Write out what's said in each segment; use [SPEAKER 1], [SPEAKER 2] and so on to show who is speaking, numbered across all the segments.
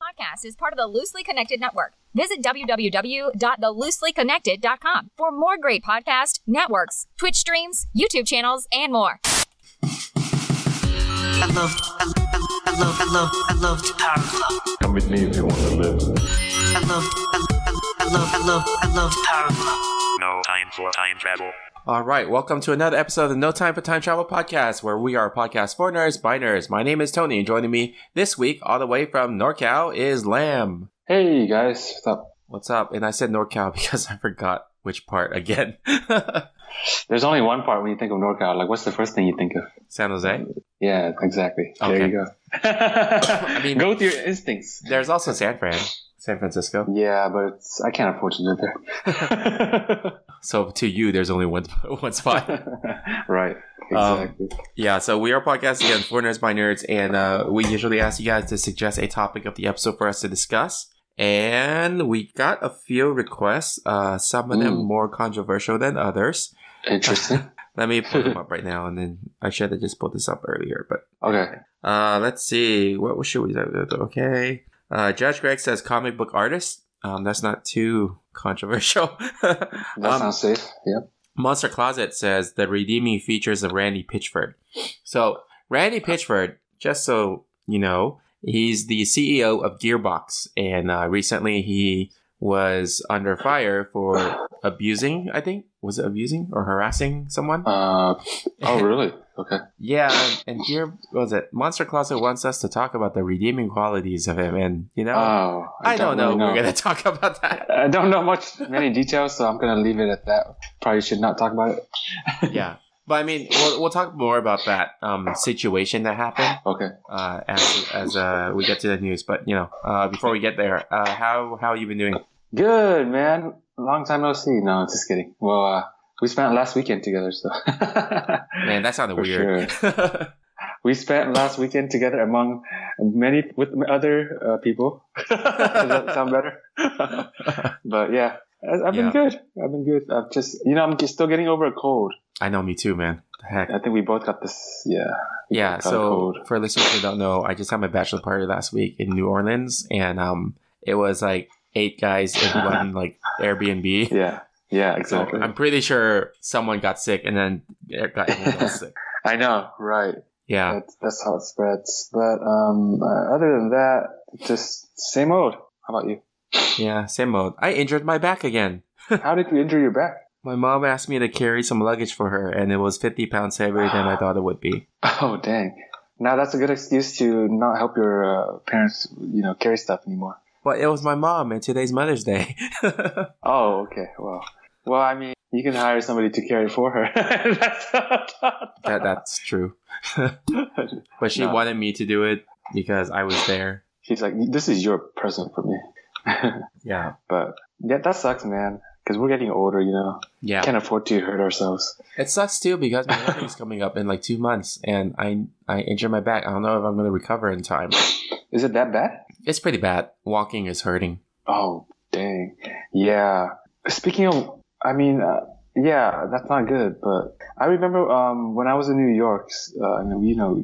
[SPEAKER 1] podcast is part of the Loosely Connected Network. Visit www.thelooselyconnected.com for more great podcast networks, Twitch streams, YouTube channels, and more.
[SPEAKER 2] I loved, I, I, I loved, I loved, I loved Power Club.
[SPEAKER 3] Come with me if you want to live.
[SPEAKER 2] I loved, I, I, I loved, I loved, I loved Power Club.
[SPEAKER 4] No time for time travel.
[SPEAKER 5] All right, welcome to another episode of the No Time for Time Travel podcast, where we are a podcast for nerds by nerds. My name is Tony, and joining me this week, all the way from NorCal, is Lamb.
[SPEAKER 3] Hey guys, what's up?
[SPEAKER 5] What's up? And I said NorCal because I forgot which part again.
[SPEAKER 3] There's only one part when you think of NorCal. Like, what's the first thing you think of?
[SPEAKER 5] San Jose.
[SPEAKER 3] Yeah, exactly.
[SPEAKER 5] Okay.
[SPEAKER 3] There you go. I
[SPEAKER 5] mean-
[SPEAKER 3] mean, go with your instincts.
[SPEAKER 5] There's also San Fran, San Francisco.
[SPEAKER 3] Yeah, but it's, I can't afford to live there.
[SPEAKER 5] So to you, there's only one one spot.
[SPEAKER 3] right.
[SPEAKER 5] Um,
[SPEAKER 3] Exactly.
[SPEAKER 5] Yeah, so we are podcasting again for Nerds by Nerds, and uh, we usually ask you guys to suggest a topic of the episode for us to discuss. And we got a few requests, uh, some of them
[SPEAKER 3] Mm.
[SPEAKER 5] more controversial than others.
[SPEAKER 3] Interesting.
[SPEAKER 5] Let me pull them up right now, and then I should have just pulled this up earlier. But
[SPEAKER 3] Okay.
[SPEAKER 5] uh, let's see, what should we do? Okay. Uh, Judge Greg says comic book artist. Um, that's not too controversial.
[SPEAKER 3] That
[SPEAKER 5] Um,
[SPEAKER 3] sounds safe. Yep.
[SPEAKER 5] Monster Closet says the redeeming features of Randy Pitchford. So Randy Pitchford, just so you know, he's the CEO of Gearbox, and uh, recently he was under fire for abusing. I think was it abusing or harassing someone?
[SPEAKER 3] Uh, oh, really? Okay.
[SPEAKER 5] yeah, and Gear was it Monster Closet wants us to talk about the redeeming qualities of him, and you know,
[SPEAKER 3] Oh,
[SPEAKER 5] Uh, I, don't, know.
[SPEAKER 3] really
[SPEAKER 5] We're gonna talk about that.
[SPEAKER 3] I don't know much, many details, so I'm gonna leave it at that. Probably should not talk about it.
[SPEAKER 5] yeah, but I mean, we'll, we'll talk more about that um, situation that happened.
[SPEAKER 3] Okay.
[SPEAKER 5] uh, as as uh, we get to the news. But you know, uh, before we get there, uh, how how you been doing?
[SPEAKER 3] Good man. Long time no see. No, just kidding. Well, uh, we spent last weekend together, so
[SPEAKER 5] Man, that sounded
[SPEAKER 3] For
[SPEAKER 5] weird.
[SPEAKER 3] we spent last weekend together among many with other uh, people. Does that sound better? but yeah, I- I've been
[SPEAKER 5] Yeah.
[SPEAKER 3] good. I've been good. I've just you know I'm just still getting over a cold.
[SPEAKER 5] I know, me too, man. The heck.
[SPEAKER 3] I think we both got this. Yeah. we
[SPEAKER 5] Yeah.
[SPEAKER 3] both got a
[SPEAKER 5] So
[SPEAKER 3] cold.
[SPEAKER 5] for listeners who don't know, I just had my bachelor party last week in New Orleans, and um, it was like eight guys in one like Airbnb.
[SPEAKER 3] yeah. Yeah,
[SPEAKER 5] So
[SPEAKER 3] exactly.
[SPEAKER 5] I'm pretty sure someone got sick, and then it got everyone else sick.
[SPEAKER 3] I know, right?
[SPEAKER 5] Yeah.
[SPEAKER 3] That's, that's how it spreads. But um, uh, other than that, just same old. How about you?
[SPEAKER 5] Yeah. Same mode. I injured my back again.
[SPEAKER 3] How did you injure your back?
[SPEAKER 5] My mom asked me to carry some luggage for her, and it was 50 pounds heavier than I thought it would be.
[SPEAKER 3] Oh, dang. Now that's a good excuse to not help your uh, parents, you know, carry stuff anymore.
[SPEAKER 5] But it was my mom, and today's Mother's Day.
[SPEAKER 3] Oh, okay. Well, well, I mean, you can hire somebody to carry for her. that's
[SPEAKER 5] that that's true. But she
[SPEAKER 3] No.
[SPEAKER 5] wanted me to do it because I was there.
[SPEAKER 3] She's like, this is your present for me.
[SPEAKER 5] Yeah,
[SPEAKER 3] But yeah, that sucks, man. Because we're getting older, you know.
[SPEAKER 5] yeah.
[SPEAKER 3] Can't afford to hurt ourselves.
[SPEAKER 5] it sucks too because my wedding's coming up in like two months, and I I injured my back. I don't know if I'm gonna recover in time.
[SPEAKER 3] Is it that bad?
[SPEAKER 5] It's pretty bad. Walking is hurting.
[SPEAKER 3] Oh, dang. Yeah. Speaking of, I mean, uh, yeah, that's not good, but I remember um, when I was in New York, s- uh, and you know,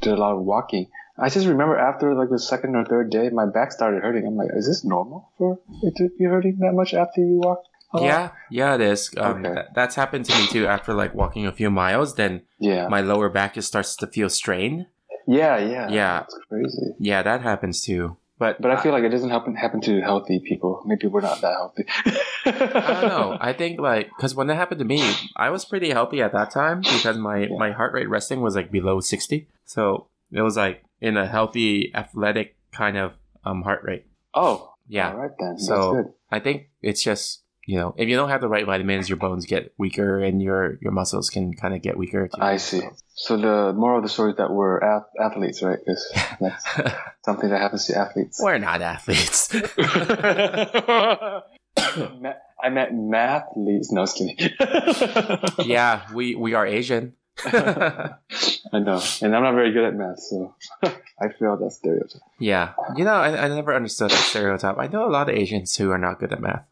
[SPEAKER 3] did a lot of walking. I just remember after like the second or third day, my back started hurting. I'm like, is this normal for it to be hurting that much after you walk? a lot?
[SPEAKER 5] Yeah, yeah, it is. Um,
[SPEAKER 3] Okay.
[SPEAKER 5] that- that's happened to me too. After like walking a few miles, then
[SPEAKER 3] Yeah.
[SPEAKER 5] my lower back just starts to feel strained.
[SPEAKER 3] yeah. Yeah.
[SPEAKER 5] Yeah.
[SPEAKER 3] It's crazy.
[SPEAKER 5] Yeah, that happens too. But
[SPEAKER 3] But I feel like it doesn't happen happen to healthy people. Maybe we're not that healthy.
[SPEAKER 5] I don't know. I think like because when that happened to me, I was pretty healthy at that time because my
[SPEAKER 3] Yeah.
[SPEAKER 5] my heart rate resting was like below sixty, so it was like in a healthy athletic kind of um heart rate.
[SPEAKER 3] Oh.
[SPEAKER 5] Yeah,
[SPEAKER 3] All right then.
[SPEAKER 5] So-
[SPEAKER 3] That's good.
[SPEAKER 5] I think it's just you know if you don't have the right vitamins, your bones get weaker and your your muscles can kind of get weaker. Too.
[SPEAKER 3] I see. So the moral of the story is that we're ath- athletes, right? 'Cause that's something that happens to athletes.
[SPEAKER 5] We're not athletes.
[SPEAKER 3] Ma- I meant mathletes. No, I was kidding.
[SPEAKER 5] yeah, we we are Asian.
[SPEAKER 3] I know, and I'm not very good at math, so I feel that stereotype.
[SPEAKER 5] yeah, you know I, I never understood that stereotype. I know a lot of Asians who are not good at math.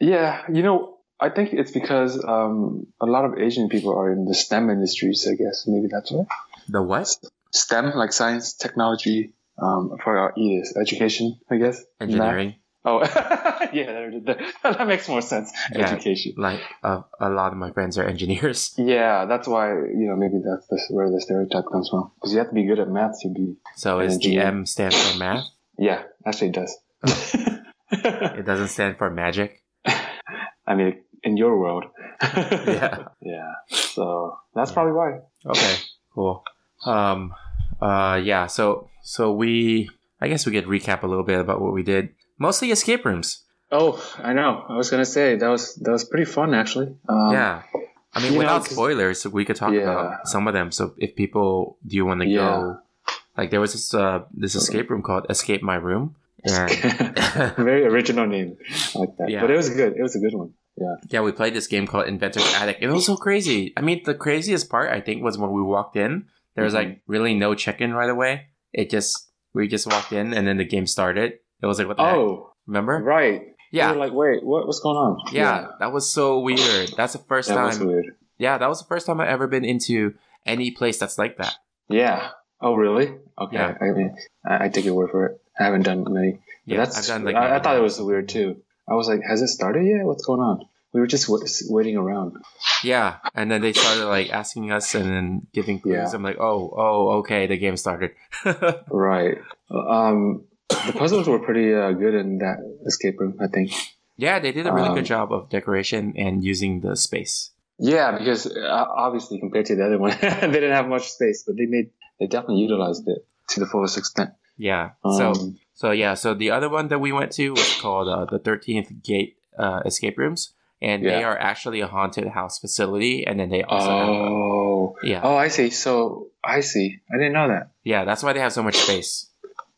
[SPEAKER 3] Yeah, you know, I think it's because um, a lot of Asian people are in the STEM industries. I guess maybe that's why
[SPEAKER 5] The what?
[SPEAKER 3] STEM, like science, technology, Um, for our E is education, I guess. Math.
[SPEAKER 5] engineering,
[SPEAKER 3] Oh, yeah, that, that, that makes more sense.
[SPEAKER 5] Yeah.
[SPEAKER 3] Education.
[SPEAKER 5] like uh, a lot of my friends are engineers.
[SPEAKER 3] Yeah, that's why you know maybe that's the, where the stereotype comes from because you have to be good at math to be.
[SPEAKER 5] So is the M
[SPEAKER 3] Engineer.
[SPEAKER 5] stand for math?
[SPEAKER 3] Yeah, actually, it does.
[SPEAKER 5] It doesn't stand for magic.
[SPEAKER 3] I mean, in your world.
[SPEAKER 5] Yeah.
[SPEAKER 3] Yeah. So that's probably why.
[SPEAKER 5] Okay. Cool. Um. Uh. Yeah. So. So we. I guess we could recap a little bit about what we did. Mostly escape rooms.
[SPEAKER 3] Oh, I know. I was gonna say that was that was pretty fun actually. Um,
[SPEAKER 5] yeah. I mean,
[SPEAKER 3] you know,
[SPEAKER 5] without
[SPEAKER 3] 'cause-
[SPEAKER 5] spoilers, we could talk
[SPEAKER 3] Yeah.
[SPEAKER 5] about some of them. So if people do you want to
[SPEAKER 3] Yeah.
[SPEAKER 5] go, like there was this uh this escape room called Escape My Room, and
[SPEAKER 3] Very original name. I like that.
[SPEAKER 5] Yeah.
[SPEAKER 3] But it was good. It was a good one.
[SPEAKER 5] yeah, we played this game called Inventor's Attic. It was so crazy. I mean, the craziest part I think was when we walked in. There was like
[SPEAKER 3] Mm-hmm.
[SPEAKER 5] really no check in right away. It just we just walked in and then the game started. It was like what the heck?
[SPEAKER 3] Oh,
[SPEAKER 5] Remember?
[SPEAKER 3] right.
[SPEAKER 5] Yeah.
[SPEAKER 3] We were like, wait, what, what's going on?
[SPEAKER 5] Yeah, that was so weird. That's the first
[SPEAKER 3] That
[SPEAKER 5] time.
[SPEAKER 3] was weird.
[SPEAKER 5] Yeah, that was the first time I've ever been into any place that's like that.
[SPEAKER 3] Yeah. Oh, really? Okay.
[SPEAKER 5] Yeah.
[SPEAKER 3] I mean, I, I take your word for it. I haven't done many. But
[SPEAKER 5] Yeah,
[SPEAKER 3] that's,
[SPEAKER 5] I've done like.
[SPEAKER 3] I, I
[SPEAKER 5] nine
[SPEAKER 3] thought it
[SPEAKER 5] times.
[SPEAKER 3] was weird too. I was like, has it started yet? What's going on? We were just w- waiting around.
[SPEAKER 5] Yeah, and then they started like asking us and then giving clues.
[SPEAKER 3] Yeah.
[SPEAKER 5] I'm like, oh, oh, okay, the game started.
[SPEAKER 3] Right. Um, the puzzles were pretty uh, good in that escape room, I think.
[SPEAKER 5] yeah, they did a really
[SPEAKER 3] Um,
[SPEAKER 5] good job of decoration and using the space.
[SPEAKER 3] Yeah, because uh, obviously compared to the other one, they didn't have much space, but they made they definitely utilized it to the fullest extent.
[SPEAKER 5] Yeah.
[SPEAKER 3] Um,
[SPEAKER 5] so so yeah. So the other one that we went to was called uh, the Thirteenth Gate uh, Escape Rooms, and they
[SPEAKER 3] Yeah.
[SPEAKER 5] are actually a haunted house facility, and then they also have a,
[SPEAKER 3] oh,
[SPEAKER 5] yeah
[SPEAKER 3] oh, I see. So I see. I didn't know that.
[SPEAKER 5] yeah. That's why they have so much space.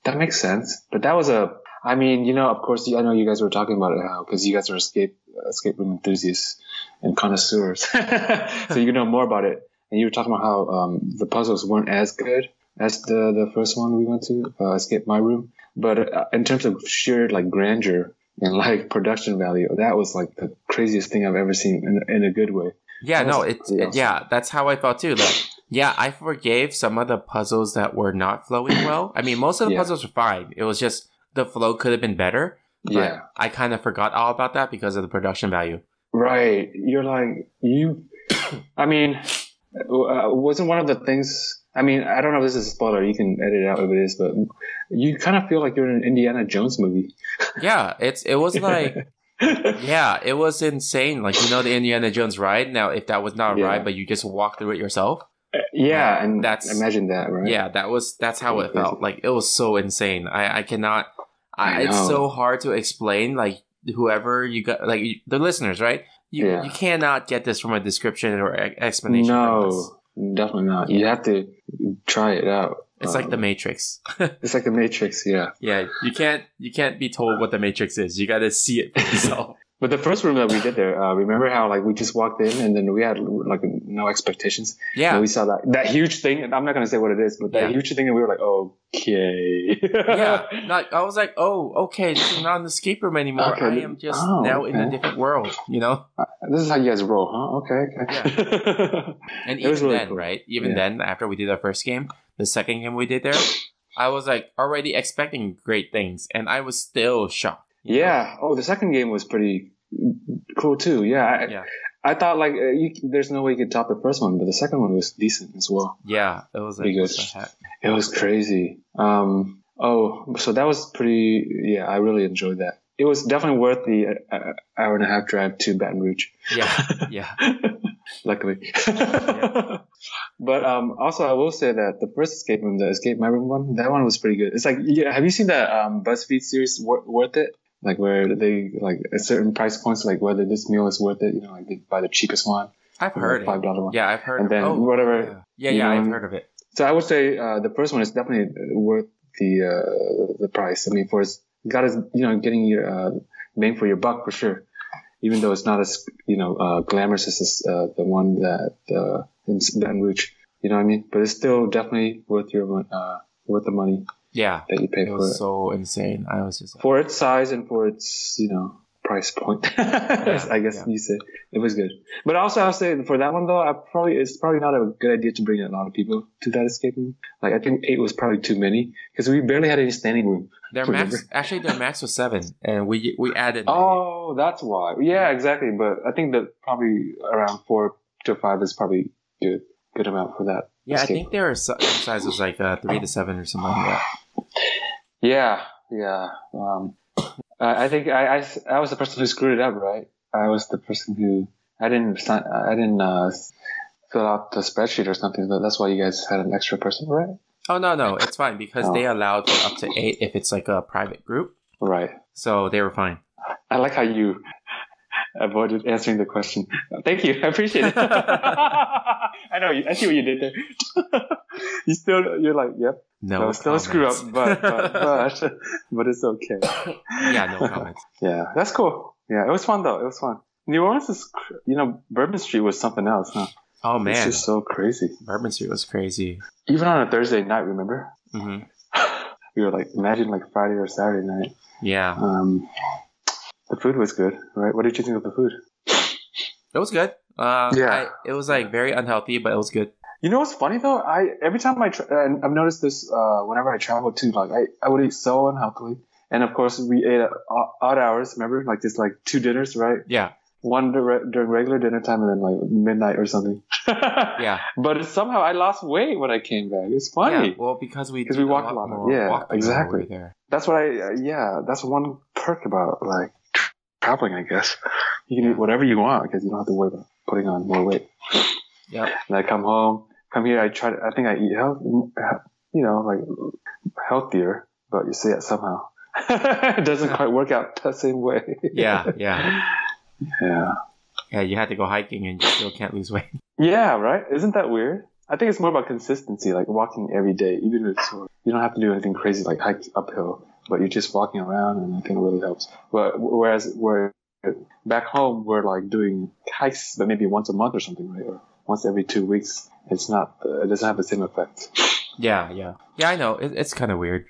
[SPEAKER 3] That makes sense. But that was a. I mean, you know, of course, I know you guys were talking about it how because you guys are escape escape room enthusiasts and connoisseurs, so you know more about it. And you were talking about how um, the puzzles weren't as good as the the first one we went to, uh, Escape My Room. But uh, in terms of sheer like grandeur and like production value, that was like the craziest thing I've ever seen in, in a good way.
[SPEAKER 5] Yeah,
[SPEAKER 3] That's
[SPEAKER 5] no, it's
[SPEAKER 3] pretty
[SPEAKER 5] it-
[SPEAKER 3] awesome.
[SPEAKER 5] yeah, that's how I felt too. Like, yeah, I forgave some of the puzzles that were not flowing well. I mean, most of the
[SPEAKER 3] Yeah.
[SPEAKER 5] puzzles were fine. It was just the flow could have been better. but
[SPEAKER 3] Yeah.
[SPEAKER 5] I kind of forgot all about that because of the production value.
[SPEAKER 3] Right. You're like, you. I mean, uh, wasn't one of the things. I mean, I don't know if this is a spoiler. You can edit it out if it is, but you kind of feel like you're in an Indiana Jones movie.
[SPEAKER 5] Yeah, it's it was like yeah, it was insane. Like you know the Indiana Jones ride. Now, if that was not a
[SPEAKER 3] Yeah.
[SPEAKER 5] ride, but you just walked through it yourself.
[SPEAKER 3] yeah, and
[SPEAKER 5] That's-
[SPEAKER 3] that's imagine that, right?
[SPEAKER 5] Yeah, that was that's how it
[SPEAKER 3] Pretty crazy.
[SPEAKER 5] felt. Like it was so insane. I I cannot. I,
[SPEAKER 3] I
[SPEAKER 5] it's
[SPEAKER 3] know.
[SPEAKER 5] so hard to explain. Like whoever you got, like you, the listeners, right? You
[SPEAKER 3] Yeah.
[SPEAKER 5] you cannot get this from a description or e- explanation. from us.
[SPEAKER 3] No, definitely not. You have to try it out.
[SPEAKER 5] It's like the Matrix.
[SPEAKER 3] the it's like the Matrix, yeah.
[SPEAKER 5] yeah, you can't you can't be told what the Matrix is. You got to see it for yourself.
[SPEAKER 3] But the first room that we did there, uh, remember how like we just walked in and then we had like no expectations.
[SPEAKER 5] yeah,
[SPEAKER 3] And we saw that that huge thing, and I'm not gonna say what it is, but that
[SPEAKER 5] Yeah.
[SPEAKER 3] huge thing, and we were like, okay,
[SPEAKER 5] yeah. Like I was like, oh, okay, this is not an escape room anymore.
[SPEAKER 3] Okay,
[SPEAKER 5] I am just
[SPEAKER 3] oh,
[SPEAKER 5] now in a
[SPEAKER 3] okay.
[SPEAKER 5] different world. You know.
[SPEAKER 3] this is how you guys roll, huh? Okay, okay.
[SPEAKER 5] And
[SPEAKER 3] It was
[SPEAKER 5] even
[SPEAKER 3] really
[SPEAKER 5] then,
[SPEAKER 3] cool.
[SPEAKER 5] right? Even
[SPEAKER 3] Yeah.
[SPEAKER 5] then, after we did our first game, the second game we did there, I was like already expecting great things, and I was still shocked. you know?
[SPEAKER 3] yeah. Oh, the second game was pretty cool too. Yeah, I,
[SPEAKER 5] Yeah.
[SPEAKER 3] I thought like uh, you, there's no way you could top the first one, but the second one was decent as well.
[SPEAKER 5] yeah, it was like what
[SPEAKER 3] Because-
[SPEAKER 5] the heck?
[SPEAKER 3] It was crazy. Um, oh, so that was pretty. Yeah, I really enjoyed that. It was definitely worth the uh, uh, hour and a half drive to Baton Rouge.
[SPEAKER 5] yeah, yeah,
[SPEAKER 3] luckily. but um, also, I will say that the first escape room, the escape my room one, that one was pretty good. It's like, yeah, have you seen that um, BuzzFeed series Wor- worth it? Like where they like at certain price points, like whether this meal is worth it. You know, like they buy the cheapest one,
[SPEAKER 5] I've
[SPEAKER 3] or
[SPEAKER 5] heard
[SPEAKER 3] the five
[SPEAKER 5] it.
[SPEAKER 3] dollar one.
[SPEAKER 5] Yeah, I've heard.
[SPEAKER 3] and then
[SPEAKER 5] oh,
[SPEAKER 3] whatever.
[SPEAKER 5] yeah, yeah,
[SPEAKER 3] you
[SPEAKER 5] yeah,
[SPEAKER 3] know,
[SPEAKER 5] I've
[SPEAKER 3] and-
[SPEAKER 5] heard of it.
[SPEAKER 3] So I would say uh, the first one is definitely worth the uh, the price. I mean, for it's got us, you know, getting your uh, bang for your buck for sure. Even though it's not as you know uh, glamorous as this, uh, the one that uh, in Baton Rouge, you know what I mean. But it's still definitely worth your mon- uh, worth the money
[SPEAKER 5] Yeah,
[SPEAKER 3] that you pay
[SPEAKER 5] it
[SPEAKER 3] for it.
[SPEAKER 5] was so insane. I was just like,
[SPEAKER 3] for its size and for its you know price point. I guess
[SPEAKER 5] yeah.
[SPEAKER 3] you said it was good, but also I'll say for that one though, I probably it's probably not a good idea to bring a lot of people to that escape room. Like I think eight was probably too many because we barely had any standing room.
[SPEAKER 5] Their
[SPEAKER 3] for the
[SPEAKER 5] max, actually, their max was seven, and we we added.
[SPEAKER 3] Oh, that's why. Yeah, exactly. But I think that probably around four to five is probably good good amount for that.
[SPEAKER 5] yeah, I
[SPEAKER 3] escape
[SPEAKER 5] think their si- size was like uh, three to seven or something like that.
[SPEAKER 3] Yeah, yeah. Um, I I think I, I s- I was the person who screwed it up, right? I was the person who I didn't sign, I didn't uh, s- fill out the spreadsheet or something. So that's why you guys had an extra person, right?
[SPEAKER 5] Oh no, no, it's fine because
[SPEAKER 3] Oh.
[SPEAKER 5] they allowed for up to eight if it's like a private group,
[SPEAKER 3] Right.
[SPEAKER 5] so they were fine.
[SPEAKER 3] I like how you avoided answering the question. Thank you. I appreciate it. I know. you- I see what you did there. you still you're like, yep.
[SPEAKER 5] No,
[SPEAKER 3] that was still a screw up,
[SPEAKER 5] comments.
[SPEAKER 3] but but but, but it's okay.
[SPEAKER 5] yeah, no comments.
[SPEAKER 3] Yeah, that's cool. Yeah, it was fun though. It was fun. New Orleans is, cr- you know, Bourbon Street was something else, huh?
[SPEAKER 5] Oh
[SPEAKER 3] It's
[SPEAKER 5] man,
[SPEAKER 3] just so crazy.
[SPEAKER 5] Bourbon Street was crazy.
[SPEAKER 3] Even on a Thursday night, remember?
[SPEAKER 5] hmm
[SPEAKER 3] We were like, imagine like Friday or Saturday night.
[SPEAKER 5] Yeah,
[SPEAKER 3] Um, the food was good, right? What did you think of the food?
[SPEAKER 5] it was good. Uh,
[SPEAKER 3] Yeah.
[SPEAKER 5] I- it was like very unhealthy, but it was good.
[SPEAKER 3] You know what's funny though? I every time I tra- and I've noticed this uh, whenever I travel too. Like I, I would eat so unhealthily, and of course we ate at o- odd hours. Remember, like just like two dinners, right?
[SPEAKER 5] Yeah,
[SPEAKER 3] One dur- during regular dinner time, and then like midnight or something.
[SPEAKER 5] yeah,
[SPEAKER 3] But it's, somehow I lost weight when I came back. It's funny.
[SPEAKER 5] yeah. Well, because we
[SPEAKER 3] 'Cause
[SPEAKER 5] did
[SPEAKER 3] we walked a lot more. Yeah,
[SPEAKER 5] walking when we
[SPEAKER 3] exactly.
[SPEAKER 5] were there.
[SPEAKER 3] that's what I. Uh, yeah, that's one perk about like tr- traveling. I guess you can eat whatever you want because you don't have to worry about putting on more weight.
[SPEAKER 5] Yep.
[SPEAKER 3] And I come home, come here. I try. To, I think I eat health, you know, like healthier. But you see it somehow. it doesn't quite work out the same way.
[SPEAKER 5] Yeah, yeah,
[SPEAKER 3] Yeah.
[SPEAKER 5] yeah. You had to go hiking, and you still can't lose weight.
[SPEAKER 3] Yeah. Right. Isn't that weird? I think it's more about consistency, like walking every day, even if it's sore. you don't have to do anything crazy like hike uphill, but you're just walking around, and I think it really helps. But whereas where back home, we're like doing hikes, but maybe once a month or something, right? Or once every two weeks. It's not. It doesn't have the same effect.
[SPEAKER 5] Yeah, yeah, yeah. I know it, it's kind of weird.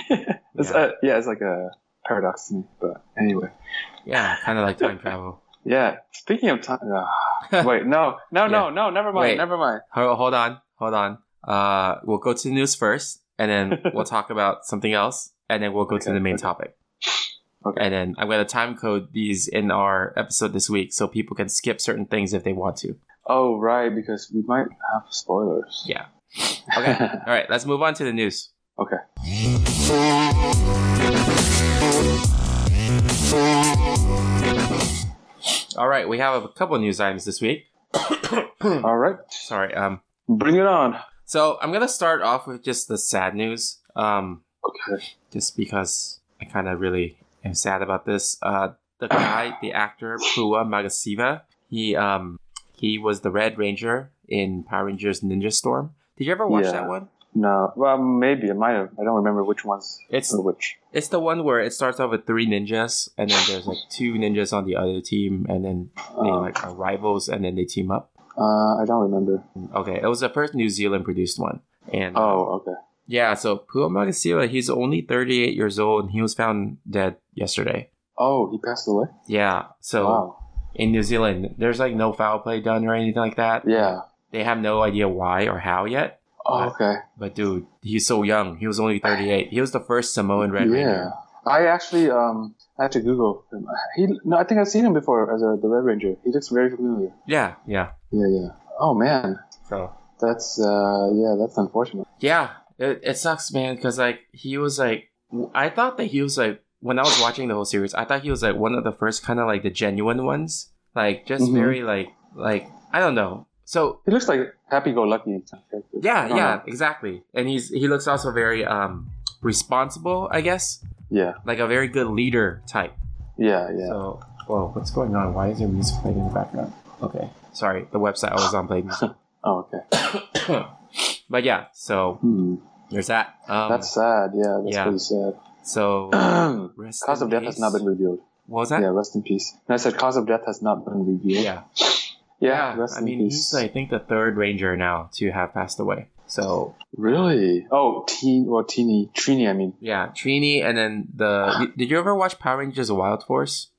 [SPEAKER 3] It's
[SPEAKER 5] Yeah.
[SPEAKER 3] yeah. yeah, it's like a paradox to me. But anyway,
[SPEAKER 5] Yeah, kind of like time travel.
[SPEAKER 3] yeah. Speaking of time, uh, wait, no, no, no, no, never mind,
[SPEAKER 5] Wait.
[SPEAKER 3] never mind.
[SPEAKER 5] Hold, hold on, hold on. Uh, we'll go to the news first, and then we'll talk about something else, and then we'll go to
[SPEAKER 3] Okay,
[SPEAKER 5] the main
[SPEAKER 3] okay.
[SPEAKER 5] topic.
[SPEAKER 3] Okay.
[SPEAKER 5] And then I'm gonna time code these in our episode this week, so people can skip certain things if they want to.
[SPEAKER 3] Oh right, because we might have spoilers.
[SPEAKER 5] Yeah. Okay. All right. Let's move on to the news.
[SPEAKER 3] okay.
[SPEAKER 5] All right. We have a couple news items this week.
[SPEAKER 3] All right,
[SPEAKER 5] Sorry. Um.
[SPEAKER 3] bring it on.
[SPEAKER 5] So I'm gonna start off with just the sad news. Um.
[SPEAKER 3] Okay.
[SPEAKER 5] just because I kind of really am sad about this. Uh, the guy, the actor Pua Magasiva, he um he was the Red Ranger in Power Rangers Ninja Storm. Did you ever watch
[SPEAKER 3] Yeah.
[SPEAKER 5] that one?
[SPEAKER 3] No, well, maybe I might have. I don't remember which ones
[SPEAKER 5] It's-
[SPEAKER 3] or which.
[SPEAKER 5] It's the one where it starts off with three ninjas, and then there's like two ninjas on the other team, and then they
[SPEAKER 3] Um,
[SPEAKER 5] like are rivals, and then they team up.
[SPEAKER 3] uh, I don't remember.
[SPEAKER 5] Okay, it was the first New Zealand produced one, and
[SPEAKER 3] Oh, okay.
[SPEAKER 5] yeah, so Pua Magasiva, he's only 38 years old, and he was found dead yesterday.
[SPEAKER 3] Oh, he passed away.
[SPEAKER 5] Yeah, so
[SPEAKER 3] Wow.
[SPEAKER 5] in New Zealand, there's like no foul play done or anything like that.
[SPEAKER 3] Yeah.
[SPEAKER 5] They have no idea why or how yet.
[SPEAKER 3] Oh, okay.
[SPEAKER 5] But dude, he's so young. He was only 38. He was the first Samoan Red
[SPEAKER 3] yeah.
[SPEAKER 5] Ranger.
[SPEAKER 3] I actually um I had to Google him. He no, I think I've seen him before as a, the Red Ranger. He looks very familiar.
[SPEAKER 5] Yeah, yeah.
[SPEAKER 3] Yeah, yeah. Oh man,
[SPEAKER 5] So
[SPEAKER 3] that's uh yeah, that's unfortunate.
[SPEAKER 5] yeah, it, it sucks, man. Because like he was like, I thought that he was like when I was watching the whole series, I thought he was like one of the first kind of like the genuine ones, like just
[SPEAKER 3] Mhm.
[SPEAKER 5] very like like I don't know. So
[SPEAKER 3] He looks like happy-go-lucky. character.
[SPEAKER 5] yeah,
[SPEAKER 3] I don't
[SPEAKER 5] yeah,
[SPEAKER 3] know.
[SPEAKER 5] exactly. And he's he looks also very um responsible, I guess,
[SPEAKER 3] yeah,
[SPEAKER 5] like a very good leader type.
[SPEAKER 3] yeah, yeah.
[SPEAKER 5] So, whoa, what's going on? Why is there music playing in the background? Okay, sorry, the website I was on played music.
[SPEAKER 3] Oh, okay.
[SPEAKER 5] but yeah, so
[SPEAKER 3] Hmm.
[SPEAKER 5] there's that. Um,
[SPEAKER 3] that's sad. Yeah, that's
[SPEAKER 5] yeah.
[SPEAKER 3] pretty sad.
[SPEAKER 5] so.
[SPEAKER 3] Cause
[SPEAKER 5] Rest
[SPEAKER 3] of
[SPEAKER 5] in
[SPEAKER 3] death
[SPEAKER 5] peace.
[SPEAKER 3] has not been revealed.
[SPEAKER 5] What was that?
[SPEAKER 3] Yeah, rest in peace. And I said cause of death has not been revealed.
[SPEAKER 5] yeah.
[SPEAKER 3] yeah.
[SPEAKER 5] Yeah,
[SPEAKER 3] rest
[SPEAKER 5] I
[SPEAKER 3] in
[SPEAKER 5] mean,
[SPEAKER 3] peace.
[SPEAKER 5] he's I think the third ranger now to have passed away. So
[SPEAKER 3] really? Oh, teen or teeny Trini. I mean,
[SPEAKER 5] yeah, Trini, and then the. Did you ever watch Power Rangers Wild Force?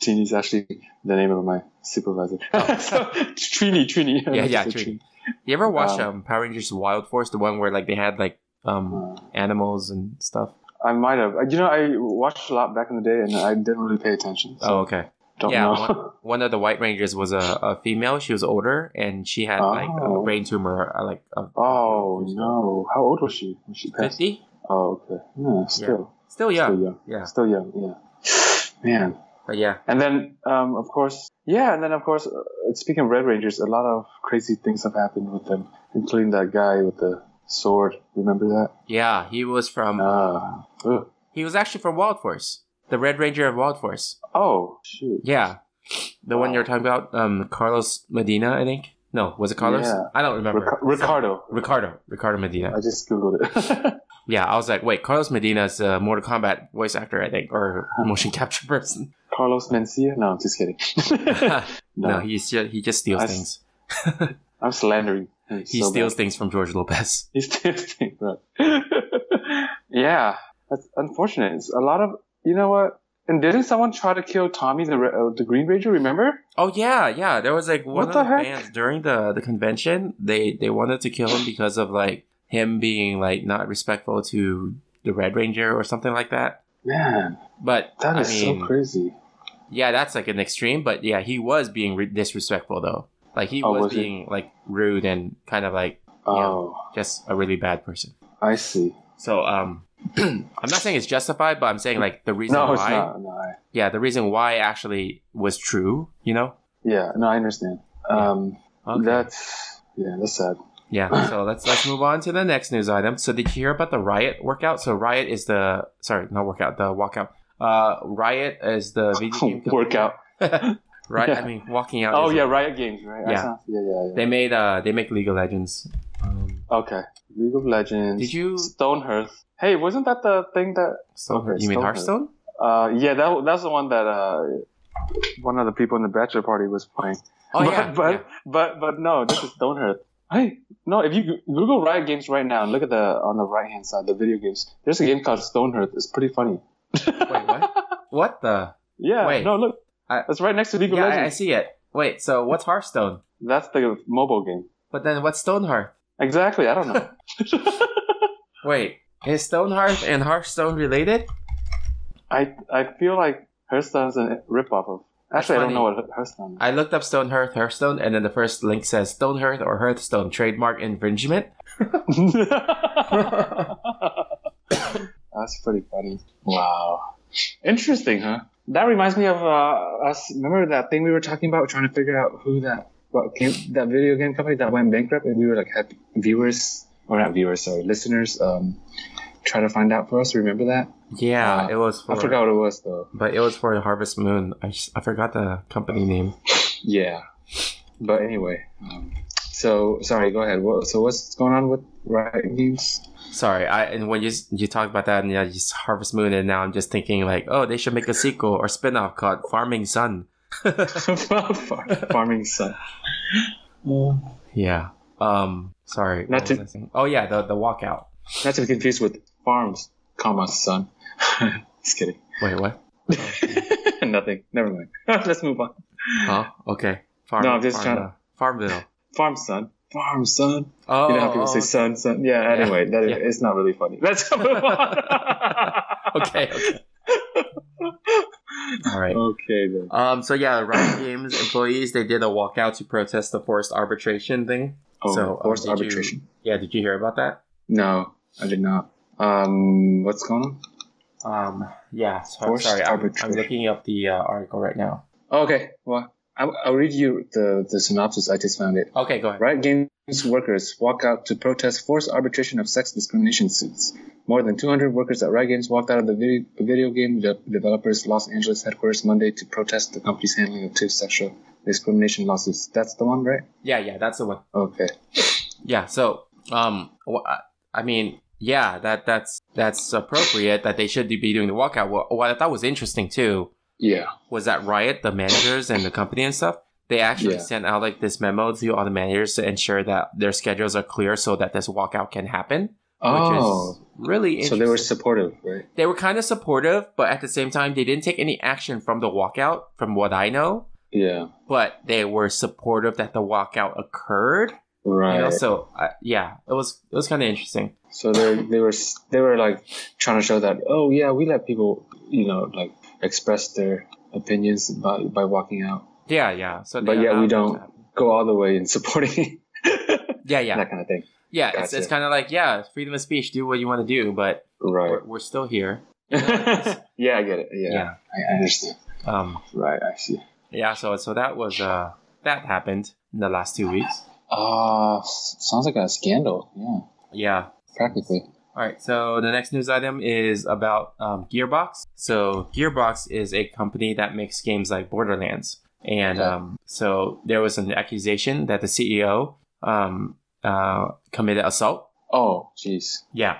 [SPEAKER 3] Tini is actually the name of my supervisor. Oh, so, Trini, Trini.
[SPEAKER 5] Yeah, yeah,
[SPEAKER 3] Just a
[SPEAKER 5] Trini. You ever watch
[SPEAKER 3] Um,
[SPEAKER 5] um, Power Rangers Wild Force, the one where like they had like um
[SPEAKER 3] Uh,
[SPEAKER 5] animals and stuff?
[SPEAKER 3] I might have. You know, I watched a lot back in the day, and I didn't really pay attention. So
[SPEAKER 5] Oh, okay.
[SPEAKER 3] don't
[SPEAKER 5] yeah,
[SPEAKER 3] know.
[SPEAKER 5] one, one of the White Rangers was a, a female. She was older, and she had like a
[SPEAKER 3] Oh.
[SPEAKER 5] brain tumor. uh, Like a,
[SPEAKER 3] oh no! How old was she? when she passed?
[SPEAKER 5] fifty.
[SPEAKER 3] Oh, okay. Yeah, still,
[SPEAKER 5] Still young.
[SPEAKER 3] still young.
[SPEAKER 5] Yeah,
[SPEAKER 3] Still young. Yeah. Man.
[SPEAKER 5] but yeah,
[SPEAKER 3] And then, um, of course, yeah, and then, of course, uh, speaking of Red Rangers, a lot of crazy things have happened with them, including that guy with the sword. Remember that?
[SPEAKER 5] yeah. He was from.
[SPEAKER 3] Uh, ugh.
[SPEAKER 5] he was actually from Wild Force, the Red Ranger of Wild Force.
[SPEAKER 3] oh, shoot.
[SPEAKER 5] Yeah, the one
[SPEAKER 3] Wow.
[SPEAKER 5] you're talking about, um, Carlos Medina, I think. No, was it Carlos?
[SPEAKER 3] Yeah.
[SPEAKER 5] I don't remember.
[SPEAKER 3] Ric- Ricardo.
[SPEAKER 5] Ricardo, Ricardo Medina.
[SPEAKER 3] I just Googled it.
[SPEAKER 5] Yeah, I was like, wait, Carlos Medina's a Mortal Kombat voice actor, I think, or motion capture person.
[SPEAKER 3] Carlos Mencia? No, I'm just kidding.
[SPEAKER 5] no,
[SPEAKER 3] no,
[SPEAKER 5] he's just, he just steals
[SPEAKER 3] I s-
[SPEAKER 5] things.
[SPEAKER 3] I'm slandering. him
[SPEAKER 5] He
[SPEAKER 3] so
[SPEAKER 5] steals
[SPEAKER 3] bad.
[SPEAKER 5] things from George Lopez.
[SPEAKER 3] He steals things, right. yeah, that's unfortunate. It's a lot of, you know what? And didn't someone try to kill Tommy the, Re- uh, the Green Ranger, remember?
[SPEAKER 5] Oh yeah, yeah. There was like one
[SPEAKER 3] What
[SPEAKER 5] of
[SPEAKER 3] the
[SPEAKER 5] the,
[SPEAKER 3] heck?
[SPEAKER 5] fans during the the convention. They they wanted to kill him because of like him being like not respectful to the Red Ranger or something like that.
[SPEAKER 3] Man,
[SPEAKER 5] But
[SPEAKER 3] that
[SPEAKER 5] I
[SPEAKER 3] is
[SPEAKER 5] mean,
[SPEAKER 3] so crazy.
[SPEAKER 5] yeah, that's like an extreme. But yeah, he was being re- disrespectful though. Like he
[SPEAKER 3] Oh,
[SPEAKER 5] was,
[SPEAKER 3] was he?
[SPEAKER 5] being like rude and kind of like
[SPEAKER 3] Oh,
[SPEAKER 5] just a really bad person.
[SPEAKER 3] I see.
[SPEAKER 5] So um, I'm not saying it's justified, but I'm saying like the reason
[SPEAKER 3] No, it's
[SPEAKER 5] why.
[SPEAKER 3] not. No, I,
[SPEAKER 5] Yeah, the reason why actually was true. You know.
[SPEAKER 3] yeah, no, I understand. Um,
[SPEAKER 5] Okay.
[SPEAKER 3] That's, yeah, that's sad.
[SPEAKER 5] yeah. So let's let's move on to the next news item. So did you hear about the riot workout? So riot is the sorry, not workout, the walkout. Uh, riot is the video game company.
[SPEAKER 3] Workout.
[SPEAKER 5] right.
[SPEAKER 3] Oh, Yeah.
[SPEAKER 5] I mean, walking out.
[SPEAKER 3] Oh,
[SPEAKER 5] is-
[SPEAKER 3] yeah, Riot Games, right? I
[SPEAKER 5] Yeah.
[SPEAKER 3] saw- yeah, yeah, yeah.
[SPEAKER 5] They made uh, they make League of Legends. Um,
[SPEAKER 3] Okay. League of Legends.
[SPEAKER 5] Did you-
[SPEAKER 3] Stonehearth? Hey, wasn't that the thing that?
[SPEAKER 5] so
[SPEAKER 3] Okay,
[SPEAKER 5] you mean
[SPEAKER 3] Stoneheart.
[SPEAKER 5] Hearthstone?
[SPEAKER 3] Uh, yeah, that that's the one that uh, one of the people in the bachelor party was playing.
[SPEAKER 5] Oh
[SPEAKER 3] but,
[SPEAKER 5] yeah.
[SPEAKER 3] but,
[SPEAKER 5] yeah.
[SPEAKER 3] but but no, this is Stonehearth. Hey, no, if you go- Google Riot Games right now and look at the on the right hand side, the video games. There's a game called Stonehearth. It's pretty funny.
[SPEAKER 5] Wait, what? what the?
[SPEAKER 3] Yeah.
[SPEAKER 5] Wait.
[SPEAKER 3] No, look,
[SPEAKER 5] I-
[SPEAKER 3] it's right next to League
[SPEAKER 5] Yeah, I,
[SPEAKER 3] of
[SPEAKER 5] I
[SPEAKER 3] Legends.
[SPEAKER 5] see it. Wait, so what's Hearthstone?
[SPEAKER 3] That's the mobile game.
[SPEAKER 5] But then what's Stoneheart?
[SPEAKER 3] Exactly. I don't know.
[SPEAKER 5] Wait, is Stonehearth and Hearthstone related?
[SPEAKER 3] I I feel like Hearthstone's a ripoff of.
[SPEAKER 5] That's
[SPEAKER 3] Actually, I
[SPEAKER 5] funny.
[SPEAKER 3] don't know what Hearthstone. Is.
[SPEAKER 5] I looked up Stonehearth, Hearthstone, and then the first link says Stonehearth or Hearthstone trademark infringement.
[SPEAKER 3] That's pretty funny. Wow. Interesting, huh? That reminds me of uh, us. Remember that thing we were talking about, trying to figure out who that what game, that video game company that went bankrupt, and we were like had viewers or not viewers, sorry, listeners, um, try to find out for us. Remember that?
[SPEAKER 5] Yeah,
[SPEAKER 3] Uh,
[SPEAKER 5] it was for.
[SPEAKER 3] I forgot what it was though.
[SPEAKER 5] But it was for Harvest Moon. I, just, I forgot the company name.
[SPEAKER 3] Yeah. But anyway, um, so sorry. Go ahead. What, so what's going on with Riot Games?
[SPEAKER 5] Sorry, I and when you s- you talk about that and yeah, just Harvest Moon, and now I'm just thinking like, oh, they should make a sequel or spin-off called Farming Sun.
[SPEAKER 3] Farming Sun.
[SPEAKER 5] Yeah. Um. Sorry.
[SPEAKER 3] Not
[SPEAKER 5] what
[SPEAKER 3] to-
[SPEAKER 5] was I saying? Oh yeah, the the walkout.
[SPEAKER 3] Not to be confused with farms, comma, son. Just kidding.
[SPEAKER 5] Wait, what?
[SPEAKER 3] Nothing. Never mind. Let's move on.
[SPEAKER 5] Huh? Okay. Farm,
[SPEAKER 3] No, I'm just
[SPEAKER 5] Farm-
[SPEAKER 3] trying to-
[SPEAKER 5] Farmville.
[SPEAKER 3] Farm, son. Farm, son.
[SPEAKER 5] Oh,
[SPEAKER 3] you know how people
[SPEAKER 5] oh,
[SPEAKER 3] say son, son. Yeah, anyway, that is
[SPEAKER 5] Yeah.
[SPEAKER 3] it's not really funny. Let's move on.
[SPEAKER 5] Oh, okay, okay. All right.
[SPEAKER 3] okay, then.
[SPEAKER 5] Um. So yeah, Riot Games employees they did a walkout to protest the forced arbitration thing.
[SPEAKER 3] Oh,
[SPEAKER 5] So, um,
[SPEAKER 3] forced
[SPEAKER 5] did you-
[SPEAKER 3] arbitration.
[SPEAKER 5] Yeah. Did you hear about that?
[SPEAKER 3] No, I did not. Um, what's going on?
[SPEAKER 5] Um. Yeah. So,
[SPEAKER 3] Forced
[SPEAKER 5] sorry. I'm, I'm
[SPEAKER 3] arbitration.
[SPEAKER 5] looking up the uh, article right now.
[SPEAKER 3] Oh, okay, well, I, I'll read you the, the synopsis. I just found it.
[SPEAKER 5] Okay. Go ahead.
[SPEAKER 3] Riot Games workers walk out to protest forced arbitration of sex discrimination suits. More than 200 workers at Riot Games walked out of the video, video game de- developers' Los Angeles headquarters Monday to protest the company's handling of two sexual discrimination lawsuits. That's the one, right?
[SPEAKER 5] Yeah. Yeah. That's the one.
[SPEAKER 3] Okay.
[SPEAKER 5] Yeah. So. Um. wh- I- I mean. Yeah. That. That's. That's appropriate. That they should be doing the walkout. What, what I thought was interesting too
[SPEAKER 3] Yeah.
[SPEAKER 5] was that Riot, the managers and the company and stuff, they actually
[SPEAKER 3] Yeah.
[SPEAKER 5] sent out like this memo to all the managers to ensure that their schedules are clear so that this walkout can happen.
[SPEAKER 6] Oh,
[SPEAKER 5] which is really
[SPEAKER 3] So
[SPEAKER 5] interesting.
[SPEAKER 3] they were supportive, right?
[SPEAKER 5] they were kind of supportive, but at the same time, they didn't take any action from the walkout, from what I know.
[SPEAKER 3] Yeah.
[SPEAKER 5] But they were supportive that the walkout occurred.
[SPEAKER 3] Right.
[SPEAKER 5] You know, so uh, yeah, it was it was kind of interesting.
[SPEAKER 3] So they they were they were like trying to show that oh yeah we let people you know like express their opinions by by walking out
[SPEAKER 5] Yeah, yeah. So they
[SPEAKER 3] But yeah, we
[SPEAKER 5] allowed that
[SPEAKER 3] don't-
[SPEAKER 5] to happen.
[SPEAKER 3] go all the way in supporting
[SPEAKER 5] Yeah, yeah,
[SPEAKER 3] that kind of thing
[SPEAKER 5] yeah. It's, it's
[SPEAKER 3] Gotcha.
[SPEAKER 5] kind of like yeah, freedom of speech, do what you want to do, but
[SPEAKER 3] right
[SPEAKER 5] we're, we're still here.
[SPEAKER 3] yeah I get it yeah, I, I understand
[SPEAKER 5] yeah. Um.
[SPEAKER 3] right I see
[SPEAKER 5] Yeah, so so that was uh that happened in the last two weeks.
[SPEAKER 3] ah sounds like a scandal yeah
[SPEAKER 5] Yeah.
[SPEAKER 3] practically
[SPEAKER 5] All right. So the next news item is about um, Gearbox. So Gearbox is a company that makes games like Borderlands, and
[SPEAKER 3] Okay.
[SPEAKER 5] um, so there was an accusation that the CEO um, uh, committed assault.
[SPEAKER 3] oh jeez
[SPEAKER 5] Yeah.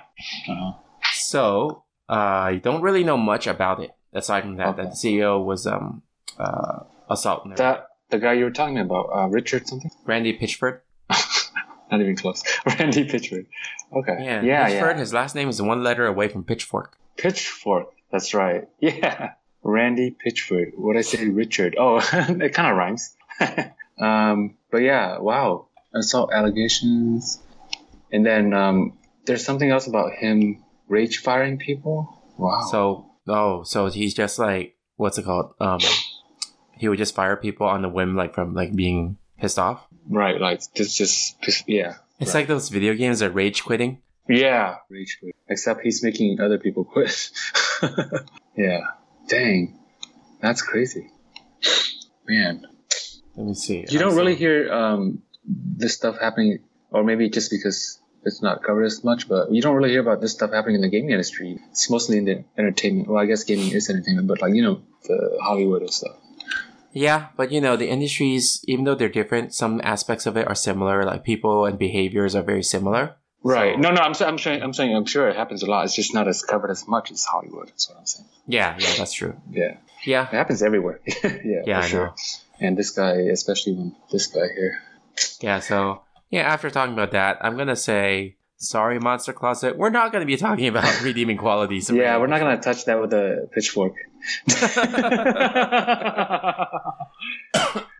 [SPEAKER 3] Uh-huh.
[SPEAKER 5] So uh, I don't really know much about it aside from that that
[SPEAKER 3] Okay.
[SPEAKER 5] the CEO was um uh assault
[SPEAKER 3] that the guy you were talking about uh, Richard something
[SPEAKER 5] Randy Pitchford.
[SPEAKER 3] not even close Randy Pitchford okay
[SPEAKER 5] Yeah.
[SPEAKER 3] yeah
[SPEAKER 5] Pitchford.
[SPEAKER 3] yeah.
[SPEAKER 5] His last name is one letter away from pitchfork.
[SPEAKER 3] Pitchfork. That's right. Yeah. Randy Pitchford. What I say, Richard. Oh, it kind of rhymes. um, but yeah, wow. Assault allegations. And then um, there's something else about him rage firing people. Wow.
[SPEAKER 5] So oh, so he's just like what's it called? Um, he would just fire people on the whim, like from like being pissed off.
[SPEAKER 3] right, like this just piss- yeah,
[SPEAKER 5] It's like those video games that rage quitting.
[SPEAKER 3] yeah, rage quit. Except he's making other people quit. yeah. Dang, that's crazy, man.
[SPEAKER 5] Let me see.
[SPEAKER 3] You don't
[SPEAKER 5] Also-
[SPEAKER 3] really hear um, this stuff happening, or maybe just because it's not covered as much, but you don't really hear about this stuff happening in the gaming industry. It's mostly in the entertainment. Well, I guess gaming is entertainment, but like, you know, the Hollywood and stuff.
[SPEAKER 5] Yeah, but you know the industries, even though they're different, some aspects of it are similar. Like people and behaviors are very similar.
[SPEAKER 3] Right.
[SPEAKER 5] So-
[SPEAKER 3] No, no, I'm, sa- I'm, saying, I'm saying I'm sure it happens a lot. It's just not as covered as much as Hollywood. That's what I'm saying.
[SPEAKER 5] Yeah, yeah, that's true.
[SPEAKER 3] Yeah.
[SPEAKER 5] Yeah,
[SPEAKER 3] It happens everywhere. yeah,
[SPEAKER 5] Yeah,
[SPEAKER 3] for
[SPEAKER 5] I
[SPEAKER 3] sure.
[SPEAKER 5] know.
[SPEAKER 3] And this guy, especially when this guy here.
[SPEAKER 5] yeah. So yeah, after talking about that, I'm gonna say sorry, Monster Closet. We're not gonna be talking about redeeming qualities.
[SPEAKER 3] Yeah, we're not going to touch that with a pitchfork.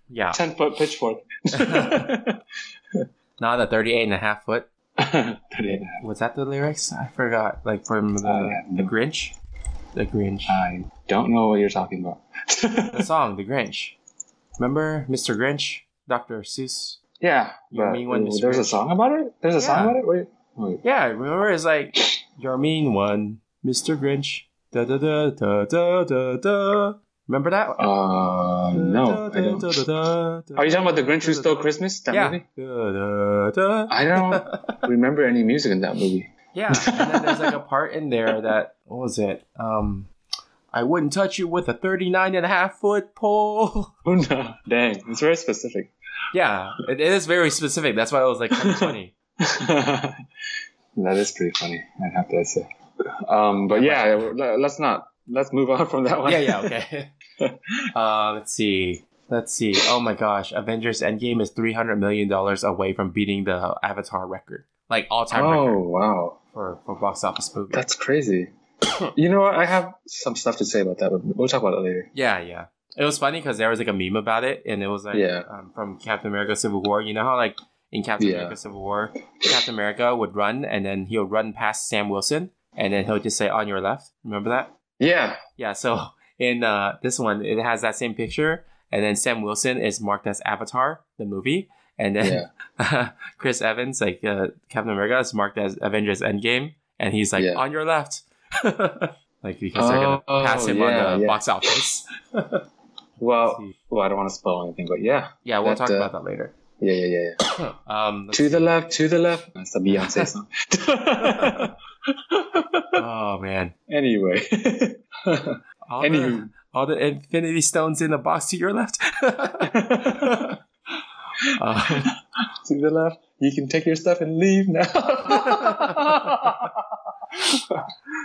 [SPEAKER 5] Yeah,
[SPEAKER 3] 10 foot pitchfork.
[SPEAKER 5] not a 38 and a half foot.
[SPEAKER 3] Pretty
[SPEAKER 5] Was that the lyrics? I forgot. Like from the,
[SPEAKER 3] I have
[SPEAKER 5] the
[SPEAKER 3] no-
[SPEAKER 5] Grinch? The Grinch.
[SPEAKER 3] I don't know what you're talking about.
[SPEAKER 5] the song, The Grinch. Remember Mr. Grinch? Dr. Seuss?
[SPEAKER 3] yeah,
[SPEAKER 5] You
[SPEAKER 3] but
[SPEAKER 5] mean when Mr.
[SPEAKER 3] there's a
[SPEAKER 5] Grinch-
[SPEAKER 3] song about it. There's a
[SPEAKER 5] Yeah.
[SPEAKER 3] song about it. Wait, wait.
[SPEAKER 5] Yeah, remember it's like, You're a mean one, Mr. Grinch. Da da da da da da da. Remember that?
[SPEAKER 3] Uh, no, I don't. Are you talking about the Grinch Who Stole Christmas? That
[SPEAKER 5] yeah.
[SPEAKER 3] movie?
[SPEAKER 5] Da, da, da.
[SPEAKER 3] I don't remember any music in that movie.
[SPEAKER 5] Yeah, and then there's like a part in there that what was it? Um, I wouldn't touch you with a 39 and a half foot pole.
[SPEAKER 3] Oh no! Dang, it's very specific.
[SPEAKER 5] Yeah, it is very specific. That's why I was like kind of funny.
[SPEAKER 3] that is pretty funny. I'd have to say. Um, but yeah, le- let's not. Let's move on from that one.
[SPEAKER 5] Yeah, yeah, okay. uh, let's see. Let's see. Oh my gosh, Avengers Endgame is three hundred million dollars away from beating the Avatar record, like all time
[SPEAKER 3] oh
[SPEAKER 5] record
[SPEAKER 3] wow,
[SPEAKER 5] for, for box office movie.
[SPEAKER 3] that's crazy. you know what? I have some stuff to say about that, but we'll talk about it later.
[SPEAKER 5] Yeah, yeah. It was funny because there was like a meme about it, and it was like
[SPEAKER 3] Yeah.
[SPEAKER 5] um, from Captain America: Civil War. You know how like in Captain
[SPEAKER 3] Yeah.
[SPEAKER 5] America: Civil War, Captain America would run, and then he'll run past Sam Wilson, and then he'll just say "on your left." Remember that?
[SPEAKER 3] Yeah,
[SPEAKER 5] Yeah. So in uh, this one, it has that same picture, and then Sam Wilson is marked as Avatar, the movie, and then Chris Evans, like uh, Captain America, is marked as Avengers Endgame, and he's like
[SPEAKER 3] Yeah.
[SPEAKER 5] "on your left," like because they're gonna
[SPEAKER 3] Oh,
[SPEAKER 5] pass him
[SPEAKER 3] yeah,
[SPEAKER 5] on the
[SPEAKER 3] yeah.
[SPEAKER 5] box office.
[SPEAKER 3] Well,
[SPEAKER 5] see.
[SPEAKER 3] well, I don't want to spoil anything, but yeah,
[SPEAKER 5] Yeah, we'll
[SPEAKER 3] That,
[SPEAKER 5] talk
[SPEAKER 3] uh,
[SPEAKER 5] about that later.
[SPEAKER 3] yeah, yeah, yeah. yeah.
[SPEAKER 5] Um, let's
[SPEAKER 3] To the
[SPEAKER 5] see.
[SPEAKER 3] left, to the left. That's the Beyonce song.
[SPEAKER 5] oh man,
[SPEAKER 3] anyway,
[SPEAKER 5] all the,
[SPEAKER 3] Anywho.
[SPEAKER 5] all the Infinity Stones in the box to your left. Uh, Um,
[SPEAKER 3] to the left. You can take your stuff and leave now.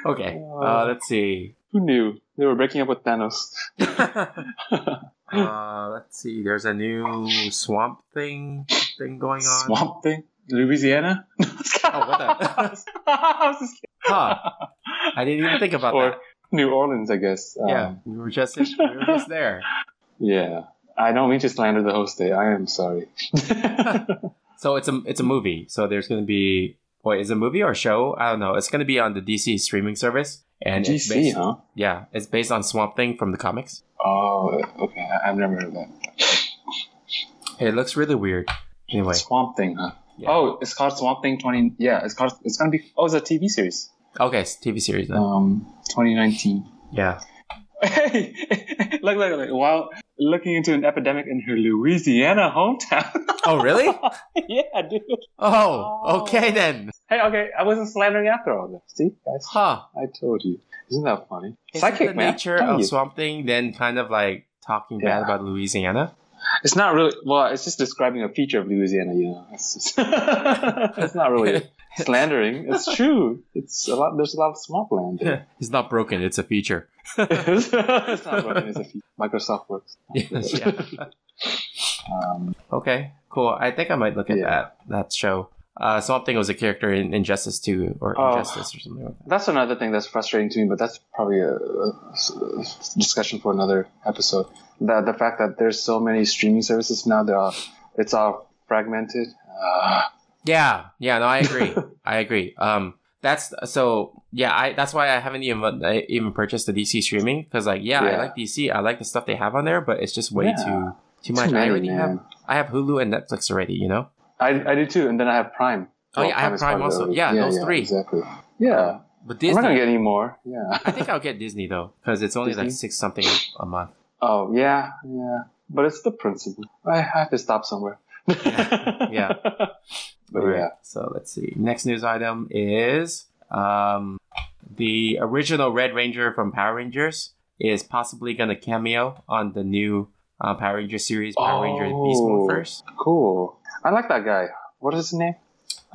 [SPEAKER 5] okay,
[SPEAKER 3] Oh.
[SPEAKER 5] uh, let's see.
[SPEAKER 6] Who knew they were breaking up with Thanos?
[SPEAKER 5] uh, let's see. There's a new swamp thing thing going on.
[SPEAKER 3] Swamp thing. Louisiana?
[SPEAKER 5] Oh, what the?
[SPEAKER 3] I was just
[SPEAKER 5] huh. I didn't even think about
[SPEAKER 3] Or-
[SPEAKER 5] that.
[SPEAKER 3] New Orleans, I guess. Um,
[SPEAKER 5] Yeah, we were just we were just there.
[SPEAKER 3] yeah. I don't mean to slander the host day. I am sorry.
[SPEAKER 5] So it's a it's a movie. So there's gonna be wait, is it a movie or a show? I don't know. It's gonna be on the DC streaming service. And it's
[SPEAKER 3] DC,
[SPEAKER 5] based,
[SPEAKER 3] huh?
[SPEAKER 5] yeah, it's based on Swamp Thing from the comics.
[SPEAKER 3] Oh, okay. I- I've never heard of that.
[SPEAKER 5] It looks really weird. Anyway,
[SPEAKER 3] Swamp Thing, huh?
[SPEAKER 5] Yeah.
[SPEAKER 3] Oh, it's called Swamp Thing 20. Yeah, it's called. It's gonna be. Oh, it's a TV series.
[SPEAKER 5] okay, it's TV series. Then.
[SPEAKER 3] Um, 2019.
[SPEAKER 5] Yeah,
[SPEAKER 3] Hey, look, look, look. While looking into an epidemic in her Louisiana hometown.
[SPEAKER 5] Oh, really?
[SPEAKER 3] yeah, dude.
[SPEAKER 5] Oh, okay then.
[SPEAKER 3] Hey, okay. I wasn't slandering after all that. See, guys?
[SPEAKER 5] Huh?
[SPEAKER 3] I told you. Isn't that funny?
[SPEAKER 5] Isn't
[SPEAKER 3] Psychic
[SPEAKER 5] the
[SPEAKER 3] man.
[SPEAKER 5] nature
[SPEAKER 3] Tell
[SPEAKER 5] of
[SPEAKER 3] you.
[SPEAKER 5] Swamp Thing then kind of like talking bad
[SPEAKER 3] Yeah.
[SPEAKER 5] about Louisiana?
[SPEAKER 3] It's not really. Well, it's just describing a feature of Louisiana. You know, it's, just it's not really slandering. It's true. It's a lot. There's a lot of swampland. there.
[SPEAKER 5] it's not broken. It's a feature.
[SPEAKER 3] it's not broken. It's a feature. Microsoft works.
[SPEAKER 5] Yes, yeah.
[SPEAKER 3] Um,
[SPEAKER 5] Okay, cool. I think I might look at
[SPEAKER 3] Yeah.
[SPEAKER 5] that that show. Uh, Swamp Thing was a character in Injustice 2 or
[SPEAKER 3] Oh.
[SPEAKER 5] Injustice or something like that.
[SPEAKER 3] that's another thing that's frustrating to me, but that's probably a, a s- a discussion for another episode. The the fact that there's so many streaming services now, they're all, it's all fragmented. Uh,
[SPEAKER 5] Yeah, yeah, no, I agree. I agree. Um, that's so yeah. I that's why I haven't even I even purchased the DC streaming because like yeah, I
[SPEAKER 3] Yeah.
[SPEAKER 5] like DC. I like the stuff they have on there, but it's just way
[SPEAKER 3] Yeah.
[SPEAKER 5] too too
[SPEAKER 3] too
[SPEAKER 5] much. I
[SPEAKER 3] many,
[SPEAKER 5] already have
[SPEAKER 3] man.
[SPEAKER 5] I have Hulu and Netflix already. You know.
[SPEAKER 3] I, I do too, and then I have Prime.
[SPEAKER 5] Oh, yeah, I have
[SPEAKER 3] is part
[SPEAKER 5] Prime
[SPEAKER 3] of it
[SPEAKER 5] also.
[SPEAKER 3] already.
[SPEAKER 5] Yeah, those three.
[SPEAKER 3] Exactly. Yeah.
[SPEAKER 5] But
[SPEAKER 3] I'm not gonna
[SPEAKER 5] Disney,
[SPEAKER 3] get any more. Yeah.
[SPEAKER 5] I think I'll get Disney though because it's only like
[SPEAKER 3] Disney?
[SPEAKER 5] six something a month.
[SPEAKER 3] Oh yeah, yeah. But it's the principle. I have to stop somewhere.
[SPEAKER 5] Yeah.
[SPEAKER 3] But
[SPEAKER 5] All right,
[SPEAKER 3] yeah.
[SPEAKER 5] So let's see. Next news item is um, the original Red Ranger from Power Rangers is possibly going to cameo on the new uh, Power Ranger series, Power Rangers Beast
[SPEAKER 3] Oh.
[SPEAKER 5] Morphers.
[SPEAKER 3] Cool. I like that guy. What is his name?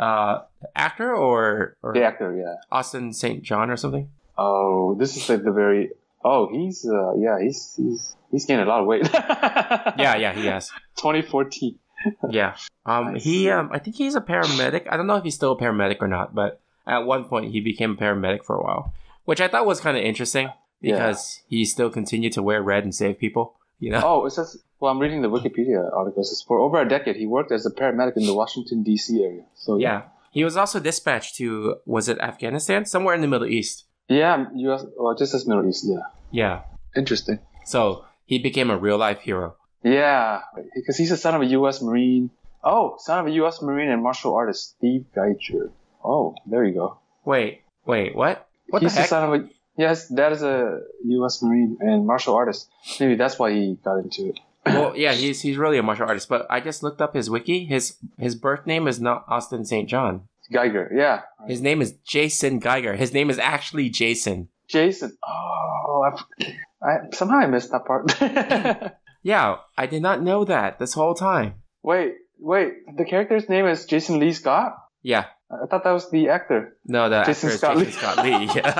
[SPEAKER 5] Uh, actor or, or
[SPEAKER 3] The actor. Yeah.
[SPEAKER 5] Austin St. John or something?
[SPEAKER 3] Oh, this is like the very. Oh, he's uh, yeah, he's he's he's gained a lot of weight.
[SPEAKER 5] Yeah, yeah, he has.
[SPEAKER 3] 2014.
[SPEAKER 5] Yeah. Um,
[SPEAKER 3] Nice.
[SPEAKER 5] he, um, I think he's a paramedic. I don't know if he's still a paramedic or not, but at one point he became a paramedic for a while, which I thought was kind of interesting
[SPEAKER 3] Yeah.
[SPEAKER 5] because he still continued to wear red and save people. You know?
[SPEAKER 3] Oh, it says. Well, I'm reading the Wikipedia article. It says for over a decade he worked as a paramedic in the Washington D.C. area. So
[SPEAKER 5] Oh, Yeah. He was also dispatched to was it Afghanistan? Somewhere in the Middle East.
[SPEAKER 3] Yeah, U.S. Well, just as Middle East. Yeah.
[SPEAKER 5] Yeah.
[SPEAKER 3] Interesting.
[SPEAKER 5] So he became a real life hero.
[SPEAKER 3] Yeah, because he's the son of a U.S. Marine. Oh, son of a U.S. Marine and martial artist, Steve Geiger. Oh, there you go.
[SPEAKER 5] Wait, wait, what? What
[SPEAKER 3] he's
[SPEAKER 5] the heck?
[SPEAKER 3] son of a yes, that is a U.S. Marine and martial artist. Maybe that's why he got into it.
[SPEAKER 5] well, yeah, he's he's really a martial artist, but I just looked up his wiki. His his birth name is not Austin St. John.
[SPEAKER 3] Geiger, yeah.
[SPEAKER 5] His name is Jason Geiger. His name is actually Jason.
[SPEAKER 3] Jason. Oh, I, I somehow I missed that part.
[SPEAKER 5] Yeah, I did not know that this whole time.
[SPEAKER 3] wait, wait. The character's name is Jason Lee Scott.
[SPEAKER 5] Yeah.
[SPEAKER 3] I thought that was the actor.
[SPEAKER 5] No, the
[SPEAKER 3] Jason
[SPEAKER 5] actor is
[SPEAKER 3] Scott Lee.
[SPEAKER 5] Jason Scott Lee. Yeah.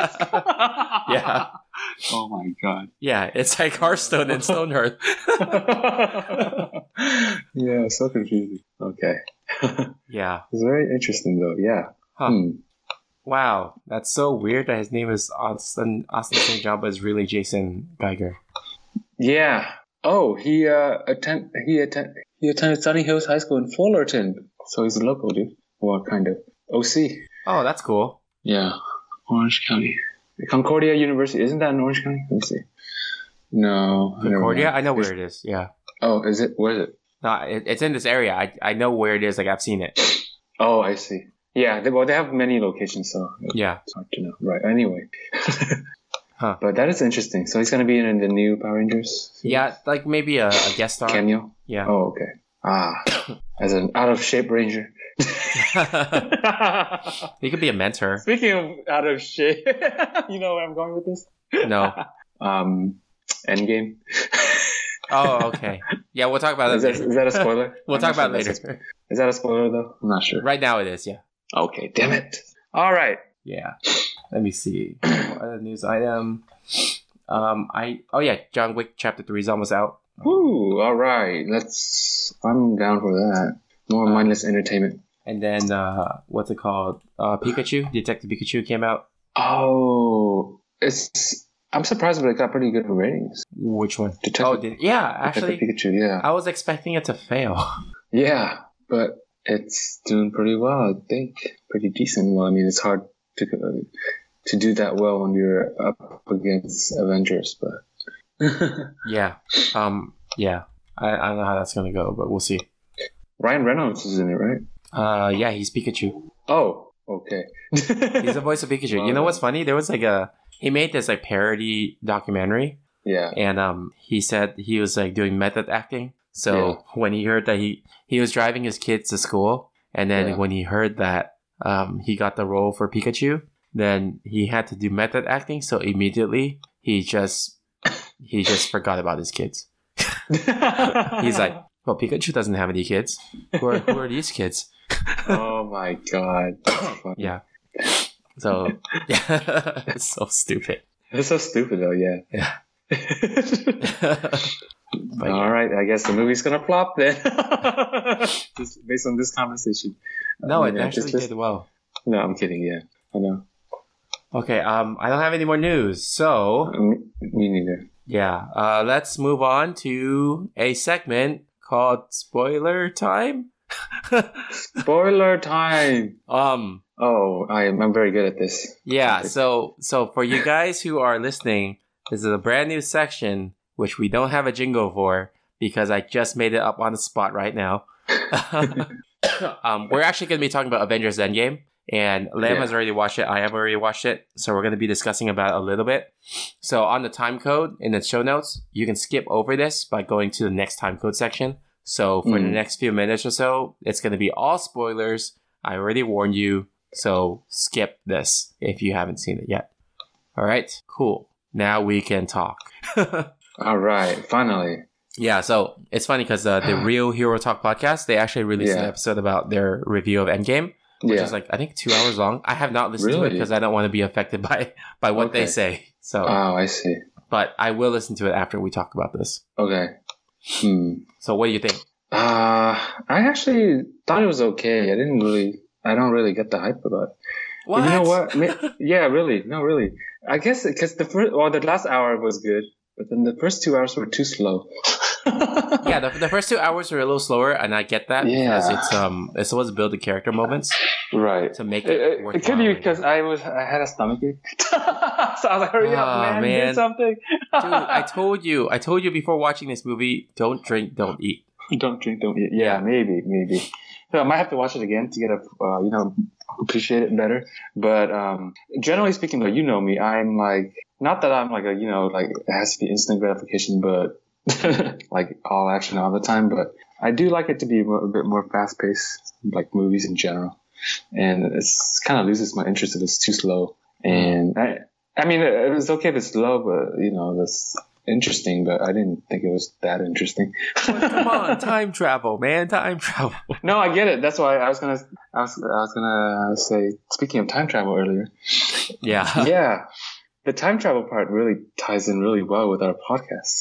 [SPEAKER 5] yeah.
[SPEAKER 3] Oh my god.
[SPEAKER 5] Yeah. It's like Hearthstone and Stonehearth.
[SPEAKER 3] yeah, so confusing. Okay.
[SPEAKER 5] yeah.
[SPEAKER 3] It's very interesting though, yeah.
[SPEAKER 5] Huh.
[SPEAKER 3] Hmm.
[SPEAKER 5] Wow, that's so weird that his name is Austin Austin St. John, but it's really Jason Geiger.
[SPEAKER 3] Yeah. Oh, he uh attend he attend he attended Sunny Hills High School in Fullerton. So he's a local dude. Well kind of. OC.
[SPEAKER 5] Oh, that's cool.
[SPEAKER 3] Yeah. Orange County. Concordia University. Isn't that in Orange County? Let me see. No. never
[SPEAKER 5] Concordia,
[SPEAKER 3] mind.
[SPEAKER 5] I know where it is. Yeah,
[SPEAKER 3] Oh, is it where is it?
[SPEAKER 5] no, it, it's in this area. I I know where it is. Like I've seen it.
[SPEAKER 3] Oh I see. Yeah, they, well they have many locations, so
[SPEAKER 5] Yeah,
[SPEAKER 3] it's hard to know. Right. Anyway.
[SPEAKER 5] Huh.
[SPEAKER 3] But that is interesting. So he's gonna be in the new Power Rangers series?
[SPEAKER 5] yeah, like maybe a, a guest star.
[SPEAKER 3] cameo.
[SPEAKER 5] Yeah.
[SPEAKER 3] Oh, okay. Ah, as an out of shape ranger.
[SPEAKER 5] Oh. he could be a mentor.
[SPEAKER 3] Speaking of out of shape, you know where I'm going with this.
[SPEAKER 5] No.
[SPEAKER 3] Um, Endgame.
[SPEAKER 5] Oh, okay. Yeah, we'll talk about that.
[SPEAKER 3] Is that,
[SPEAKER 5] Later.
[SPEAKER 3] is that a spoiler?
[SPEAKER 5] We'll
[SPEAKER 3] I'm
[SPEAKER 5] talk
[SPEAKER 3] not sure
[SPEAKER 5] about it
[SPEAKER 3] that's
[SPEAKER 5] later.
[SPEAKER 3] a- Is that a spoiler though? I'm not sure.
[SPEAKER 5] Right now, it is. Yeah.
[SPEAKER 3] Okay, damn it. All right.
[SPEAKER 5] Yeah. Let me see. What other news item? Um, I oh yeah, John Wick Chapter Three is almost out.
[SPEAKER 3] Woo. All right. Let's. I'm down for that. More mindless entertainment.
[SPEAKER 5] and then uh, what's it called? Uh, Pikachu, Detective Pikachu came out.
[SPEAKER 3] Oh, it's. I'm surprised, but it got pretty good ratings.
[SPEAKER 5] Which one?
[SPEAKER 3] Detective-
[SPEAKER 5] oh, did, yeah.
[SPEAKER 3] Detective
[SPEAKER 5] Actually,
[SPEAKER 3] Pikachu. Yeah.
[SPEAKER 5] I was expecting it to fail.
[SPEAKER 3] Yeah, but it's doing pretty well, I think. Pretty decent. Well, I mean, it's hard to uh, to do that well when you're up against Avengers, but
[SPEAKER 5] yeah. Um. Yeah. I, I don't know how that's gonna go, but we'll see.
[SPEAKER 3] Ryan Reynolds is in it, right?
[SPEAKER 5] Uh. Yeah. He's Pikachu.
[SPEAKER 3] Oh, okay.
[SPEAKER 5] He's the voice of Pikachu. you know what's funny? There was like a he made this like parody documentary,
[SPEAKER 3] yeah.
[SPEAKER 5] and um he said he was like doing method acting. So
[SPEAKER 3] Yeah.
[SPEAKER 5] when he heard that he he was driving his kids to school, and then
[SPEAKER 3] Yeah.
[SPEAKER 5] when he heard that um he got the role for Pikachu, then he had to do method acting. So immediately he just he just forgot about his kids. He's like, well, Pikachu doesn't have any kids. Who are, who are these kids?
[SPEAKER 3] oh my god. That's funny.
[SPEAKER 5] Yeah. So yeah, it's so stupid.
[SPEAKER 3] That's so stupid, though. Yeah.
[SPEAKER 5] Yeah. But
[SPEAKER 3] All right, I guess the movie's gonna flop then, just based on this conversation.
[SPEAKER 5] No,
[SPEAKER 3] I
[SPEAKER 5] it
[SPEAKER 3] mean, I
[SPEAKER 5] actually
[SPEAKER 3] just-
[SPEAKER 5] did well.
[SPEAKER 3] No, I'm kidding. Yeah, I know.
[SPEAKER 5] Okay, um, I don't have any more news, so
[SPEAKER 3] Me me neither.
[SPEAKER 5] yeah, uh, let's move on to a segment called spoiler time.
[SPEAKER 3] Spoiler time.
[SPEAKER 5] um,
[SPEAKER 3] Oh, I am, I'm very good at this.
[SPEAKER 5] yeah,
[SPEAKER 3] Okay.
[SPEAKER 5] so so for you guys who are listening, this is a brand new section which we don't have a jingle for because I just made it up on the spot right now. um, we're actually going to be talking about Avengers Endgame, and Lam
[SPEAKER 3] Yeah.
[SPEAKER 5] has already watched it. I have already watched it, so we're going to be discussing about it a little bit. So on the time code in the show notes, you can skip over this by going to the next time code section. So for the
[SPEAKER 3] Mm.
[SPEAKER 5] next few minutes or so, it's going to be all spoilers. I already warned you, so skip this if you haven't seen it yet. All right, cool. Now we can talk.
[SPEAKER 3] All right, finally.
[SPEAKER 5] Yeah, so it's funny because uh, the Real Hero Talk podcast, they actually released an
[SPEAKER 3] Yeah.
[SPEAKER 5] episode about their review of Endgame, which
[SPEAKER 3] yeah.
[SPEAKER 5] is like, I think, two hours long. I have not listened to it
[SPEAKER 3] Really?
[SPEAKER 5] because I don't want to be affected by, by what they
[SPEAKER 3] Okay.
[SPEAKER 5] say. So,
[SPEAKER 3] oh, I see.
[SPEAKER 5] but I will listen to it after we talk about this.
[SPEAKER 3] Okay. Hmm.
[SPEAKER 5] So, what do you think?
[SPEAKER 3] Uh, I actually thought it was okay. I didn't really. I don't really get the hype about it. But You know what? Ma- yeah, really. No, really. I guess because the first, well, the last hour was good, but then the first two hours were too slow.
[SPEAKER 5] yeah, the, the first two hours were a little slower, and I get that
[SPEAKER 3] Yeah.
[SPEAKER 5] because it's um it's supposed to build the character moments
[SPEAKER 3] Right.
[SPEAKER 5] to make
[SPEAKER 3] It,
[SPEAKER 5] it.
[SPEAKER 3] it- it could
[SPEAKER 5] worthwhile
[SPEAKER 3] be
[SPEAKER 5] later.
[SPEAKER 3] because I was I had a stomachache, so I was like, "Hurry
[SPEAKER 5] Ah,
[SPEAKER 3] up, man,
[SPEAKER 5] man.
[SPEAKER 3] do something."
[SPEAKER 5] Dude, I told you, I told you before watching this movie, don't drink, don't eat.
[SPEAKER 3] don't drink, don't eat. Yeah, maybe, maybe. So I might have to watch it again to get a, uh, you know, appreciate it better. But um, generally speaking, though, you know me, I'm like, not that I'm like a, you know, like it has to be instant gratification, but like all action all the time. But I do like it to be mo- a bit more fast paced, like movies in general. And it's kind of loses my interest if it's too slow. And I, I mean, it- it's okay if it's slow, but you know, that's interesting. But I didn't think it was that interesting.
[SPEAKER 5] Come on, time travel, man, time travel.
[SPEAKER 3] No, I get it. That's why I was gonna, I was, I was gonna say. Speaking of time travel earlier,
[SPEAKER 5] Yeah.
[SPEAKER 3] yeah, the time travel part really ties in really well with our podcast.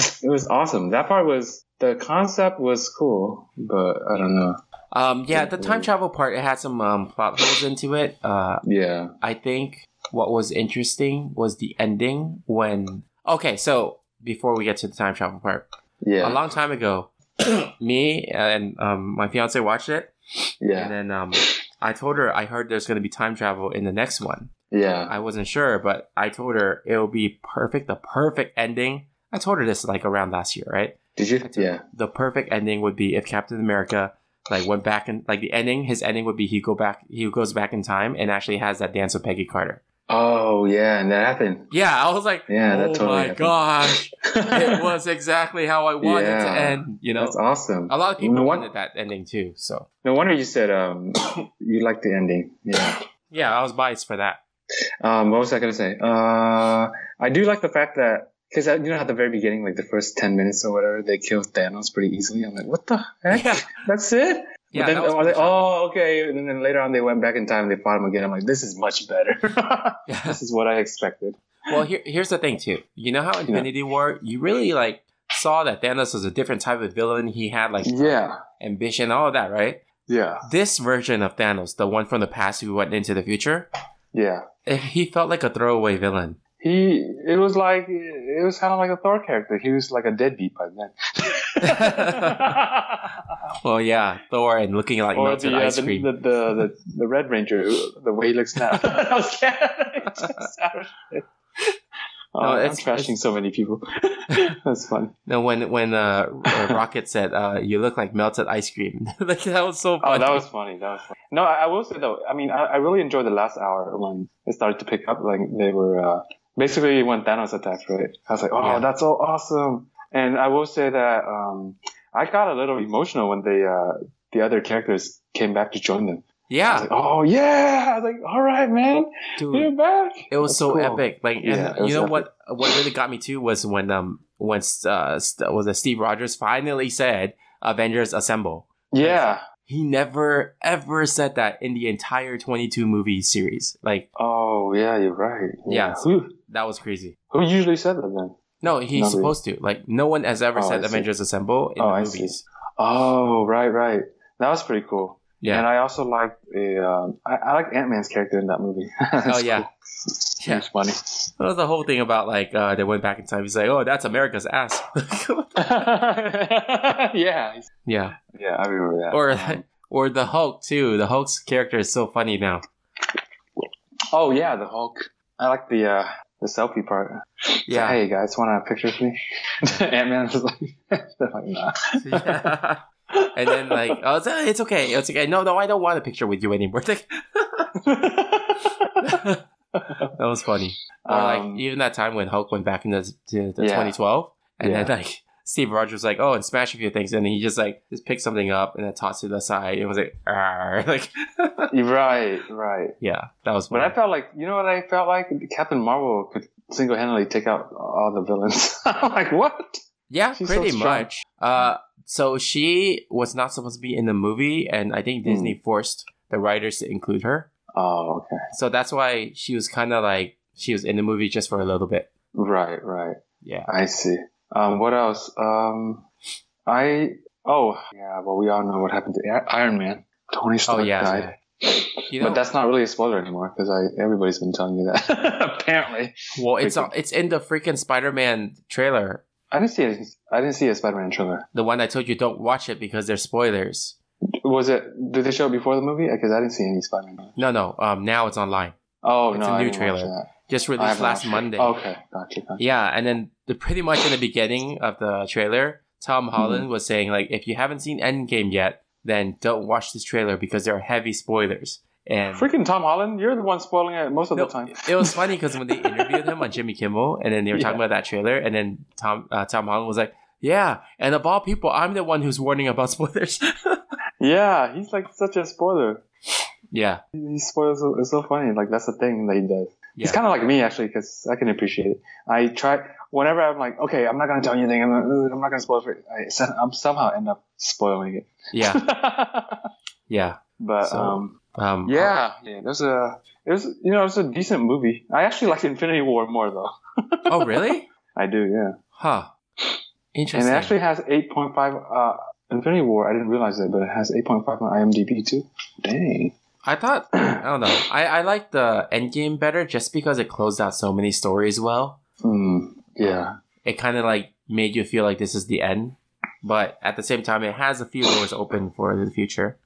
[SPEAKER 3] So it was awesome. That part was the concept was cool, but I don't know.
[SPEAKER 5] Um, yeah, the time travel part, it had some um, plot holes into it. Uh,
[SPEAKER 3] Yeah,
[SPEAKER 5] I think what was interesting was the ending when. Okay, so before we get to the time travel part, a
[SPEAKER 3] yeah,
[SPEAKER 5] long time ago, me and um, my fiance watched it,
[SPEAKER 3] yeah,
[SPEAKER 5] and then um, I told her I heard there's gonna be time travel in the next one.
[SPEAKER 3] yeah.
[SPEAKER 5] I wasn't sure, but I told her it'll be perfect, the perfect ending. I told her this like around last year, right?
[SPEAKER 3] Did you? Yeah,
[SPEAKER 5] The perfect ending would be if Captain America like went back and like the ending, his ending would be he go back, he goes back in time and actually has that dance with Peggy Carter.
[SPEAKER 3] Oh yeah, and that happened.
[SPEAKER 5] Yeah, I was like,
[SPEAKER 3] Yeah, that
[SPEAKER 5] oh
[SPEAKER 3] totally
[SPEAKER 5] my
[SPEAKER 3] happened.
[SPEAKER 5] gosh, it was exactly how I wanted to
[SPEAKER 3] Yeah.
[SPEAKER 5] end. You know,
[SPEAKER 3] That's awesome.
[SPEAKER 5] a lot of people
[SPEAKER 3] No won-
[SPEAKER 5] wanted that ending too. So
[SPEAKER 3] No wonder you said um, you liked the ending. Yeah.
[SPEAKER 5] yeah, I was biased for that.
[SPEAKER 3] Um, what was I gonna say? Uh, I do like the fact that because you know at the very beginning, like the first ten minutes or whatever, they kill Thanos pretty easily. I'm like, what the heck?
[SPEAKER 5] Yeah,
[SPEAKER 3] That's it?
[SPEAKER 5] yeah.
[SPEAKER 3] but then
[SPEAKER 5] that was
[SPEAKER 3] oh, they-
[SPEAKER 5] pretty shocking.
[SPEAKER 3] oh, okay. And then later on, they went back in time and they fought him again. I'm like, this is much better.
[SPEAKER 5] Yeah.
[SPEAKER 3] this is what I expected.
[SPEAKER 5] Well, here, here's the thing too. You know how Infinity War, you really like saw that Thanos was a different type of villain. He had like
[SPEAKER 3] Yeah,
[SPEAKER 5] ambition, all of that, right?
[SPEAKER 3] Yeah.
[SPEAKER 5] This version of Thanos, the one from the past who went into the future,
[SPEAKER 3] Yeah.
[SPEAKER 5] eh, he felt like a throwaway villain.
[SPEAKER 3] He. It was like it was kind of like a Thor character. He was like a deadbeat by then.
[SPEAKER 5] Well, yeah, Thor and looking like
[SPEAKER 3] or
[SPEAKER 5] melted
[SPEAKER 3] the, uh,
[SPEAKER 5] ice
[SPEAKER 3] the,
[SPEAKER 5] cream.
[SPEAKER 3] the, the the the Red Ranger, who- the way he looks now. I was
[SPEAKER 5] No,
[SPEAKER 3] Oh,
[SPEAKER 5] it's-
[SPEAKER 3] I'm trashing so many people. That's fun.
[SPEAKER 5] no, when when uh, uh, Rocket said, uh, "You look like melted ice cream," like that was so
[SPEAKER 3] Oh,
[SPEAKER 5] funny.
[SPEAKER 3] that was funny. That was funny. No, I, I will say though. I mean, I, I really enjoyed the last hour when it started to pick up. Like they were uh, basically when Thanos attacked, right? I was like, oh,
[SPEAKER 5] Yeah.
[SPEAKER 3] that's so awesome. And I will say that um, I got a little emotional when they uh, the other characters came back to join them. I was
[SPEAKER 5] yeah, Hmm.
[SPEAKER 3] like, oh yeah! I was like, all right, man,
[SPEAKER 5] dude.
[SPEAKER 3] you're back.
[SPEAKER 5] It was
[SPEAKER 3] That's
[SPEAKER 5] so
[SPEAKER 3] cool.
[SPEAKER 5] epic. Like, and
[SPEAKER 3] Yeah, it
[SPEAKER 5] you
[SPEAKER 3] was
[SPEAKER 5] know
[SPEAKER 3] epic.
[SPEAKER 5] what? What really got me too was when um when uh, st- was it Steve Rogers finally said, "Avengers Assemble."
[SPEAKER 3] Yeah.
[SPEAKER 5] He never ever said that in the entire twenty two movie series. Like
[SPEAKER 3] Oh yeah, you're right.
[SPEAKER 5] Yeah.
[SPEAKER 3] Who
[SPEAKER 5] that was crazy.
[SPEAKER 3] who usually said that then?
[SPEAKER 5] No, he's
[SPEAKER 3] Not really.
[SPEAKER 5] supposed to. Like no one has ever
[SPEAKER 3] Oh,
[SPEAKER 5] said
[SPEAKER 3] I see.
[SPEAKER 5] Avengers Assemble in
[SPEAKER 3] Oh,
[SPEAKER 5] the
[SPEAKER 3] I see.
[SPEAKER 5] movies.
[SPEAKER 3] Oh right, right. That was pretty cool.
[SPEAKER 5] Yeah.
[SPEAKER 3] And I also like the um, I, I like Ant Man's character in that movie.
[SPEAKER 5] oh yeah. Yeah.
[SPEAKER 3] yeah. It's funny.
[SPEAKER 5] That was the whole thing about like uh, they went back in time. He's like, "Oh, that's America's ass."
[SPEAKER 3] yeah.
[SPEAKER 5] yeah,
[SPEAKER 3] Yeah, I remember that.
[SPEAKER 5] or
[SPEAKER 3] Um,
[SPEAKER 5] or the Hulk too. The Hulk's character is so funny now.
[SPEAKER 3] oh yeah, the Hulk. I like the uh, the selfie part. It's like,
[SPEAKER 5] Yeah,
[SPEAKER 3] hey guys, want a picture of me? Ant Man was like, they're like nah.
[SPEAKER 5] Yeah. and then like, oh, it's, it's okay, it's okay. No, no, I don't want a picture with you anymore. Like, that was funny. Or
[SPEAKER 3] Um,
[SPEAKER 5] like even that time when Hulk went back in the, to the
[SPEAKER 3] Yeah.
[SPEAKER 5] 2012, and
[SPEAKER 3] Yeah.
[SPEAKER 5] then like Steve Rogers was like, "Oh, and smash a few things," and he just like just picked something up and then tossed it to the side. It was like, "Arr," like
[SPEAKER 3] You're right, right.
[SPEAKER 5] yeah, that was.
[SPEAKER 3] But
[SPEAKER 5] funny.
[SPEAKER 3] I felt like you know what I felt like Captain Marvel could single handedly take out all the villains. I'm like what?
[SPEAKER 5] Yeah,
[SPEAKER 3] She's so
[SPEAKER 5] pretty
[SPEAKER 3] strong.
[SPEAKER 5] much. Uh, so she was not supposed to be in the movie, and I
[SPEAKER 3] Hmm.
[SPEAKER 5] think Disney forced the writers to include her.
[SPEAKER 3] Oh, okay.
[SPEAKER 5] So that's why she was kind of like she was in the movie just for a little bit.
[SPEAKER 3] Right, right.
[SPEAKER 5] Yeah.
[SPEAKER 3] I see. Um, what else? Um, I oh yeah. Well, we all know what happened to I- Iron Man. Tony Stark
[SPEAKER 5] Oh yeah.
[SPEAKER 3] died.
[SPEAKER 5] yeah. You know,
[SPEAKER 3] but that's not really a spoiler anymore because I everybody's been telling you that. Apparently,
[SPEAKER 5] well, it's on- it's in the freaking Spider-Man trailer,
[SPEAKER 3] I didn't see it. I didn't see a Spider-Man trailer.
[SPEAKER 5] the one I told you don't watch it because there's spoilers.
[SPEAKER 3] Was it? Did they show it before the movie? Because I didn't see any Spider-Man.
[SPEAKER 5] No, no. Um, now it's online.
[SPEAKER 3] Oh
[SPEAKER 5] It's
[SPEAKER 3] no,
[SPEAKER 5] a
[SPEAKER 3] I
[SPEAKER 5] new
[SPEAKER 3] didn't watch
[SPEAKER 5] trailer.
[SPEAKER 3] that.
[SPEAKER 5] Just
[SPEAKER 3] I
[SPEAKER 5] released
[SPEAKER 3] haven't
[SPEAKER 5] last
[SPEAKER 3] watched it. Oh.
[SPEAKER 5] Monday.
[SPEAKER 3] Okay, gotcha. gotcha.
[SPEAKER 5] Yeah, and then the, pretty much in the beginning of the trailer, Tom
[SPEAKER 3] Hmm.
[SPEAKER 5] Holland was saying like, if you haven't seen Endgame yet, then don't watch this trailer because there are heavy spoilers. And
[SPEAKER 3] Freaking Tom Holland, you're the one spoiling it most of
[SPEAKER 5] No,
[SPEAKER 3] the time.
[SPEAKER 5] it was funny because when they interviewed him on Jimmy Kimmel, and then they were talking about that trailer, and then Tom uh, Tom Holland was like, "Yeah, and of all people, I'm the one who's warning about spoilers."
[SPEAKER 3] Yeah, he's like such a spoiler.
[SPEAKER 5] yeah,
[SPEAKER 3] He spoils. It's so funny. Like that's the thing that he does.
[SPEAKER 5] yeah,
[SPEAKER 3] It's kind of like me actually, because I can appreciate it. I try whenever I'm like, okay, I'm not gonna tell you anything. I'm not, I'm not gonna spoil it. I some- I'm somehow end up spoiling it.
[SPEAKER 5] yeah, yeah.
[SPEAKER 3] but
[SPEAKER 5] So,
[SPEAKER 3] um,
[SPEAKER 5] Um,
[SPEAKER 3] yeah, yeah, there's a there's you know it's a decent movie. I actually like Infinity War more though.
[SPEAKER 5] Oh, oh, really?
[SPEAKER 3] I do, yeah.
[SPEAKER 5] Huh.
[SPEAKER 3] And
[SPEAKER 5] Interesting.
[SPEAKER 3] it actually has 8.5. Uh, Infinity War. I didn't realize that, but it has 8.5 on IMDb too. Dang.
[SPEAKER 5] I thought I don't know. I I like the Endgame better just because it closed out so many stories well.
[SPEAKER 3] Hmm. Yeah.
[SPEAKER 5] It kind of like made you feel like this is the end, but at the same time, it has a few doors open for the future.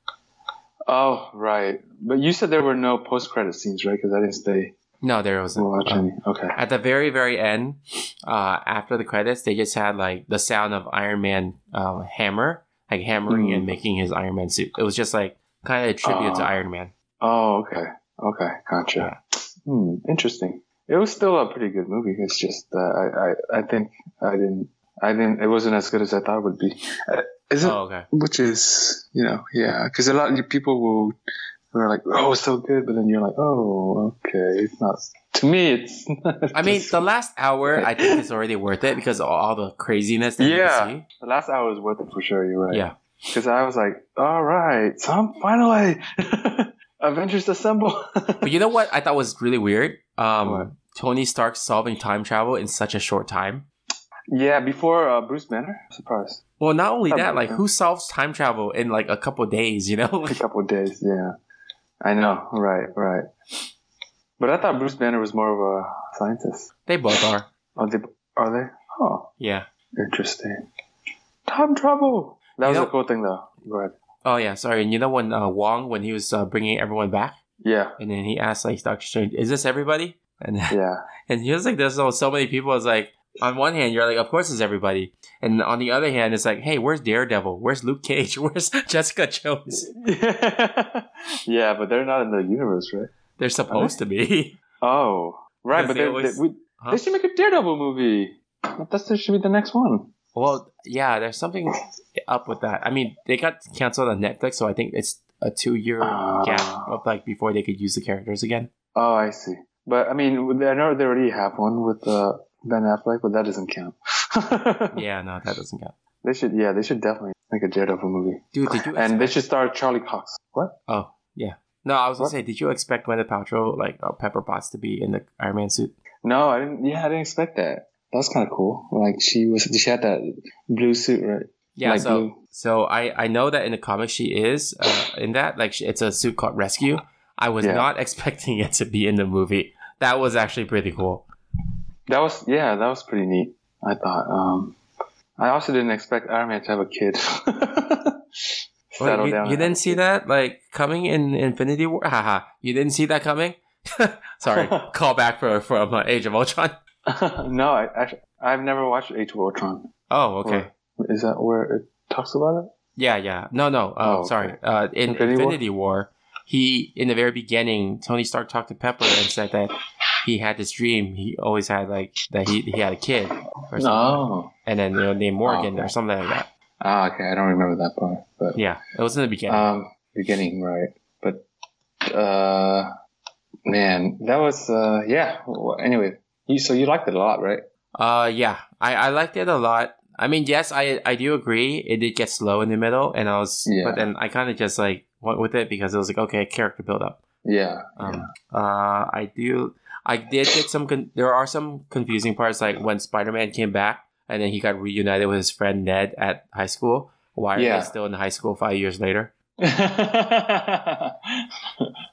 [SPEAKER 3] Oh right. But you said there were no post credit scenes, right? Because I didn't stay
[SPEAKER 5] No, there wasn't.
[SPEAKER 3] watch
[SPEAKER 5] Um,
[SPEAKER 3] any. Okay.
[SPEAKER 5] at the very very end uh, after the credits they just had like the sound of iron man um, hammer like hammering
[SPEAKER 3] Mm.
[SPEAKER 5] and making his iron man suit it was just like kind of a tribute to
[SPEAKER 3] Ah.
[SPEAKER 5] iron man
[SPEAKER 3] Oh, okay. Okay, gotcha. Hmm, interesting. It was still a pretty good movie. It's just uh, I, I I think I didn't I didn't it wasn't as good as I thought it would be. Uh, is it?
[SPEAKER 5] oh okay
[SPEAKER 3] Which is you know yeah because a lot of people will are like oh it's so good but then you're like oh okay it's not to me it's
[SPEAKER 5] i mean the last hour i think is already worth it because of all the craziness that you
[SPEAKER 3] yeah
[SPEAKER 5] can
[SPEAKER 3] the last hour was worth it for sure you're right
[SPEAKER 5] see yeah
[SPEAKER 3] because I was like all right some finally Avengers assemble
[SPEAKER 5] but you know what i thought was really weird um
[SPEAKER 3] What?
[SPEAKER 5] tony stark solving time travel in such a short time
[SPEAKER 3] Yeah, before uh, Bruce Banner. Surprise.
[SPEAKER 5] Well, not only
[SPEAKER 3] That
[SPEAKER 5] that,
[SPEAKER 3] makes
[SPEAKER 5] like who solves time travel in like a couple days? You know,
[SPEAKER 3] A couple of days. Yeah, I know. Right, right. But I thought Bruce Banner was more of a scientist.
[SPEAKER 5] they both are.
[SPEAKER 3] Are they? Are they? Oh,
[SPEAKER 5] Yeah.
[SPEAKER 3] interesting. Time travel. That
[SPEAKER 5] You
[SPEAKER 3] was
[SPEAKER 5] know-
[SPEAKER 3] a cool thing, though. Right.
[SPEAKER 5] Oh yeah. Sorry. And you know when uh, Wong when he was uh, bringing everyone back,
[SPEAKER 3] Yeah.
[SPEAKER 5] and then he asked like Doctor Strange, "Is this everybody?" And
[SPEAKER 3] Yeah.
[SPEAKER 5] and he was like, "There's so, so many people." It's like on one hand you're like, "Of course it's everybody," and on the other hand it's like, "Hey, where's Daredevil? Where's Luke Cage? Where's Jessica Jones?"
[SPEAKER 3] yeah, but they're not in the universe, right?
[SPEAKER 5] They're supposed to be.
[SPEAKER 3] Oh,
[SPEAKER 5] Because
[SPEAKER 3] right. But
[SPEAKER 5] they
[SPEAKER 3] they,
[SPEAKER 5] always-
[SPEAKER 3] they, we,
[SPEAKER 5] Huh?
[SPEAKER 3] they should make a Daredevil movie. That should be the next one.
[SPEAKER 5] Well, yeah, there's something up with that. I mean, they got canceled on Netflix, so I think it's a two-year
[SPEAKER 3] Ah.
[SPEAKER 5] gap of like before they could use the characters again.
[SPEAKER 3] Oh, I see. But I mean, I know they already have one with uh, Ben Affleck, but that doesn't count.
[SPEAKER 5] Yeah, no, that doesn't count.
[SPEAKER 3] They should, yeah, they should definitely make a Daredevil movie,
[SPEAKER 5] Dude, did you?
[SPEAKER 3] and they should star Charlie Cox. What?
[SPEAKER 5] oh, yeah. No, I was gonna
[SPEAKER 3] What?
[SPEAKER 5] say, did you expect Gwyneth Paltrow, like uh, Pepper Potts, to be in the Iron Man suit?
[SPEAKER 3] No, I didn't. Yeah, I didn't expect that. That's kind of cool. Like she was, she had that blue suit, right?
[SPEAKER 5] Yeah,
[SPEAKER 3] Like
[SPEAKER 5] so
[SPEAKER 3] blue.
[SPEAKER 5] so I I know that in the comics she is uh, in that like she, it's a suit called Rescue. I was
[SPEAKER 3] Yeah.
[SPEAKER 5] not expecting it to be in the movie. That was actually pretty cool.
[SPEAKER 3] That was, yeah, that was pretty neat. I thought. Um, I also didn't expect Iron Man to have a kid.
[SPEAKER 5] Wait,
[SPEAKER 3] Settle
[SPEAKER 5] you,
[SPEAKER 3] down.
[SPEAKER 5] you didn't see that like coming in Infinity War? Haha. You didn't see that coming? Sorry. Call back for from uh, Age of Ultron.
[SPEAKER 3] no, I actually, I've never watched Age of Ultron.
[SPEAKER 5] Oh, okay.
[SPEAKER 3] Or- Is that where it talks about it?
[SPEAKER 5] Yeah, yeah. No, no. Uh,
[SPEAKER 3] Oh, okay.
[SPEAKER 5] Sorry. Uh, in
[SPEAKER 3] Infinity War?
[SPEAKER 5] Infinity War? he in the very beginning, Tony Stark talked to Pepper and said that he had this dream. He always had like that he, he had a kid or something,
[SPEAKER 3] No.
[SPEAKER 5] and then you know named Morgan
[SPEAKER 3] Oh, okay.
[SPEAKER 5] or something like that.
[SPEAKER 3] Ah, okay. I don't remember that part, but
[SPEAKER 5] Yeah, it was in the beginning.
[SPEAKER 3] um, beginning right. But uh, man, that was uh, yeah. Well, anyway, you so you liked it a lot, right?
[SPEAKER 5] Uh, yeah, I, I liked it a lot. I mean, yes, I I do agree. It did get slow in the middle, and I was,
[SPEAKER 3] Yeah.
[SPEAKER 5] but then I kind of just like went with it because it was like okay, character build up.
[SPEAKER 3] Yeah.
[SPEAKER 5] Um, uh, I do, I did get some. Con- there are some confusing parts, like when Spider Man came back and then he got reunited with his friend Ned at high school. Why are
[SPEAKER 3] Yeah.
[SPEAKER 5] they still in high school five years later?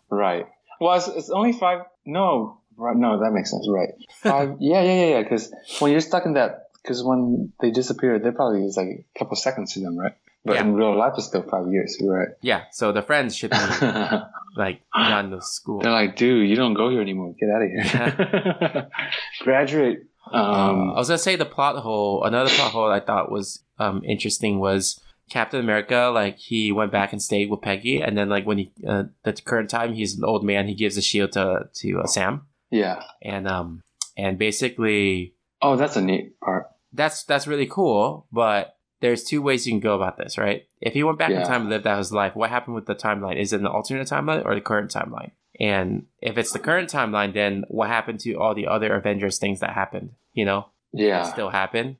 [SPEAKER 3] right. Well, it's, it's only five. No, right, no, that makes sense. Right. Five. yeah, yeah, yeah, yeah. Because when you're stuck in that, because when they disappear, there probably is like a couple seconds to them, right? But
[SPEAKER 5] Yeah.
[SPEAKER 3] in real life, it's still five years. You're
[SPEAKER 5] Yeah, so the friends should be
[SPEAKER 3] right.
[SPEAKER 5] like done with school.
[SPEAKER 3] They're like, dude, you don't go here anymore. Get out of here. Graduate. Um,
[SPEAKER 5] I was gonna say the plot hole. Another plot hole I thought was um, interesting was Captain America. Like he went back and stayed with Peggy, and then like when he uh, the current time he's an old man, he gives the shield to to uh, Sam,
[SPEAKER 3] yeah.
[SPEAKER 5] and um and basically
[SPEAKER 3] Oh, that's a neat part.
[SPEAKER 5] that's that's really cool. But there's two ways you can go about this, right? If he went back in
[SPEAKER 3] Yeah.
[SPEAKER 5] time and lived out his life, what happened with the timeline? Is it an alternate timeline or the current timeline? And if it's the current timeline, then what happened to all the other Avengers things that happened? You know
[SPEAKER 3] Yeah.
[SPEAKER 5] still happen.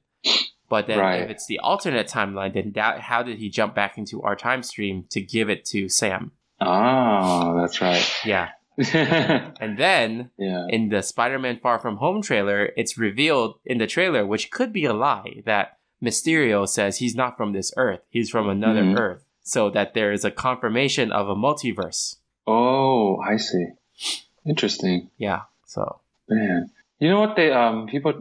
[SPEAKER 5] But then
[SPEAKER 3] Right.
[SPEAKER 5] if it's the alternate timeline, then that, how did he jump back into our time stream to give it to Sam?
[SPEAKER 3] Oh, that's right.
[SPEAKER 5] Yeah.
[SPEAKER 3] yeah.
[SPEAKER 5] And then in the Spider-Man Far From Home trailer, it's revealed in the trailer, which could be a lie, that Mysterio says he's not from this Earth. He's from another
[SPEAKER 3] Mhm.
[SPEAKER 5] Earth. So that there is a confirmation of a multiverse.
[SPEAKER 3] Oh, I see. Interesting.
[SPEAKER 5] Yeah. So
[SPEAKER 3] Man. You know what they um people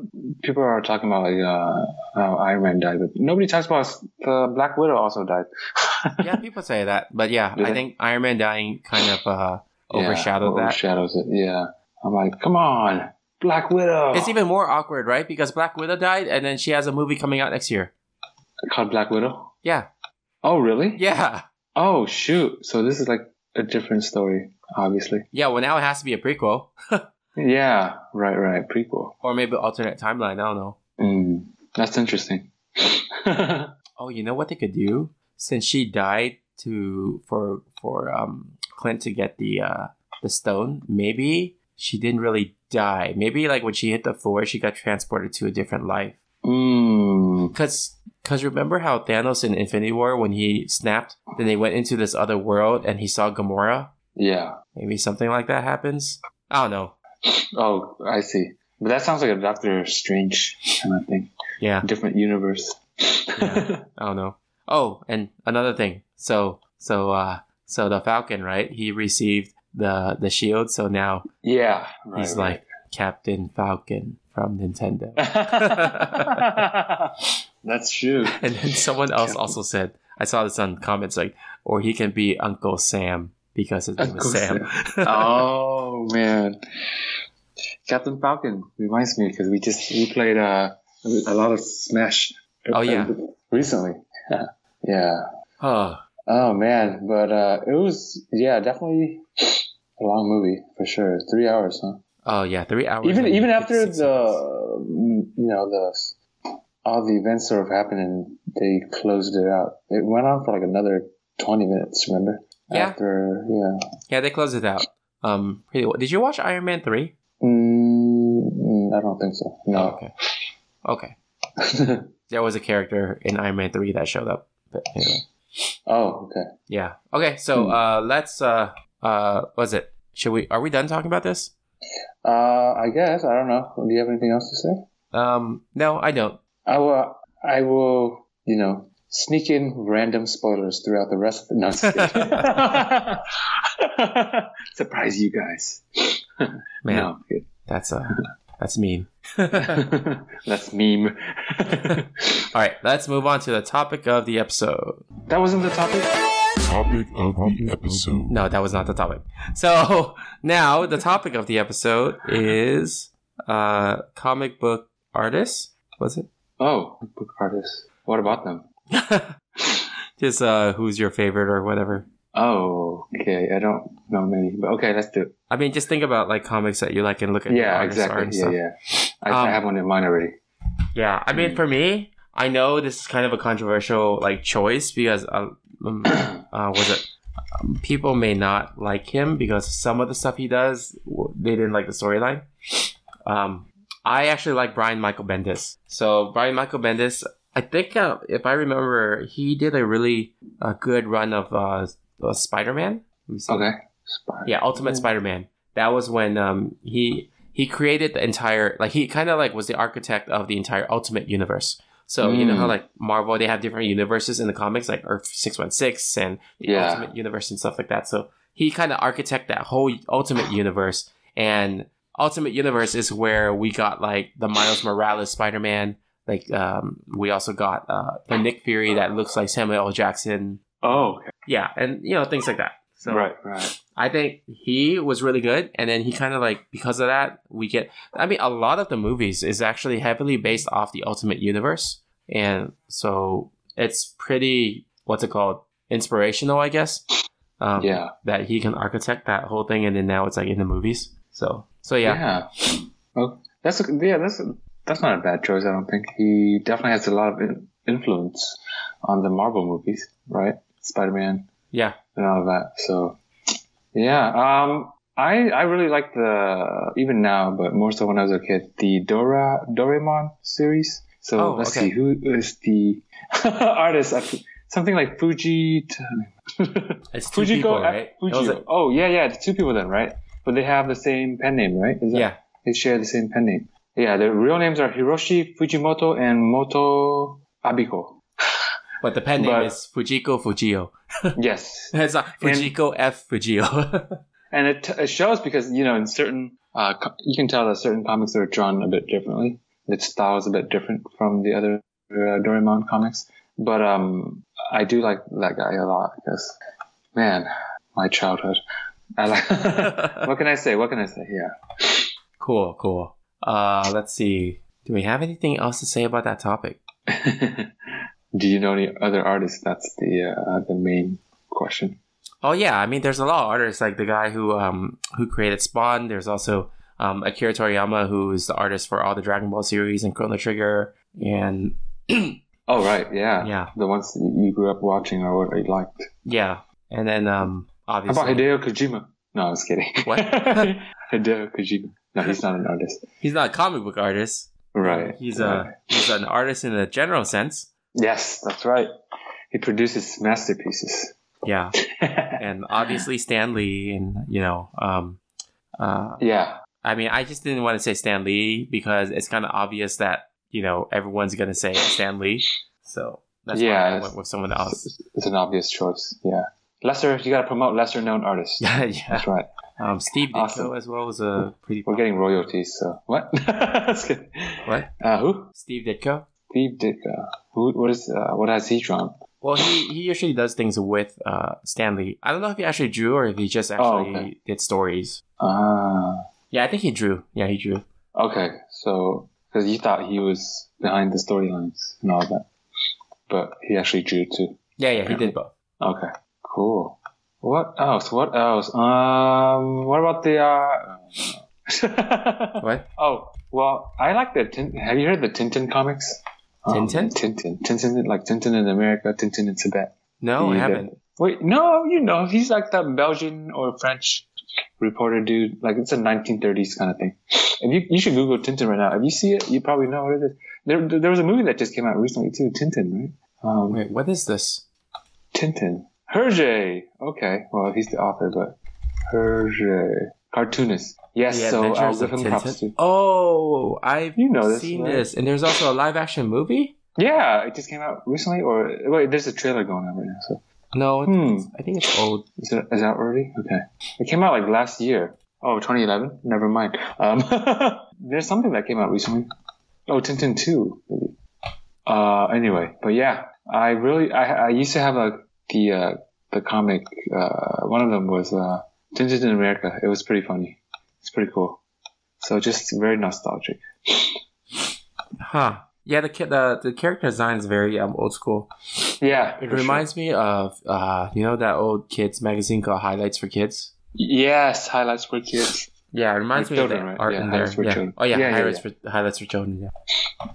[SPEAKER 3] people are talking about like uh how Iron Man died, but nobody talks about the Black Widow also died.
[SPEAKER 5] yeah, people say that. But yeah,
[SPEAKER 3] Do
[SPEAKER 5] I
[SPEAKER 3] they?
[SPEAKER 5] think Iron Man dying kind of uh, overshadowed
[SPEAKER 3] yeah,
[SPEAKER 5] that.
[SPEAKER 3] Overshadows it. Yeah. I'm like, come on, Black Widow.
[SPEAKER 5] It's even more awkward, right? Because Black Widow died, and then she has a movie coming out next year.
[SPEAKER 3] called Black Widow.
[SPEAKER 5] Yeah,
[SPEAKER 3] Oh, really?
[SPEAKER 5] yeah,
[SPEAKER 3] Oh shoot! So this is like a different story, obviously.
[SPEAKER 5] yeah. Well, now it has to be a prequel,
[SPEAKER 3] Yeah, right, right. Prequel.
[SPEAKER 5] or maybe alternate timeline. I don't know.
[SPEAKER 3] Mm, that's interesting.
[SPEAKER 5] Oh, you know what they could do? Since she died to for for um Clint to get the uh the stone, maybe she didn't really die. Maybe like when she hit the floor, she got transported to a different life.
[SPEAKER 3] mm,
[SPEAKER 5] Cause, cause remember how Thanos in Infinity War when he snapped, then they went into this other world and he saw Gamora.
[SPEAKER 3] yeah.
[SPEAKER 5] Maybe something like that happens. I don't know.
[SPEAKER 3] Oh, I see. But that sounds like a Doctor Strange kind of thing.
[SPEAKER 5] Yeah.
[SPEAKER 3] different universe.
[SPEAKER 5] Yeah. oh no. Oh, and another thing. So so uh so the Falcon, right? He received the the shield, so now
[SPEAKER 3] yeah, right,
[SPEAKER 5] he's
[SPEAKER 3] right.
[SPEAKER 5] like Captain Falcon from Nintendo.
[SPEAKER 3] That's true.
[SPEAKER 5] And then someone else also said, I saw this on comments like, or he can be Uncle Sam because his name
[SPEAKER 3] Uncle
[SPEAKER 5] is Sam.
[SPEAKER 3] oh man, Captain Falcon reminds me because we just we played uh, a lot of Smash.
[SPEAKER 5] Oh, yeah.
[SPEAKER 3] recently. yeah.
[SPEAKER 5] oh,
[SPEAKER 3] Oh man, but uh, it was yeah definitely a long movie for sure. Three hours, huh?
[SPEAKER 5] oh yeah, three hours.
[SPEAKER 3] even
[SPEAKER 5] and
[SPEAKER 3] even after
[SPEAKER 5] 56
[SPEAKER 3] the
[SPEAKER 5] seconds.
[SPEAKER 3] mm, you know the all the events that have happened and they closed it out. It went on for like another twenty minutes. Remember?
[SPEAKER 5] Yeah.
[SPEAKER 3] After yeah.
[SPEAKER 5] Yeah, they closed it out. Um pretty well. Did you watch Iron Man three?
[SPEAKER 3] Mm, mm, I don't think so. No.
[SPEAKER 5] okay. Okay.
[SPEAKER 3] Oh.
[SPEAKER 5] there was a character in Iron Man three that showed up. But anyway.
[SPEAKER 3] Oh, okay.
[SPEAKER 5] Yeah. Okay. So
[SPEAKER 3] Hmm.
[SPEAKER 5] uh, let's. Uh, uh, was it? Should we? Are we done talking about this?
[SPEAKER 3] Uh, I guess I don't know. Do you have anything else to say?
[SPEAKER 5] Um, no, I don't.
[SPEAKER 3] I will. I will. You know, sneak in random spoilers throughout the rest of the. No, I'm just kidding. surprise you guys.
[SPEAKER 5] Man,
[SPEAKER 3] No, I'm kidding.
[SPEAKER 5] that's uh, that's mean.
[SPEAKER 3] That's
[SPEAKER 5] All
[SPEAKER 3] meme.
[SPEAKER 5] right, let's move on to the topic of the episode.
[SPEAKER 3] that wasn't the topic.
[SPEAKER 7] Topic of the episode.
[SPEAKER 5] No, that was not the topic. So now the topic of the episode is uh, comic book artists. Was it?
[SPEAKER 3] Oh, book artists. What about them?
[SPEAKER 5] Just uh, who's your favorite or whatever.
[SPEAKER 3] Oh, okay. I don't know many, but okay, let's do it.
[SPEAKER 5] I mean, just think about like comics that you like and look at. who
[SPEAKER 3] Yeah,
[SPEAKER 5] artists are
[SPEAKER 3] exactly.
[SPEAKER 5] and
[SPEAKER 3] Yeah,
[SPEAKER 5] stuff.
[SPEAKER 3] yeah. I,
[SPEAKER 5] Um,
[SPEAKER 3] I have one in mind already.
[SPEAKER 5] Yeah, I mean, for me, I know this is kind of a controversial like choice because um, um, uh, was it um, people may not like him because some of the stuff he does w- they didn't like the storyline. Um, I actually like Brian Michael Bendis. So Brian Michael Bendis, I think uh, if I remember, he did a really uh, good run of uh, uh, Spider Man.
[SPEAKER 3] Okay. Spider.
[SPEAKER 5] Yeah, Ultimate Spider-Man. That was when um, he he created the entire like he kind of like was the architect of the entire Ultimate universe. So you know how
[SPEAKER 3] Mm.
[SPEAKER 5] like Marvel they have different universes in the comics like Earth six one six and the
[SPEAKER 3] Yeah.
[SPEAKER 5] Ultimate universe and stuff like that. So he kind of architect that whole Ultimate universe and Ultimate universe is where we got like the Miles Morales Spider-Man. Like um, we also got uh, the Nick Fury that looks like Samuel L. Jackson.
[SPEAKER 3] Oh, okay.
[SPEAKER 5] Yeah, and you know things like that. So
[SPEAKER 3] right, right.
[SPEAKER 5] I think he was really good, and then he kind of like because of that we get. I mean, a lot of the movies is actually heavily based off the Ultimate Universe, and so it's pretty what's it called inspirational, I guess. Um,
[SPEAKER 3] Yeah.
[SPEAKER 5] that he can architect that whole thing, and then now it's like in the movies. So, so yeah,
[SPEAKER 3] Oh, that's a, yeah. That's a, that's not a bad choice. I don't think he definitely has a lot of in, influence on the Marvel movies, right? Spider Man
[SPEAKER 5] yeah,
[SPEAKER 3] and all of that. So yeah, um, I I really like the even now, but more so when I was a kid, the Dora Doraemon series. So
[SPEAKER 5] Oh,
[SPEAKER 3] let's
[SPEAKER 5] okay.
[SPEAKER 3] see who is the artist. I f- Something like Fuji.
[SPEAKER 5] it's two
[SPEAKER 3] Fujiko
[SPEAKER 5] people,
[SPEAKER 3] F-
[SPEAKER 5] right? It was
[SPEAKER 3] Fujio.
[SPEAKER 5] like-
[SPEAKER 3] oh yeah, yeah, it's two people then, right? But they have the same pen name, right? Is that-
[SPEAKER 5] yeah,
[SPEAKER 3] they share the same pen name. Yeah, their real names are Hiroshi Fujimoto and Moto Abiko.
[SPEAKER 5] but the pen name
[SPEAKER 3] But-
[SPEAKER 5] is Fujiko Fujio.
[SPEAKER 3] Yes,
[SPEAKER 5] It's not
[SPEAKER 3] And-
[SPEAKER 5] Fujiko F Fujio.
[SPEAKER 3] and it, it shows because you know in certain uh, co- you can tell that certain comics are drawn a bit differently. Its style is a bit different from the other uh, Doraemon comics, but um, I do like that guy a lot because man, my childhood. I like. what can I say? What can I say? Yeah.
[SPEAKER 5] Cool, cool. Uh, let's see. Do we have anything else to say about that topic?
[SPEAKER 3] Do you know any other artists? That's the uh, the main question.
[SPEAKER 5] Oh yeah, I mean, there's a lot of artists like the guy who um who created Spawn. There's also um, Akira Toriyama, who is the artist for all the Dragon Ball series and Chrono Trigger, and
[SPEAKER 3] Oh right, yeah,
[SPEAKER 5] Yeah.
[SPEAKER 3] the ones you grew up watching or what you liked.
[SPEAKER 5] yeah, and then um
[SPEAKER 3] How about
[SPEAKER 5] obviously
[SPEAKER 3] Hideo Kojima? No, I was kidding.
[SPEAKER 5] What?
[SPEAKER 3] Hideo Kojima? No, he's not an artist.
[SPEAKER 5] he's not a comic book artist.
[SPEAKER 3] Right.
[SPEAKER 5] He's
[SPEAKER 3] right.
[SPEAKER 5] a he's an artist in a general sense.
[SPEAKER 3] yes, that's right. He produces masterpieces.
[SPEAKER 5] Yeah, and obviously Stan Lee, and you know um uh
[SPEAKER 3] Yeah,
[SPEAKER 5] I mean, I just didn't want to say Stan Lee because it's kind of obvious that you know, everyone's gonna say Stan Lee. So that's
[SPEAKER 3] Yeah,
[SPEAKER 5] why I
[SPEAKER 3] it's-
[SPEAKER 5] went with someone else.
[SPEAKER 3] It's an obvious choice. Yeah. Lesser, you gotta promote lesser known artists.
[SPEAKER 5] yeah, yeah.
[SPEAKER 3] That's right.
[SPEAKER 5] Um, Steve Ditko
[SPEAKER 3] Awesome.
[SPEAKER 5] as well was a pretty.
[SPEAKER 3] We're getting royalties, so. What? That's good.
[SPEAKER 5] What?
[SPEAKER 3] Uh, who?
[SPEAKER 5] Steve Ditko.
[SPEAKER 3] Steve Ditko. Who, what is, uh, what has he drawn?
[SPEAKER 5] Well, he, he usually does things with uh, Stanley. I don't know if he actually drew or if he just actually
[SPEAKER 3] Oh, okay.
[SPEAKER 5] did stories.
[SPEAKER 3] Ah.
[SPEAKER 5] Yeah, I think he drew. Yeah, he drew.
[SPEAKER 3] Okay, so, cause you thought he was behind the storylines and all that. But he actually drew too.
[SPEAKER 5] Yeah, yeah, he did both.
[SPEAKER 3] Okay, cool. What else? What else? Um, what about the, uh,
[SPEAKER 5] What?
[SPEAKER 3] Oh, well, I like the. Tin- have you heard the Tintin comics? Um,
[SPEAKER 5] Tintin?
[SPEAKER 3] Tintin. Tintin, like Tintin in America, Tintin in Tibet.
[SPEAKER 5] No, I
[SPEAKER 3] He-
[SPEAKER 5] haven't.
[SPEAKER 3] Wait, no, you know, he's like that Belgian or French reporter dude. Like, it's a 1930s kind of thing. And you, you should Google Tintin right now. If you see it, you probably know what it is. There, there was a movie that just came out recently, too, Tintin, right? Um,
[SPEAKER 5] Wait, what is this?
[SPEAKER 3] Tintin. Hergé! Okay, well, he's the author, but. Hergé. Cartoonist. Yes,
[SPEAKER 5] The
[SPEAKER 3] so uh, I'll
[SPEAKER 5] Adventures
[SPEAKER 3] give
[SPEAKER 5] of
[SPEAKER 3] him props
[SPEAKER 5] Tintin.
[SPEAKER 3] too.
[SPEAKER 5] Oh, I've
[SPEAKER 3] You know this,
[SPEAKER 5] seen
[SPEAKER 3] right?
[SPEAKER 5] this, and there's also a live action movie.
[SPEAKER 3] Yeah, it just came out recently, or wait, there's a trailer going on right now. So
[SPEAKER 5] No,
[SPEAKER 3] Hmm.
[SPEAKER 5] it's- I think it's old.
[SPEAKER 3] is it is that already? Okay, it came out like last year. Oh, 2011. Never mind. Um, there's something that came out recently. Oh, Tintin Two, maybe. Uh, anyway, but yeah, I really I, I used to have a the uh, the comic. Uh, one of them was uh, Tintin in America. It was pretty funny. It's pretty cool. So just very nostalgic.
[SPEAKER 5] Huh. Yeah, the kid, the, the character design is very um, old school.
[SPEAKER 3] Yeah,
[SPEAKER 5] It
[SPEAKER 3] for sure.
[SPEAKER 5] reminds me of uh, you know that old kids magazine called Highlights for Kids.
[SPEAKER 3] Yes, highlights for kids.
[SPEAKER 5] Yeah, it reminds
[SPEAKER 3] For
[SPEAKER 5] me of
[SPEAKER 3] children,
[SPEAKER 5] the
[SPEAKER 3] right?
[SPEAKER 5] art
[SPEAKER 3] Yeah,
[SPEAKER 5] in there.
[SPEAKER 3] highlights for
[SPEAKER 5] yeah.
[SPEAKER 3] children.
[SPEAKER 5] Oh yeah,
[SPEAKER 3] Yeah, yeah,
[SPEAKER 5] highlights for highlights for children. Yeah.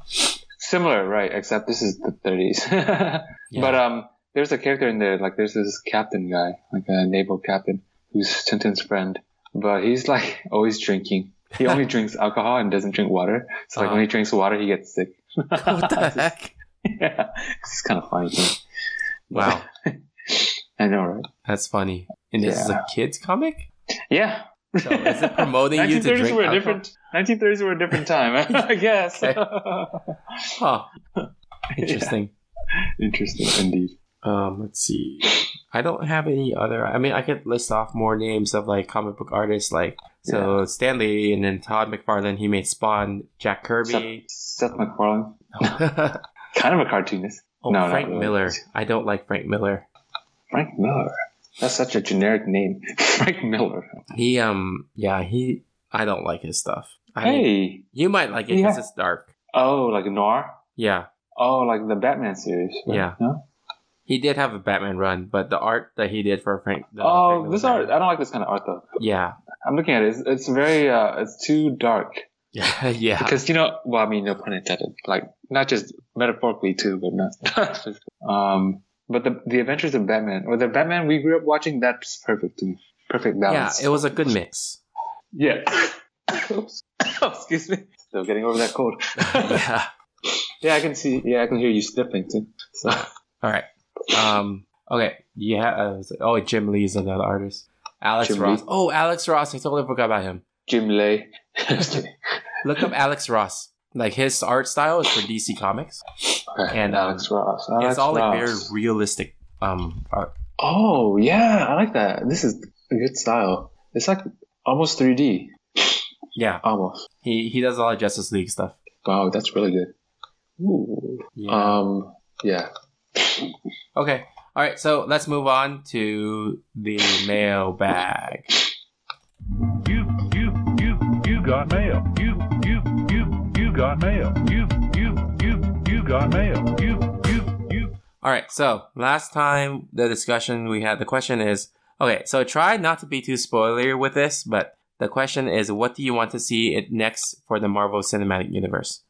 [SPEAKER 3] similar, right? Except this is the 30s.
[SPEAKER 5] Yeah.
[SPEAKER 3] But um, there's a character in there, like there's this captain guy, like a naval captain, who's Tintin's friend, but he's like always drinking. He only drinks alcohol and doesn't drink water. So like
[SPEAKER 5] Ah.
[SPEAKER 3] when he drinks water, he gets sick.
[SPEAKER 5] what the heck?
[SPEAKER 3] yeah, it's kind of funny. Too.
[SPEAKER 5] Wow,
[SPEAKER 3] I know, right?
[SPEAKER 5] that's funny. And this is a
[SPEAKER 3] Yeah.
[SPEAKER 5] kids comic.
[SPEAKER 3] Yeah.
[SPEAKER 5] So is it promoting you to
[SPEAKER 3] 1930s
[SPEAKER 5] drink
[SPEAKER 3] were a
[SPEAKER 5] alcohol?
[SPEAKER 3] different. 1930s were a different time, I guess.
[SPEAKER 5] Okay. Huh. Interesting.
[SPEAKER 3] Interesting indeed.
[SPEAKER 5] Um, let's see. I don't have any other. I mean, I could list off more names of like comic book artists, like so Stanley and then Todd McFarlane. He made Spawn, Jack
[SPEAKER 3] Seth,
[SPEAKER 5] Kirby,
[SPEAKER 3] Seth MacFarlane,
[SPEAKER 5] oh,
[SPEAKER 3] kind of a cartoonist. No, not
[SPEAKER 5] Frank
[SPEAKER 3] really.
[SPEAKER 5] Miller. I don't like Frank Miller.
[SPEAKER 3] Frank Miller. That's such a generic name. Frank Miller.
[SPEAKER 5] He um yeah he I don't like his stuff. I
[SPEAKER 3] hey.
[SPEAKER 5] mean, you might like it because
[SPEAKER 3] Yeah.
[SPEAKER 5] it's dark.
[SPEAKER 3] oh, like noir.
[SPEAKER 5] Yeah,
[SPEAKER 3] Oh, like the Batman series. right?
[SPEAKER 5] Yeah. Uh,
[SPEAKER 3] No?
[SPEAKER 5] he did have a Batman run, but the art that he did for Frank. The Frank
[SPEAKER 3] oh,
[SPEAKER 5] Miller
[SPEAKER 3] this
[SPEAKER 5] Batman-
[SPEAKER 3] art. uh I don't like this kind of art though.
[SPEAKER 5] Yeah,
[SPEAKER 3] I'm looking at it. It's, it's very. Uh, it's too dark.
[SPEAKER 5] yeah, yeah.
[SPEAKER 3] Because you know, well, I mean, no pun intended. Like not just metaphorically too, but not. physically. um, but the the Adventures of Batman or the Batman we grew up watching. That's perfect to me. Perfect
[SPEAKER 5] Yeah,
[SPEAKER 3] balance.
[SPEAKER 5] it was a good mix.
[SPEAKER 3] Yeah.
[SPEAKER 5] Oh,
[SPEAKER 3] Oops. Excuse me. Still getting over that cold.
[SPEAKER 5] yeah.
[SPEAKER 3] yeah, I can see. Yeah, I can hear you sniffing too. So.
[SPEAKER 5] All right. Um. Okay. Yeah. Uh, was it- oh, Jim Lee is another artist. Alex
[SPEAKER 3] Jim
[SPEAKER 5] Ross.
[SPEAKER 3] Lee?
[SPEAKER 5] Oh, Alex Ross. I totally forgot about him.
[SPEAKER 3] Jim Lay. Just kidding.
[SPEAKER 5] Look up Alex Ross. Like his art style is for DC Comics.
[SPEAKER 3] Okay,
[SPEAKER 5] And, um,
[SPEAKER 3] Alex Ross. Alex
[SPEAKER 5] it's all
[SPEAKER 3] Ross.
[SPEAKER 5] like very realistic um art.
[SPEAKER 3] Oh yeah, I like that. This is a good style. It's like almost 3D.
[SPEAKER 5] Yeah.
[SPEAKER 3] Almost.
[SPEAKER 5] He he does a lot of Justice League stuff.
[SPEAKER 3] Wow, that's really good. Ooh.
[SPEAKER 5] Yeah.
[SPEAKER 3] Um. Yeah.
[SPEAKER 5] Okay. All right. So let's move on to the mailbag.
[SPEAKER 4] You, you, you, you got mail. You, you, you, you got mail. You, you, you, you got mail. You, you, you.
[SPEAKER 5] All right. So last time the discussion we had, the question is okay. So try not to be too spoilery with this, but the question is, what do you want to see it next for the Marvel Cinematic Universe?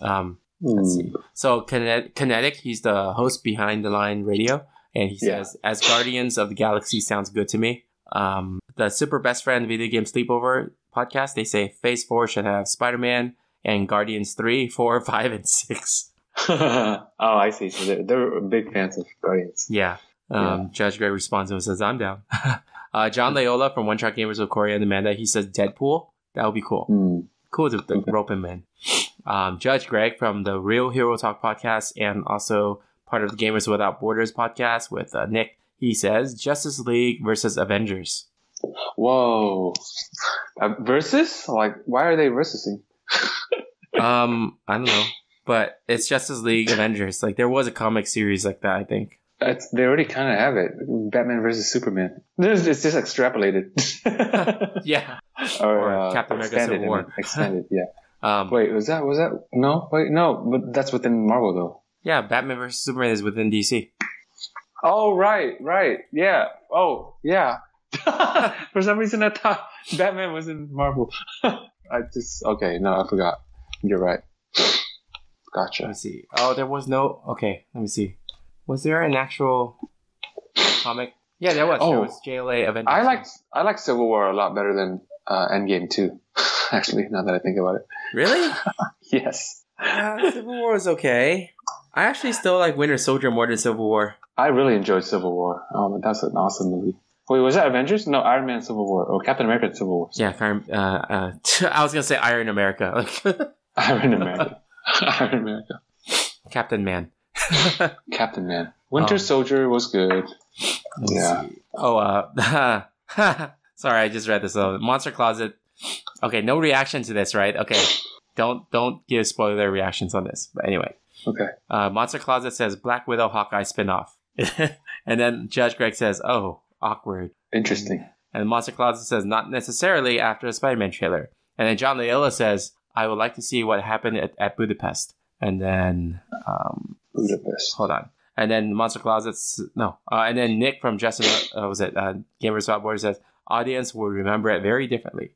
[SPEAKER 5] Um. Let's see. So Kinet- Kinetic, he's the host behind the Line Radio, and he
[SPEAKER 3] Yeah.
[SPEAKER 5] says, "As Guardians of the Galaxy sounds good to me." Um, the Super Best Friend Video Game Sleepover podcast, they say Phase Four should have Spider Man and Guardians three, four, five, and six.
[SPEAKER 3] oh, I see. So they're, they're big fans of Guardians.
[SPEAKER 5] Yeah. Um, Judge Gray responds and says, "I'm down." uh, John Layola from One Track Gamers with Corey and Amanda, he says Deadpool. That would be cool.
[SPEAKER 3] Hmm.
[SPEAKER 5] Cool to the rope him in. um, Judge Greg from the Real Hero Talk podcast and also part of the Gamers Without Borders podcast with uh, Nick. He says Justice League versus Avengers.
[SPEAKER 3] Whoa. Uh, versus? Like, why are they versusing?
[SPEAKER 5] Um, I don't know, but it's Justice League Avengers. Like there was a comic series like that, I think.
[SPEAKER 3] It's, they already kind of have it. Batman versus Superman. There's, it's just extrapolated.
[SPEAKER 5] Yeah.
[SPEAKER 3] or, uh,
[SPEAKER 5] Or Captain America
[SPEAKER 3] expanded,
[SPEAKER 5] Civil
[SPEAKER 3] I
[SPEAKER 5] War.
[SPEAKER 3] mean, expanded, yeah.
[SPEAKER 5] Um,
[SPEAKER 3] Wait, was that, was that, no? Wait, no, but that's within Marvel though.
[SPEAKER 5] yeah, Batman versus Superman is within DC.
[SPEAKER 3] Oh, right, right. Yeah. Oh, yeah. For some reason, I thought Batman was in Marvel. I just, okay, no, I forgot. You're right.
[SPEAKER 5] Let
[SPEAKER 3] Gotcha.
[SPEAKER 5] me see. Oh, there was no. Okay, let me see. Was there an actual comic? Yeah, there was. There
[SPEAKER 3] Oh.
[SPEAKER 5] was JLA Avengers.
[SPEAKER 3] I liked, I liked Civil War a lot better than uh, Endgame too. Actually, now that I think about it.
[SPEAKER 5] Really?
[SPEAKER 3] Yes.
[SPEAKER 5] Uh, Civil War was okay. I actually still like Winter Soldier more than Civil War.
[SPEAKER 3] I really enjoyed Civil War. Um, that's an awesome movie. Wait, was that Avengers? No, Iron Man Civil War. Oh, Captain America Civil War.
[SPEAKER 5] Yeah, kind of, uh, uh, I was gonna say Iron America, like
[SPEAKER 3] Iron America. Iron America.
[SPEAKER 5] Captain Man.
[SPEAKER 3] Captain Man. Winter
[SPEAKER 5] Um,
[SPEAKER 3] Soldier was good.
[SPEAKER 5] Let's
[SPEAKER 3] Yeah.
[SPEAKER 5] see. Oh, uh, sorry, I just read this. Uh, Monster Closet. Okay, no reaction to this, right? Okay, don't don't give spoiler reactions on this. But anyway,
[SPEAKER 3] Okay.
[SPEAKER 5] Uh, Monster Closet says Black Widow Hawkeye spinoff, and then Judge Greg says, "Oh, awkward."
[SPEAKER 3] Interesting.
[SPEAKER 5] And Monster Closet says, "Not necessarily after a Spider-Man trailer." And then John Layola says, "I would like to see what happened at, at Budapest." And then um,
[SPEAKER 3] Budapest.
[SPEAKER 5] hold on. And then Monster Closets, no. Uh, and then Nick from Justin, uh, was it uh, Gamers Without Borders says, audience will remember it very differently.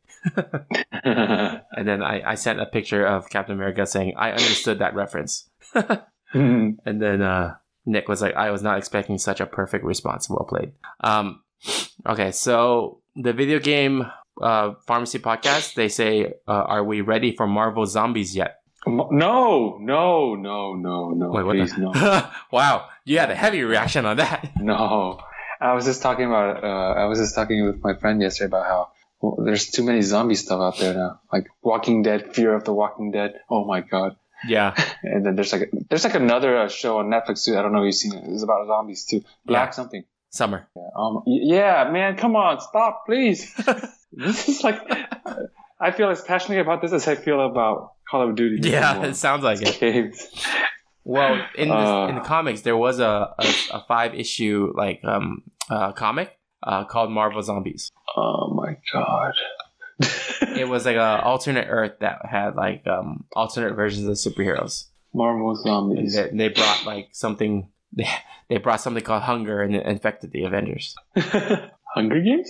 [SPEAKER 5] And then I, I sent a picture of Captain America saying, I understood that reference.
[SPEAKER 3] Hmm.
[SPEAKER 5] And then uh, Nick was like, I was not expecting such a perfect response. Well played. Um, okay, so the video game uh, pharmacy podcast, they say, uh, Are we ready for Marvel Zombies yet?
[SPEAKER 3] No, no, no, no, no.
[SPEAKER 5] Wait, what
[SPEAKER 3] Oh, please, no.
[SPEAKER 5] the? wow, you had a heavy reaction on that.
[SPEAKER 3] No. I was just talking about, uh, I was just talking with my friend yesterday about how well, there's too many zombie stuff out there now. Like Walking Dead, Fear of the Walking Dead. Oh my God.
[SPEAKER 5] yeah.
[SPEAKER 3] And then there's like, there's like another uh, show on Netflix too. I don't know if you've seen it. It's about zombies too. Black
[SPEAKER 5] Yeah.
[SPEAKER 3] something.
[SPEAKER 5] Summer.
[SPEAKER 3] Um, y- yeah, man, come on, stop, please. this is like, I feel as passionate about this as I feel about Call of Duty.
[SPEAKER 5] Yeah,
[SPEAKER 3] More
[SPEAKER 5] it sounds like it.
[SPEAKER 3] games.
[SPEAKER 5] Well, in this,
[SPEAKER 3] Uh.
[SPEAKER 5] in the comics, there was a, a, a five issue like um uh, comic uh, called Marvel Zombies.
[SPEAKER 3] Oh my god.
[SPEAKER 5] It was like a alternate Earth that had like um alternate versions of superheroes,
[SPEAKER 3] Marvel
[SPEAKER 5] and
[SPEAKER 3] zombies.
[SPEAKER 5] they, they brought like something. They, they brought something called hunger and it infected the Avengers.
[SPEAKER 3] Hunger Games?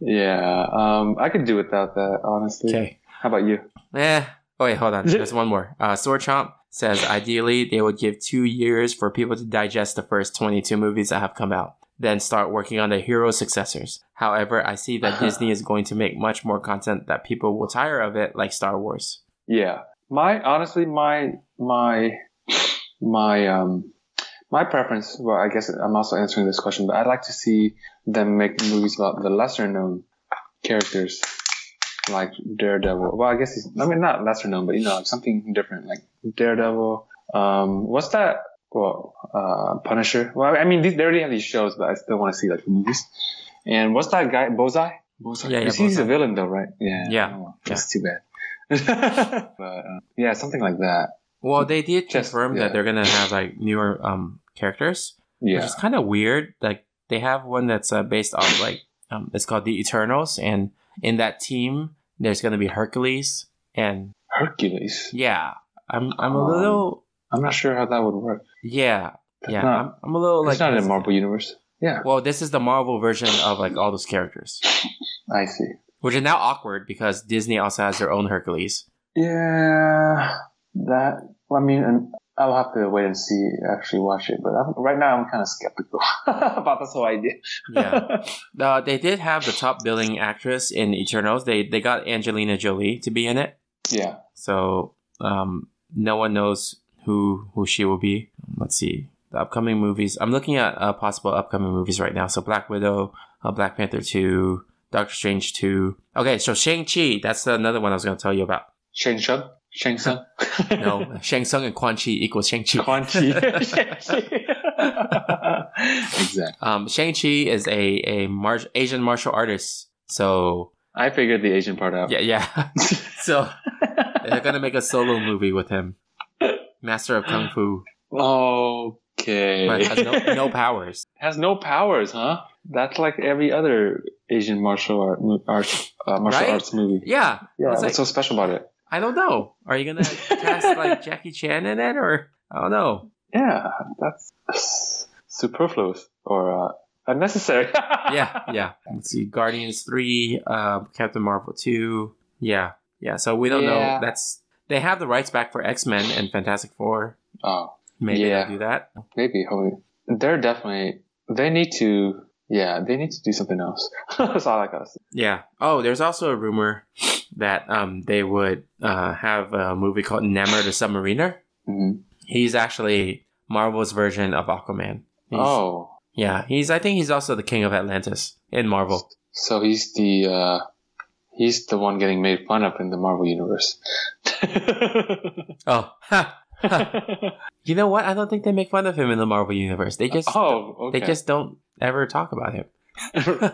[SPEAKER 3] yeah, um, I could do without that, honestly.
[SPEAKER 5] Okay.
[SPEAKER 3] How about you?
[SPEAKER 5] Eh. Oh wait, hold on. There's one more. Uh, Sword Chomp says ideally they would give two years for people to digest the first 22 movies that have come out, then start working on the hero successors. However, I see that Disney is going to make much more content that people will tire of it, like Star Wars.
[SPEAKER 3] Yeah. My honestly, my my my um my preference. Well, I guess I'm also answering this question, but I'd like to see them make movies about the lesser known characters, like Daredevil. Well, I guess he's I mean not lesser known, but you know like something different, like Daredevil. Um, what's that? Well, uh, Punisher. Well, I mean these, they already have these shows, but I still want to see like the movies. And what's that guy? Bullseye. Bullseye.
[SPEAKER 5] Yeah, yeah,
[SPEAKER 3] You see, he's a
[SPEAKER 5] Bullseye.
[SPEAKER 3] villain though, right? Yeah.
[SPEAKER 5] Yeah.
[SPEAKER 3] Oh, that's too bad. but uh, yeah, something like that.
[SPEAKER 5] Well, they did
[SPEAKER 3] Just-
[SPEAKER 5] confirm
[SPEAKER 3] yeah.
[SPEAKER 5] that they're gonna have like newer um characters,
[SPEAKER 3] Yeah.
[SPEAKER 5] which is kind of weird. Like they have one that's uh, based off like um, it's called the Eternals, and in that team there's gonna be Hercules and
[SPEAKER 3] Hercules.
[SPEAKER 5] Yeah, I'm. I'm a
[SPEAKER 3] Um,
[SPEAKER 5] little.
[SPEAKER 3] I'm not sure how that would work.
[SPEAKER 5] Yeah, yeah.
[SPEAKER 3] not-
[SPEAKER 5] I'm, I'm a little like.
[SPEAKER 3] it's not in the Marvel universe. Yeah,
[SPEAKER 5] Well, this is the Marvel version of like all those characters,
[SPEAKER 3] I see.
[SPEAKER 5] which is now awkward because Disney also has their own Hercules.
[SPEAKER 3] Yeah, that. Well, I mean, and I'll have to wait and see. Actually, watch it. But I'm, right now, I'm kind of skeptical about this whole idea.
[SPEAKER 5] Yeah, uh, they did have the top billing actress in Eternals. They they got Angelina Jolie to be in it,
[SPEAKER 3] yeah.
[SPEAKER 5] so um, no one knows who who she will be. Let's see the upcoming movies. I'm looking at uh, possible upcoming movies right now. So Black Widow, uh, Black Panther two, Doctor Strange two. Okay, so Shang Chi. That's another one I was going to tell you about.
[SPEAKER 3] Shang Tsung? Shang Tsung?
[SPEAKER 5] No, Shang Tsung and Quan Chi equals Shang Chi.
[SPEAKER 3] Quan Chi. exactly.
[SPEAKER 5] Um, Shang Chi is a a mar- Asian martial artist. So
[SPEAKER 3] I figured the Asian part out.
[SPEAKER 5] yeah, yeah. so they're gonna make a solo movie with him, Master of Kung Fu,
[SPEAKER 3] Okay.
[SPEAKER 5] but has no, no powers.
[SPEAKER 3] Has no powers, huh? That's like every other Asian martial art, mo- art uh, martial
[SPEAKER 5] Right?
[SPEAKER 3] arts movie.
[SPEAKER 5] Yeah,
[SPEAKER 3] Yeah,
[SPEAKER 5] It's
[SPEAKER 3] what's
[SPEAKER 5] like-
[SPEAKER 3] so special about it?
[SPEAKER 5] I don't know. Are you gonna cast like Jackie Chan in it, or I don't know?
[SPEAKER 3] Yeah, that's s- superfluous or uh, unnecessary.
[SPEAKER 5] Yeah, yeah. Let's see, Guardians three, uh, Captain Marvel two. Yeah, yeah. So we don't
[SPEAKER 3] Yeah.
[SPEAKER 5] know. That's they have the rights back for X Men and Fantastic Four.
[SPEAKER 3] Oh,
[SPEAKER 5] Maybe
[SPEAKER 3] Yeah.
[SPEAKER 5] they'll do that.
[SPEAKER 3] maybe. Hopefully. They're definitely. They need to. Yeah, they need to do something else. that's all I got.
[SPEAKER 5] Yeah. Oh, there's also a rumor that um they would uh, have a movie called Namor the Submariner.
[SPEAKER 3] hmm
[SPEAKER 5] He's actually Marvel's version of Aquaman. He's-
[SPEAKER 3] Oh,
[SPEAKER 5] Yeah, he's. I think he's also the king of Atlantis in Marvel.
[SPEAKER 3] so he's the uh, he's the one getting made fun of in the Marvel universe.
[SPEAKER 5] Oh, ha, ha. you know what? I don't think they make fun of him in the Marvel universe. They just,
[SPEAKER 3] oh, okay.
[SPEAKER 5] they just don't ever talk about him.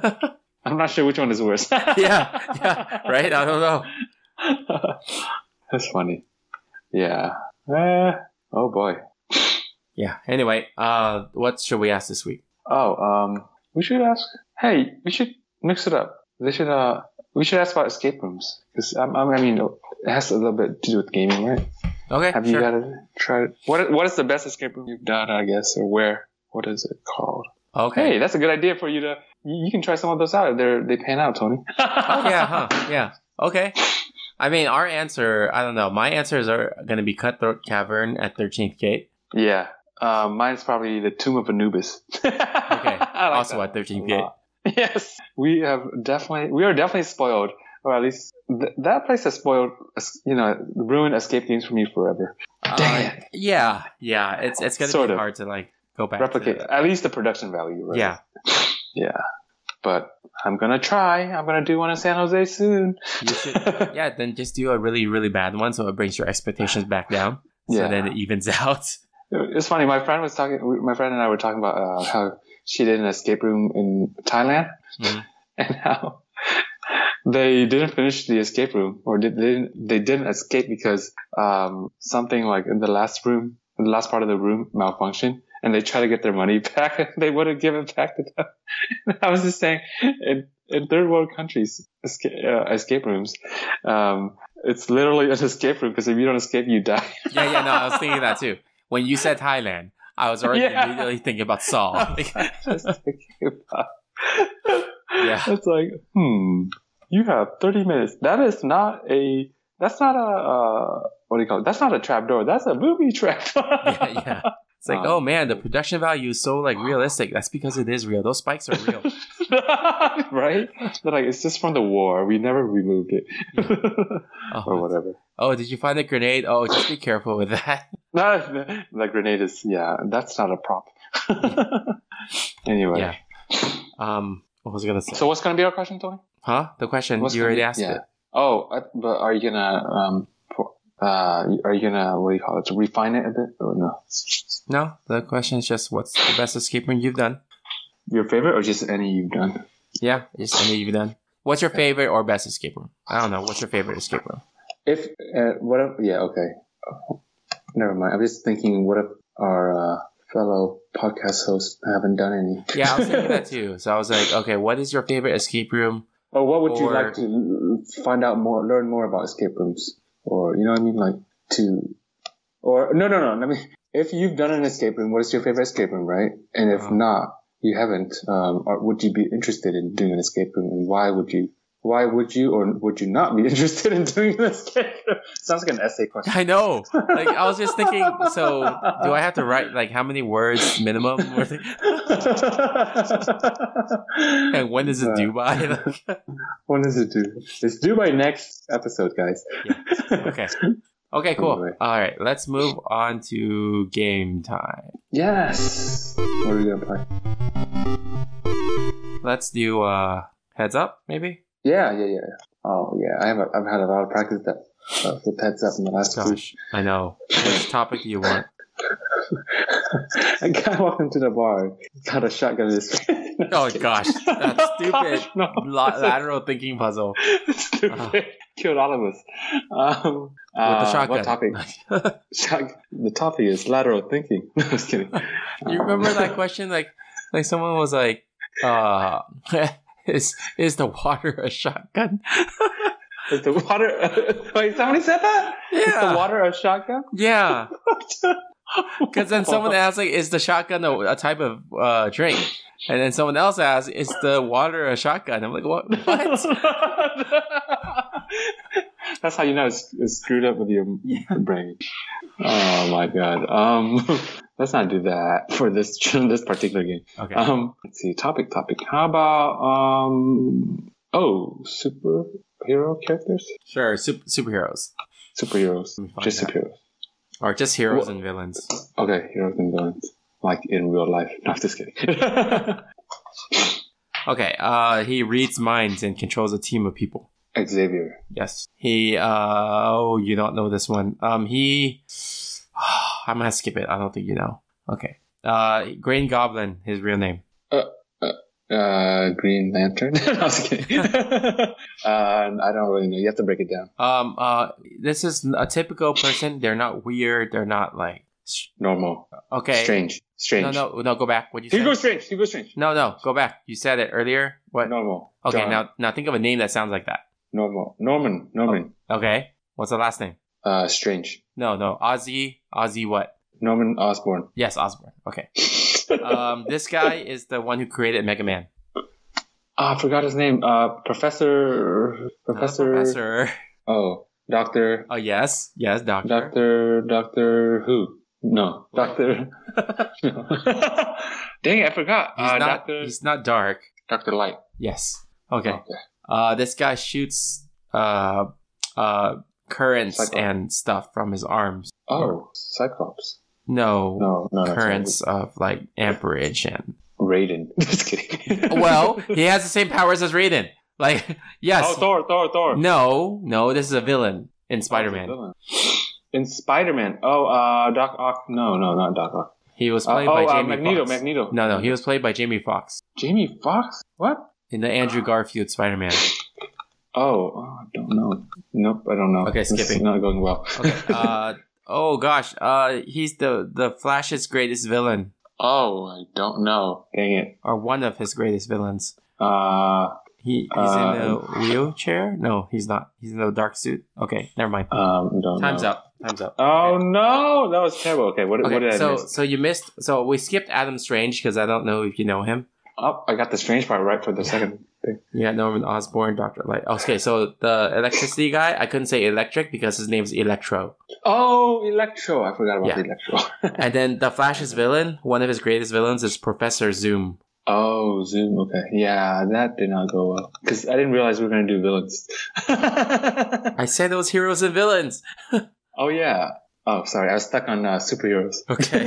[SPEAKER 3] I'm not sure which one is worse.
[SPEAKER 5] yeah, yeah, right. I don't know.
[SPEAKER 3] That's funny. Yeah. Eh, oh boy.
[SPEAKER 5] Yeah. Anyway, uh, what should we ask this week?
[SPEAKER 3] Oh, um, we should ask. Hey, we should mix it up. They should. Uh, we should ask about escape rooms because um, I mean, it has a little bit to do with gaming, right?
[SPEAKER 5] Okay,
[SPEAKER 3] Have you
[SPEAKER 5] sure.
[SPEAKER 3] got to try? What What is the best escape room you've done? I guess or where? What is it called?
[SPEAKER 5] okay.
[SPEAKER 3] Hey, that's a good idea for you to. You you can try some of those out. They're they pan out, Tony.
[SPEAKER 5] Oh yeah, huh? Yeah. Okay. I mean, our answer. I don't know. My answers are going to be Cutthroat Cavern at Thirteenth Gate.
[SPEAKER 3] Yeah. Uh, mine's probably the Tomb of Anubis. okay.
[SPEAKER 5] also at Thirteenth Gate.
[SPEAKER 3] Yes, we have definitely we are definitely spoiled, or at least th- that place has spoiled, es- you know, ruined escape games for me forever.
[SPEAKER 5] Uh,
[SPEAKER 3] Dang
[SPEAKER 5] yeah, yeah. It's it's going to
[SPEAKER 3] Sort
[SPEAKER 5] be
[SPEAKER 3] of.
[SPEAKER 5] hard to like go back. to-
[SPEAKER 3] Replicate at least the production value. Right?
[SPEAKER 5] Yeah.
[SPEAKER 3] yeah. But I'm gonna try. I'm gonna do one in San Jose soon.
[SPEAKER 5] You should, yeah, then just do a really, really bad one so it brings your expectations back down. So
[SPEAKER 3] Yeah.
[SPEAKER 5] then it evens out.
[SPEAKER 3] It's funny. My friend was talking. we- My friend and I were talking about uh, how she did an escape room in Thailand,
[SPEAKER 5] Mhm.
[SPEAKER 3] and how they didn't finish the escape room, or did, they didn't they didn't escape because um, something like in the last room, in the last part of the room, malfunctioned, and they tried to get their money back, and they wouldn't give it back to them. And I was just saying, in, in third world countries, escape, uh, escape rooms, um, it's literally an escape room because if you don't escape, you die.
[SPEAKER 5] Yeah, yeah, no, I was thinking that too. When you said Thailand, I was already
[SPEAKER 3] Yeah.
[SPEAKER 5] immediately thinking about Saul.
[SPEAKER 3] Just thinking about-
[SPEAKER 5] Yeah.
[SPEAKER 3] It's like, hmm, you have 30 minutes. That is not a, that's not a, uh, what do you call it? That's not a trap door. That's a movie trap.
[SPEAKER 5] yeah, yeah. It's like,
[SPEAKER 3] Um,
[SPEAKER 5] oh man, the production value is so like realistic. That's because it is real. Those spikes are real.
[SPEAKER 3] right? They're like, it's just from the war. We never removed it. or
[SPEAKER 5] Oh,
[SPEAKER 3] whatever.
[SPEAKER 5] oh, did you find a grenade? Oh, just be careful with that.
[SPEAKER 3] No, the grenade is, yeah, that's not a prop. anyway.
[SPEAKER 5] Yeah. Um, what was I gonna say?
[SPEAKER 3] So what's going to be our question, Tony?
[SPEAKER 5] huh? The question
[SPEAKER 3] What's
[SPEAKER 5] you already
[SPEAKER 3] gonna-
[SPEAKER 5] asked
[SPEAKER 3] yeah.
[SPEAKER 5] it.
[SPEAKER 3] Oh, I- but are you gonna um, for- uh, are you gonna what do you call it? Refine it a bit or no?
[SPEAKER 5] No, the question is just what's the best escape room you've done?
[SPEAKER 3] Your favorite or just any you've done?
[SPEAKER 5] Yeah, just any you've done. What's your favorite or best escape room? I don't know. What's your favorite escape room?
[SPEAKER 3] If uh, what? If, yeah, okay. Never mind. I'm just thinking. What if our uh, fellow podcast hosts haven't done any?
[SPEAKER 5] Yeah, I was thinking that too. So I was like, okay, what is your favorite escape room?
[SPEAKER 3] Or what would you
[SPEAKER 5] Or-
[SPEAKER 3] like to find out more, learn more about escape rooms? Or, you know what I mean? Like, to. Or, no, no, no. Let me. If you've done an escape room, what is your favorite escape room, right? And if
[SPEAKER 5] Uh-huh.
[SPEAKER 3] not, you haven't, um, or would you be interested in doing an escape room? And why would you? Why would you or would you not be interested in doing an escape room? Sounds like an essay question.
[SPEAKER 5] I know. Like I was just thinking. So do I have to write like how many words minimum? and when is it due by? Like,
[SPEAKER 3] When does it due? It's due by next episode, guys.
[SPEAKER 5] okay. Okay, cool. All right, let's move on to game time.
[SPEAKER 3] Yes. What are we gonna play?
[SPEAKER 5] Let's do uh heads up, maybe.
[SPEAKER 3] Yeah, yeah, yeah. Oh, yeah. I have. A, I've had a lot of practice that of the pets up in the last two.
[SPEAKER 5] Gosh, I know. Which topic do you want?
[SPEAKER 3] A guy walked into the bar, got a shotgun in his face. No,
[SPEAKER 5] Oh
[SPEAKER 3] just kidding.
[SPEAKER 5] gosh,
[SPEAKER 3] Oh,
[SPEAKER 5] that stupid
[SPEAKER 3] No,
[SPEAKER 5] la- lateral thinking puzzle with
[SPEAKER 3] stupid.
[SPEAKER 5] Ah.
[SPEAKER 3] Killed all of us. Um,
[SPEAKER 5] the
[SPEAKER 3] uh,
[SPEAKER 5] shotgun.
[SPEAKER 3] What topic? Shot- the topic is lateral thinking. No, just kidding.
[SPEAKER 5] you remember
[SPEAKER 3] Um,
[SPEAKER 5] that question? Like, like someone was like, uh, "Is is the water a shotgun?"
[SPEAKER 3] Is the water? Wait, somebody said that? Is the water a shotgun?
[SPEAKER 5] yeah. Because then someone asks, like, is the shotgun a, a type of uh, drink? And then someone else asks, is the water a shotgun? I'm like, what? what?
[SPEAKER 3] That's how you know it's, it's screwed up with your brain. Oh my god. Um, let's not do that for this this particular game.
[SPEAKER 5] Okay.
[SPEAKER 3] Um, let's see. Topic. Topic. How about um? Oh, superhero characters,
[SPEAKER 5] sure, sup- superheroes.
[SPEAKER 3] superheroes,
[SPEAKER 5] Let me find
[SPEAKER 3] just
[SPEAKER 5] that.
[SPEAKER 3] superheroes.
[SPEAKER 5] Or just heroes
[SPEAKER 3] Wha-
[SPEAKER 5] and villains.
[SPEAKER 3] Okay, heroes and villains, like in real life. No, I'm just kidding.
[SPEAKER 5] Okay, uh, he reads minds and controls a team of people.
[SPEAKER 3] Xavier.
[SPEAKER 5] Yes. He, uh, oh, you don't know this one. Um, he, I'm gonna skip it. I don't think you know. Okay. Uh, Green Goblin, his real name.
[SPEAKER 3] Uh, Green Lantern. No, I'm just kidding. uh, I don't really know. You have to break it down.
[SPEAKER 5] Um, uh, this is a typical person. They're not weird. They're not like, s-
[SPEAKER 3] Normal.
[SPEAKER 5] okay.
[SPEAKER 3] Strange. Strange.
[SPEAKER 5] No, no, no, go back. What'd you
[SPEAKER 3] Hugo
[SPEAKER 5] say?
[SPEAKER 3] Strange. Hugo Strange.
[SPEAKER 5] No, no, go back. You said it earlier. What?
[SPEAKER 3] Normal.
[SPEAKER 5] okay,
[SPEAKER 3] John.
[SPEAKER 5] now now think of a name that sounds like that.
[SPEAKER 3] Normal. Norman. Norman.
[SPEAKER 5] Okay. What's the last name?
[SPEAKER 3] Uh, Strange.
[SPEAKER 5] No, no. Ozzy. Ozzy what?
[SPEAKER 3] Norman Osborn.
[SPEAKER 5] Yes, Osborne. Okay. Um, this guy is the one who created Mega Man.
[SPEAKER 3] Ah, I forgot his name. Uh, Professor.
[SPEAKER 5] Not
[SPEAKER 3] Professor.
[SPEAKER 5] Professor.
[SPEAKER 3] Oh, Doctor.
[SPEAKER 5] Oh yes, yes, doctor.
[SPEAKER 3] Doctor. Doctor who? No,
[SPEAKER 5] What?
[SPEAKER 3] Doctor. No. Dang it, I forgot.
[SPEAKER 5] He's
[SPEAKER 3] uh,
[SPEAKER 5] not.
[SPEAKER 3] Doctor.
[SPEAKER 5] He's not dark.
[SPEAKER 3] Doctor Light.
[SPEAKER 5] Yes. Okay.
[SPEAKER 3] Oh.
[SPEAKER 5] Uh, this guy shoots uh, uh, currents
[SPEAKER 3] Cyclops.
[SPEAKER 5] and stuff from his arms.
[SPEAKER 3] Oh, Cyclops.
[SPEAKER 5] No,
[SPEAKER 3] No, no, no,
[SPEAKER 5] currents of like amperage and
[SPEAKER 3] sorry. Raiden. Just kidding.
[SPEAKER 5] well, he has the same powers as Raiden. Like, yes.
[SPEAKER 3] Oh, Thor, Oh, Thor, Thor.
[SPEAKER 5] no, no, this is a villain in Spider Man.
[SPEAKER 3] In Spider Man. Oh, uh, Doc Ock. No, no, not Doc Ock.
[SPEAKER 5] He was
[SPEAKER 3] Uh,
[SPEAKER 5] played by
[SPEAKER 3] oh, uh,
[SPEAKER 5] Jamie
[SPEAKER 3] Magneto,
[SPEAKER 5] Foxx.
[SPEAKER 3] Magneto.
[SPEAKER 5] No, no, he was played by Jamie Foxx
[SPEAKER 3] Jamie Fox? What?
[SPEAKER 5] in the Andrew
[SPEAKER 3] Ah.
[SPEAKER 5] Garfield Spider Man.
[SPEAKER 3] Oh, oh, I don't know. Nope, I don't know.
[SPEAKER 5] Okay,
[SPEAKER 3] This is
[SPEAKER 5] skipping.
[SPEAKER 3] not going well.
[SPEAKER 5] Okay. Uh, oh gosh, uh, he's the the Flash's greatest villain,
[SPEAKER 3] oh, I don't know. Dang it.
[SPEAKER 5] or one of his greatest villains.
[SPEAKER 3] Uh,
[SPEAKER 5] He he's in a wheelchair. No, he's not. He's in a dark suit. Okay, never mind.
[SPEAKER 3] um, don't
[SPEAKER 5] Time's
[SPEAKER 3] know.
[SPEAKER 5] up. Time's up. Okay.
[SPEAKER 3] Oh no, that was terrible. Okay, what, what
[SPEAKER 5] Okay,
[SPEAKER 3] did I
[SPEAKER 5] so
[SPEAKER 3] miss?
[SPEAKER 5] so you missed. So we skipped Adam Strange because I don't know if you know him.
[SPEAKER 3] Oh, I got the strange part right for the second thing.
[SPEAKER 5] Yeah, Norman Osborn, Doctor Light. Okay, so the electricity guy, I couldn't say electric because his name's Electro.
[SPEAKER 3] Oh, Electro. I forgot about
[SPEAKER 5] Yeah.
[SPEAKER 3] the Electro.
[SPEAKER 5] And then the Flash's villain, one of his greatest villains, is Professor Zoom.
[SPEAKER 3] oh, Zoom. Okay, yeah, that did not go well because I didn't realize we were gonna do villains.
[SPEAKER 5] I said those heroes and villains.
[SPEAKER 3] oh yeah. Oh, sorry, I was stuck on uh, superheroes.
[SPEAKER 5] Okay,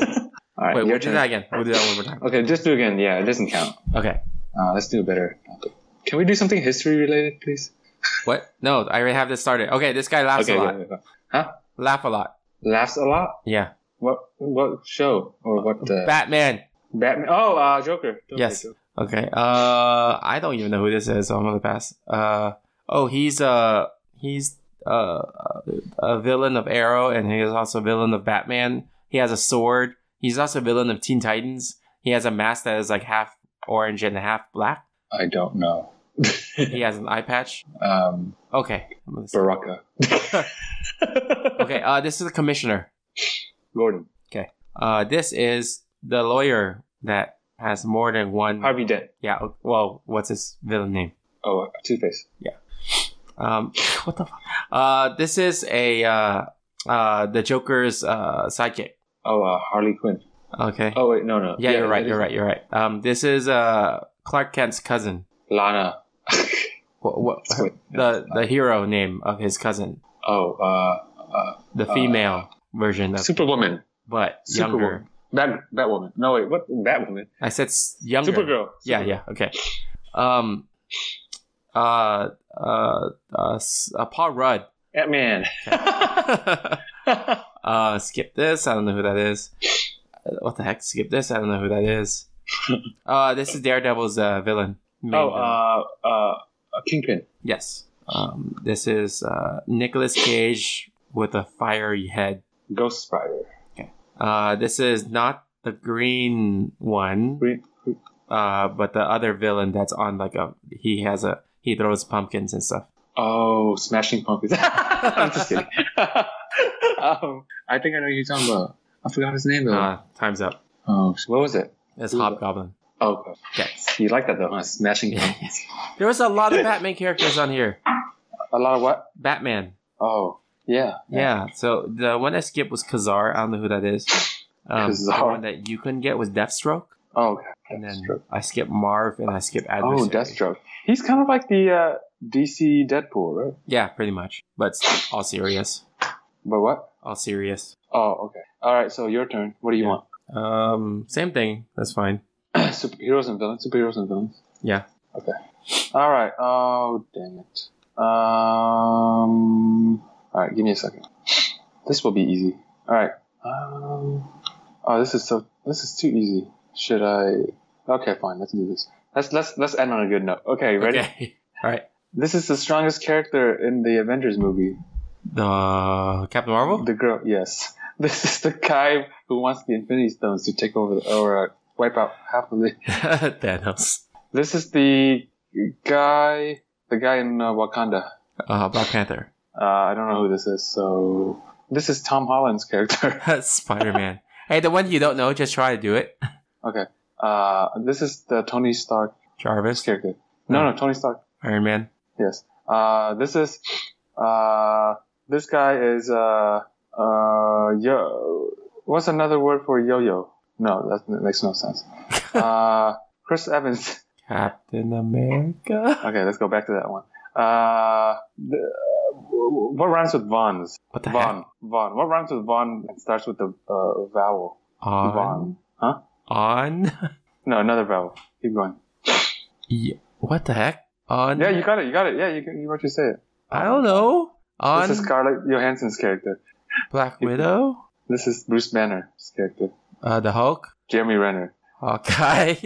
[SPEAKER 3] All right,
[SPEAKER 5] wait,
[SPEAKER 3] your
[SPEAKER 5] we'll do
[SPEAKER 3] turn.
[SPEAKER 5] that again. We'll do that one more time.
[SPEAKER 3] Okay, just do again. Yeah, it doesn't count.
[SPEAKER 5] Okay,
[SPEAKER 3] Uh, let's do a better. topic. Can we do something history related, please?
[SPEAKER 5] what? No, I already have this started. Okay, this guy laughs a lot.
[SPEAKER 3] yeah, yeah, yeah.
[SPEAKER 5] Laugh a lot.
[SPEAKER 3] Laughs a lot.
[SPEAKER 5] Yeah,
[SPEAKER 3] What what show or what? Uh,
[SPEAKER 5] Batman.
[SPEAKER 3] Batman. Oh, uh, Joker. Joker,
[SPEAKER 5] Yes.
[SPEAKER 3] Joker.
[SPEAKER 5] Okay, uh, I don't even know who this is, so I'm gonna pass. Uh, oh, he's uh, he's uh, a villain of Arrow, and he is also a villain of Batman. He has a sword. He's also a villain of Teen Titans. He has a mask that is like half orange and half black.
[SPEAKER 3] I don't know.
[SPEAKER 5] He has an eye patch.
[SPEAKER 3] Um,
[SPEAKER 5] Okay, I'm gonna say-
[SPEAKER 3] Baraka.
[SPEAKER 5] okay. Uh, this is the commissioner.
[SPEAKER 3] Gordon.
[SPEAKER 5] Uh, this is the lawyer that has more than one.
[SPEAKER 3] Harvey Dent.
[SPEAKER 5] Yeah. Well, what's his villain name?
[SPEAKER 3] Oh, Two Face.
[SPEAKER 5] Um, what the fuck? Uh, this is a uh, uh, the Joker's uh, sidekick.
[SPEAKER 3] Oh, uh, Harley Quinn.
[SPEAKER 5] Okay.
[SPEAKER 3] Oh wait, no, no.
[SPEAKER 5] yeah, you're right.
[SPEAKER 3] it
[SPEAKER 5] You're
[SPEAKER 3] is
[SPEAKER 5] right. You're right. Um, this is uh Clark Kent's cousin.
[SPEAKER 3] Lana.
[SPEAKER 5] What, what
[SPEAKER 3] Wait,
[SPEAKER 5] the the hero name of his cousin,
[SPEAKER 3] Oh, uh, uh,
[SPEAKER 5] the
[SPEAKER 3] Uh,
[SPEAKER 5] female version of,
[SPEAKER 3] Superwoman.
[SPEAKER 5] but younger.
[SPEAKER 3] Superwoman. Bat Batwoman. No wait, what? Batwoman.
[SPEAKER 5] I said s- younger.
[SPEAKER 3] Supergirl.
[SPEAKER 5] Yeah,
[SPEAKER 3] Supergirl.
[SPEAKER 5] yeah. Okay. Um. Uh. Uh. uh, s- uh Paul Rudd.
[SPEAKER 3] Ant-Man. Oh,
[SPEAKER 5] uh, skip this. I don't know who that is. Uh, What the heck? Skip this. I don't know who that is. Uh, this is Daredevil's uh, villain. Main
[SPEAKER 3] oh,
[SPEAKER 5] villain.
[SPEAKER 3] uh, uh, Kingpin.
[SPEAKER 5] yes. Um, this is uh, Nicolas Cage with a fiery head.
[SPEAKER 3] Ghost Spider.
[SPEAKER 5] Uh, this is not the green one,
[SPEAKER 3] Green-
[SPEAKER 5] uh, but the other villain that's on like a. He has a. He throws pumpkins and stuff.
[SPEAKER 3] Oh, Smashing Pumpkins. I'm just kidding. um, I think I know who you're talking about. I forgot his name though.
[SPEAKER 5] Uh, time's up.
[SPEAKER 3] oh, what was it?
[SPEAKER 5] It's
[SPEAKER 3] Ooh.
[SPEAKER 5] Hobgoblin.
[SPEAKER 3] Oh, okay.
[SPEAKER 5] Yes.
[SPEAKER 3] you like that though, huh? Smashing Pumpkins.
[SPEAKER 5] There was a lot of Batman characters on here.
[SPEAKER 3] A lot of what?
[SPEAKER 5] Batman.
[SPEAKER 3] Oh, yeah.
[SPEAKER 5] Yeah. So the one I skipped was Kazar. I don't know who that is. Um, The
[SPEAKER 3] Kazar.
[SPEAKER 5] one that you couldn't get was Deathstroke.
[SPEAKER 3] Oh, okay.
[SPEAKER 5] And then
[SPEAKER 3] Deathstroke.
[SPEAKER 5] I skipped Marv and I skipped Adversary.
[SPEAKER 3] Oh, Deathstroke. He's kind of like the uh, DC Deadpool, right?
[SPEAKER 5] Yeah, pretty much. But it's all serious.
[SPEAKER 3] But what?
[SPEAKER 5] All serious.
[SPEAKER 3] Oh, okay. All right, so your turn. What do you
[SPEAKER 5] Yeah. Um, same thing. That's fine.
[SPEAKER 3] want? Superheroes and villains. Superheroes and villains.
[SPEAKER 5] Yeah.
[SPEAKER 3] All right. Oh, damn it. Um. All right. Give me a second. This will be easy. All right. Um. Oh, this is so. This is too easy. Should I? Okay, fine. Let's do this. Let's let's let's end on a good note. Okay, ready?
[SPEAKER 5] Okay. all right.
[SPEAKER 3] This is the strongest character in the Avengers movie.
[SPEAKER 5] The Captain Marvel.
[SPEAKER 3] The girl. Yes. This is the guy who wants the Infinity Stones to take over the, or uh, wipe out half of the
[SPEAKER 5] Thanos.
[SPEAKER 3] This is the guy, the guy in uh, Wakanda.
[SPEAKER 5] Uh, Black Panther.
[SPEAKER 3] Uh, I don't know who this is, so this is Tom Holland's character.
[SPEAKER 5] Spider Man. hey, the one you don't know, just try to do it.
[SPEAKER 3] okay, uh, this is the Tony Stark's
[SPEAKER 5] Jarvis.
[SPEAKER 3] character. No, no, Tony Stark.
[SPEAKER 5] Iron Man.
[SPEAKER 3] Yes. Uh, this is uh, this guy is uh, uh, yo. What's another word for yo-yo? No, that that makes no sense. uh, Chris Evans.
[SPEAKER 5] Captain America.
[SPEAKER 3] Okay, let's go back to that one. Uh, the, uh, what rhymes with Vons?
[SPEAKER 5] What the heck?
[SPEAKER 3] Von. Von. What rhymes with Von and starts with the uh, vowel?
[SPEAKER 5] On.
[SPEAKER 3] Von. Huh?
[SPEAKER 5] On.
[SPEAKER 3] No, another vowel. Keep going.
[SPEAKER 5] Ye- What the heck? On.
[SPEAKER 3] Yeah, you got it. You got it. Yeah, you can- you what you say it.
[SPEAKER 5] I don't know. On
[SPEAKER 3] This is Scarlett Johansson's character.
[SPEAKER 5] Black Widow.
[SPEAKER 3] This is Bruce Banner's character.
[SPEAKER 5] Uh, the Hulk.
[SPEAKER 3] Jeremy Renner.
[SPEAKER 5] Hawkeye.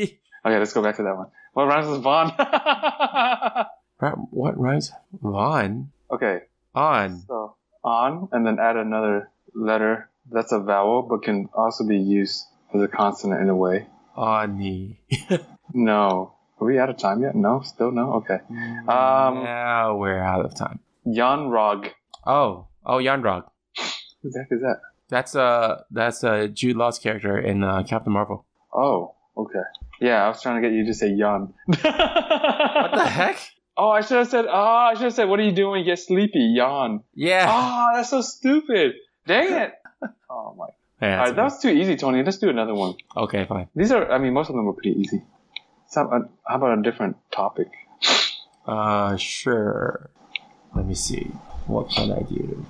[SPEAKER 3] Okay, let's go back to that one. What rhymes with Von?
[SPEAKER 5] Right, what rhymes? Vaughn.
[SPEAKER 3] okay,
[SPEAKER 5] On.
[SPEAKER 3] so on, and then add another letter that's a vowel, but can also be used as a consonant in a way.
[SPEAKER 5] On the.
[SPEAKER 3] No. Are we out of time yet? No, still no? Okay. Um,
[SPEAKER 5] now we're out of time.
[SPEAKER 3] Jan Rog.
[SPEAKER 5] Oh. Oh, Yandrog.
[SPEAKER 3] Who the heck is that?
[SPEAKER 5] That's uh that's uh Jude Law's character in uh, Captain Marvel.
[SPEAKER 3] Oh, okay. Yeah, I was trying to get you to say Jan.
[SPEAKER 5] What the heck?
[SPEAKER 3] oh, I should have said, ah, I should have said, what are you doing? Get sleepy, Jan.
[SPEAKER 5] Yeah.
[SPEAKER 3] Ah, that's so stupid. Dang it. Oh, my.
[SPEAKER 5] Yeah,
[SPEAKER 3] All
[SPEAKER 5] that's
[SPEAKER 3] right, that was too easy, Tony. Let's do another one.
[SPEAKER 5] okay. Okay, fine.
[SPEAKER 3] These are, I mean, most of them are pretty easy. Some, uh, how about a different topic?
[SPEAKER 5] Uh, sure. Let me see. What can I do?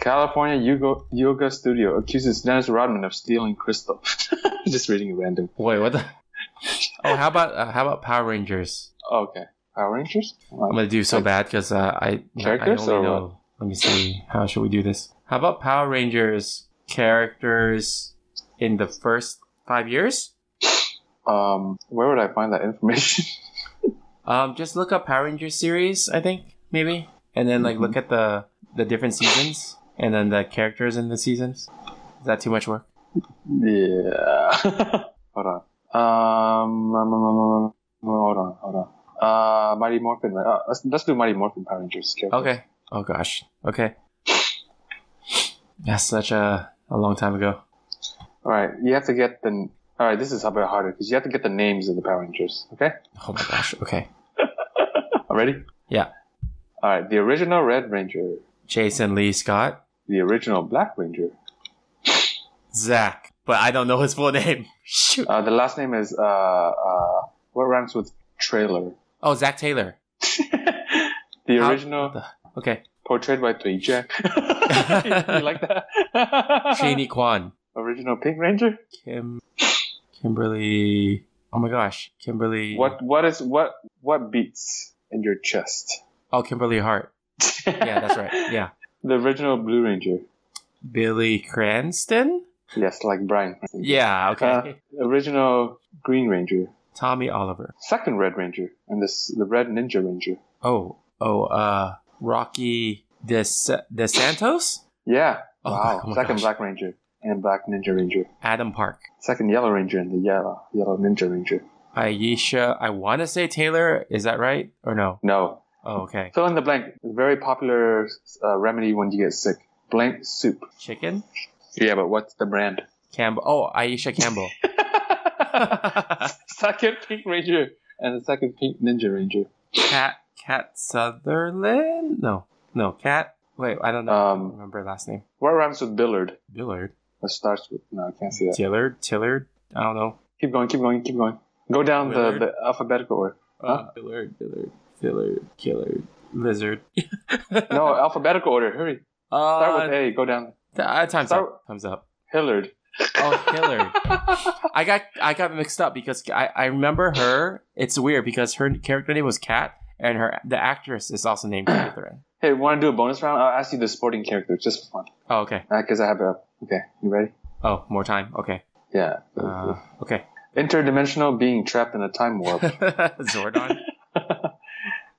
[SPEAKER 3] California yoga, yoga studio accuses Dennis Rodman of stealing crystal. Just reading a random.
[SPEAKER 5] Wait, what the? Oh, how about uh, how about Power Rangers?
[SPEAKER 3] Okay. Power Rangers?
[SPEAKER 5] I'm gonna do so bad because uh, I
[SPEAKER 3] Characters
[SPEAKER 5] I only
[SPEAKER 3] or
[SPEAKER 5] know.
[SPEAKER 3] what?
[SPEAKER 5] Let me see. How should we do this? How about Power Rangers characters in the first five years?
[SPEAKER 3] Um, where would I find that information?
[SPEAKER 5] Um, just look up Power Rangers series, I think maybe, and then like
[SPEAKER 3] Mm-hmm.
[SPEAKER 5] look at the the different seasons and then the characters in the seasons. Is that too much work?
[SPEAKER 3] yeah. hold on. Um, um, um, um, um, hold on, hold on. Uh, Mighty Morphin. right? Uh, let's, let's do Mighty Morphin Power Rangers. character.
[SPEAKER 5] Okay. Oh gosh. Okay. That's such a a long time ago.
[SPEAKER 3] All right. You have to get the. All right. This is a bit harder because you have to get the names of the Power Rangers. Okay.
[SPEAKER 5] Oh my gosh. Okay.
[SPEAKER 3] Ready?
[SPEAKER 5] Yeah.
[SPEAKER 3] All right. The original Red Ranger.
[SPEAKER 5] Jason Lee Scott,
[SPEAKER 3] The original Black Ranger.
[SPEAKER 5] Zach, but I don't know his full name. Shoot.
[SPEAKER 3] Uh, the last name is uh, uh, what rhymes with trailer?
[SPEAKER 5] Oh, Zach Taylor.
[SPEAKER 3] The
[SPEAKER 5] How-
[SPEAKER 3] original
[SPEAKER 5] Okay.
[SPEAKER 3] portrayed by Tui Jack. you like that?
[SPEAKER 5] Shaney Kwan.
[SPEAKER 3] Original Pink Ranger.
[SPEAKER 5] Kim. Kimberly. Oh my gosh. Kimberly.
[SPEAKER 3] What what is what what beats in your chest?
[SPEAKER 5] Oh, Kimberly Hart. Yeah, that's right. Yeah.
[SPEAKER 3] The original Blue Ranger.
[SPEAKER 5] Billy Cranston?
[SPEAKER 3] Yes, like Brian.
[SPEAKER 5] Yeah, okay.
[SPEAKER 3] Uh, original Green Ranger.
[SPEAKER 5] Tommy Oliver.
[SPEAKER 3] Second Red Ranger. And this the Red Ninja Ranger.
[SPEAKER 5] Oh, oh, uh, Rocky Des DeSantos?
[SPEAKER 3] Yeah.
[SPEAKER 5] Oh,
[SPEAKER 3] wow.
[SPEAKER 5] oh my
[SPEAKER 3] Second
[SPEAKER 5] gosh.
[SPEAKER 3] Black Ranger and Black Ninja Ranger.
[SPEAKER 5] Adam Park.
[SPEAKER 3] Second Yellow Ranger and the Yellow Yellow Ninja Ranger.
[SPEAKER 5] Aisha, I want to say Taylor. Is that right? Or no?
[SPEAKER 3] No.
[SPEAKER 5] Oh, okay.
[SPEAKER 3] Fill in the blank. Very popular uh, remedy when you get sick. Blank soup.
[SPEAKER 5] Chicken?
[SPEAKER 3] Yeah, but what's the brand?
[SPEAKER 5] Campbell. Oh, Aisha Campbell.
[SPEAKER 3] second Pink Ranger and the second Pink Ninja Ranger.
[SPEAKER 5] Cat Cat Sutherland? No, no, Cat. Wait, I don't know. I don't
[SPEAKER 3] Um,
[SPEAKER 5] remember her last name.
[SPEAKER 3] What rhymes with Billard?
[SPEAKER 5] Billard,
[SPEAKER 3] It starts with. No, I can't see that.
[SPEAKER 5] Tillard, Tillard. I don't know.
[SPEAKER 3] Keep going, keep going, keep going. Go down the,
[SPEAKER 5] Willard.
[SPEAKER 3] the alphabetical order.
[SPEAKER 5] Uh, Billard, Billard, Billard, Killard, Lizard.
[SPEAKER 3] No, alphabetical order. Hurry. Start
[SPEAKER 5] Uh,
[SPEAKER 3] with A. Go down.
[SPEAKER 5] th- uh, time's
[SPEAKER 3] start-
[SPEAKER 5] up. Time's up.
[SPEAKER 3] Hillard.
[SPEAKER 5] Oh, Hillard. I got I got mixed up because I, I remember her. It's weird because her character name was Kat, and her the actress is also named Catherine.
[SPEAKER 3] Hey, want to do a bonus round? I'll ask you the sporting character just for fun.
[SPEAKER 5] Oh, okay.
[SPEAKER 3] Because I have it up. Okay, you ready?
[SPEAKER 5] Oh, more time. Okay.
[SPEAKER 3] Yeah.
[SPEAKER 5] Uh, okay.
[SPEAKER 3] Interdimensional being trapped in a time warp.
[SPEAKER 5] Zordon.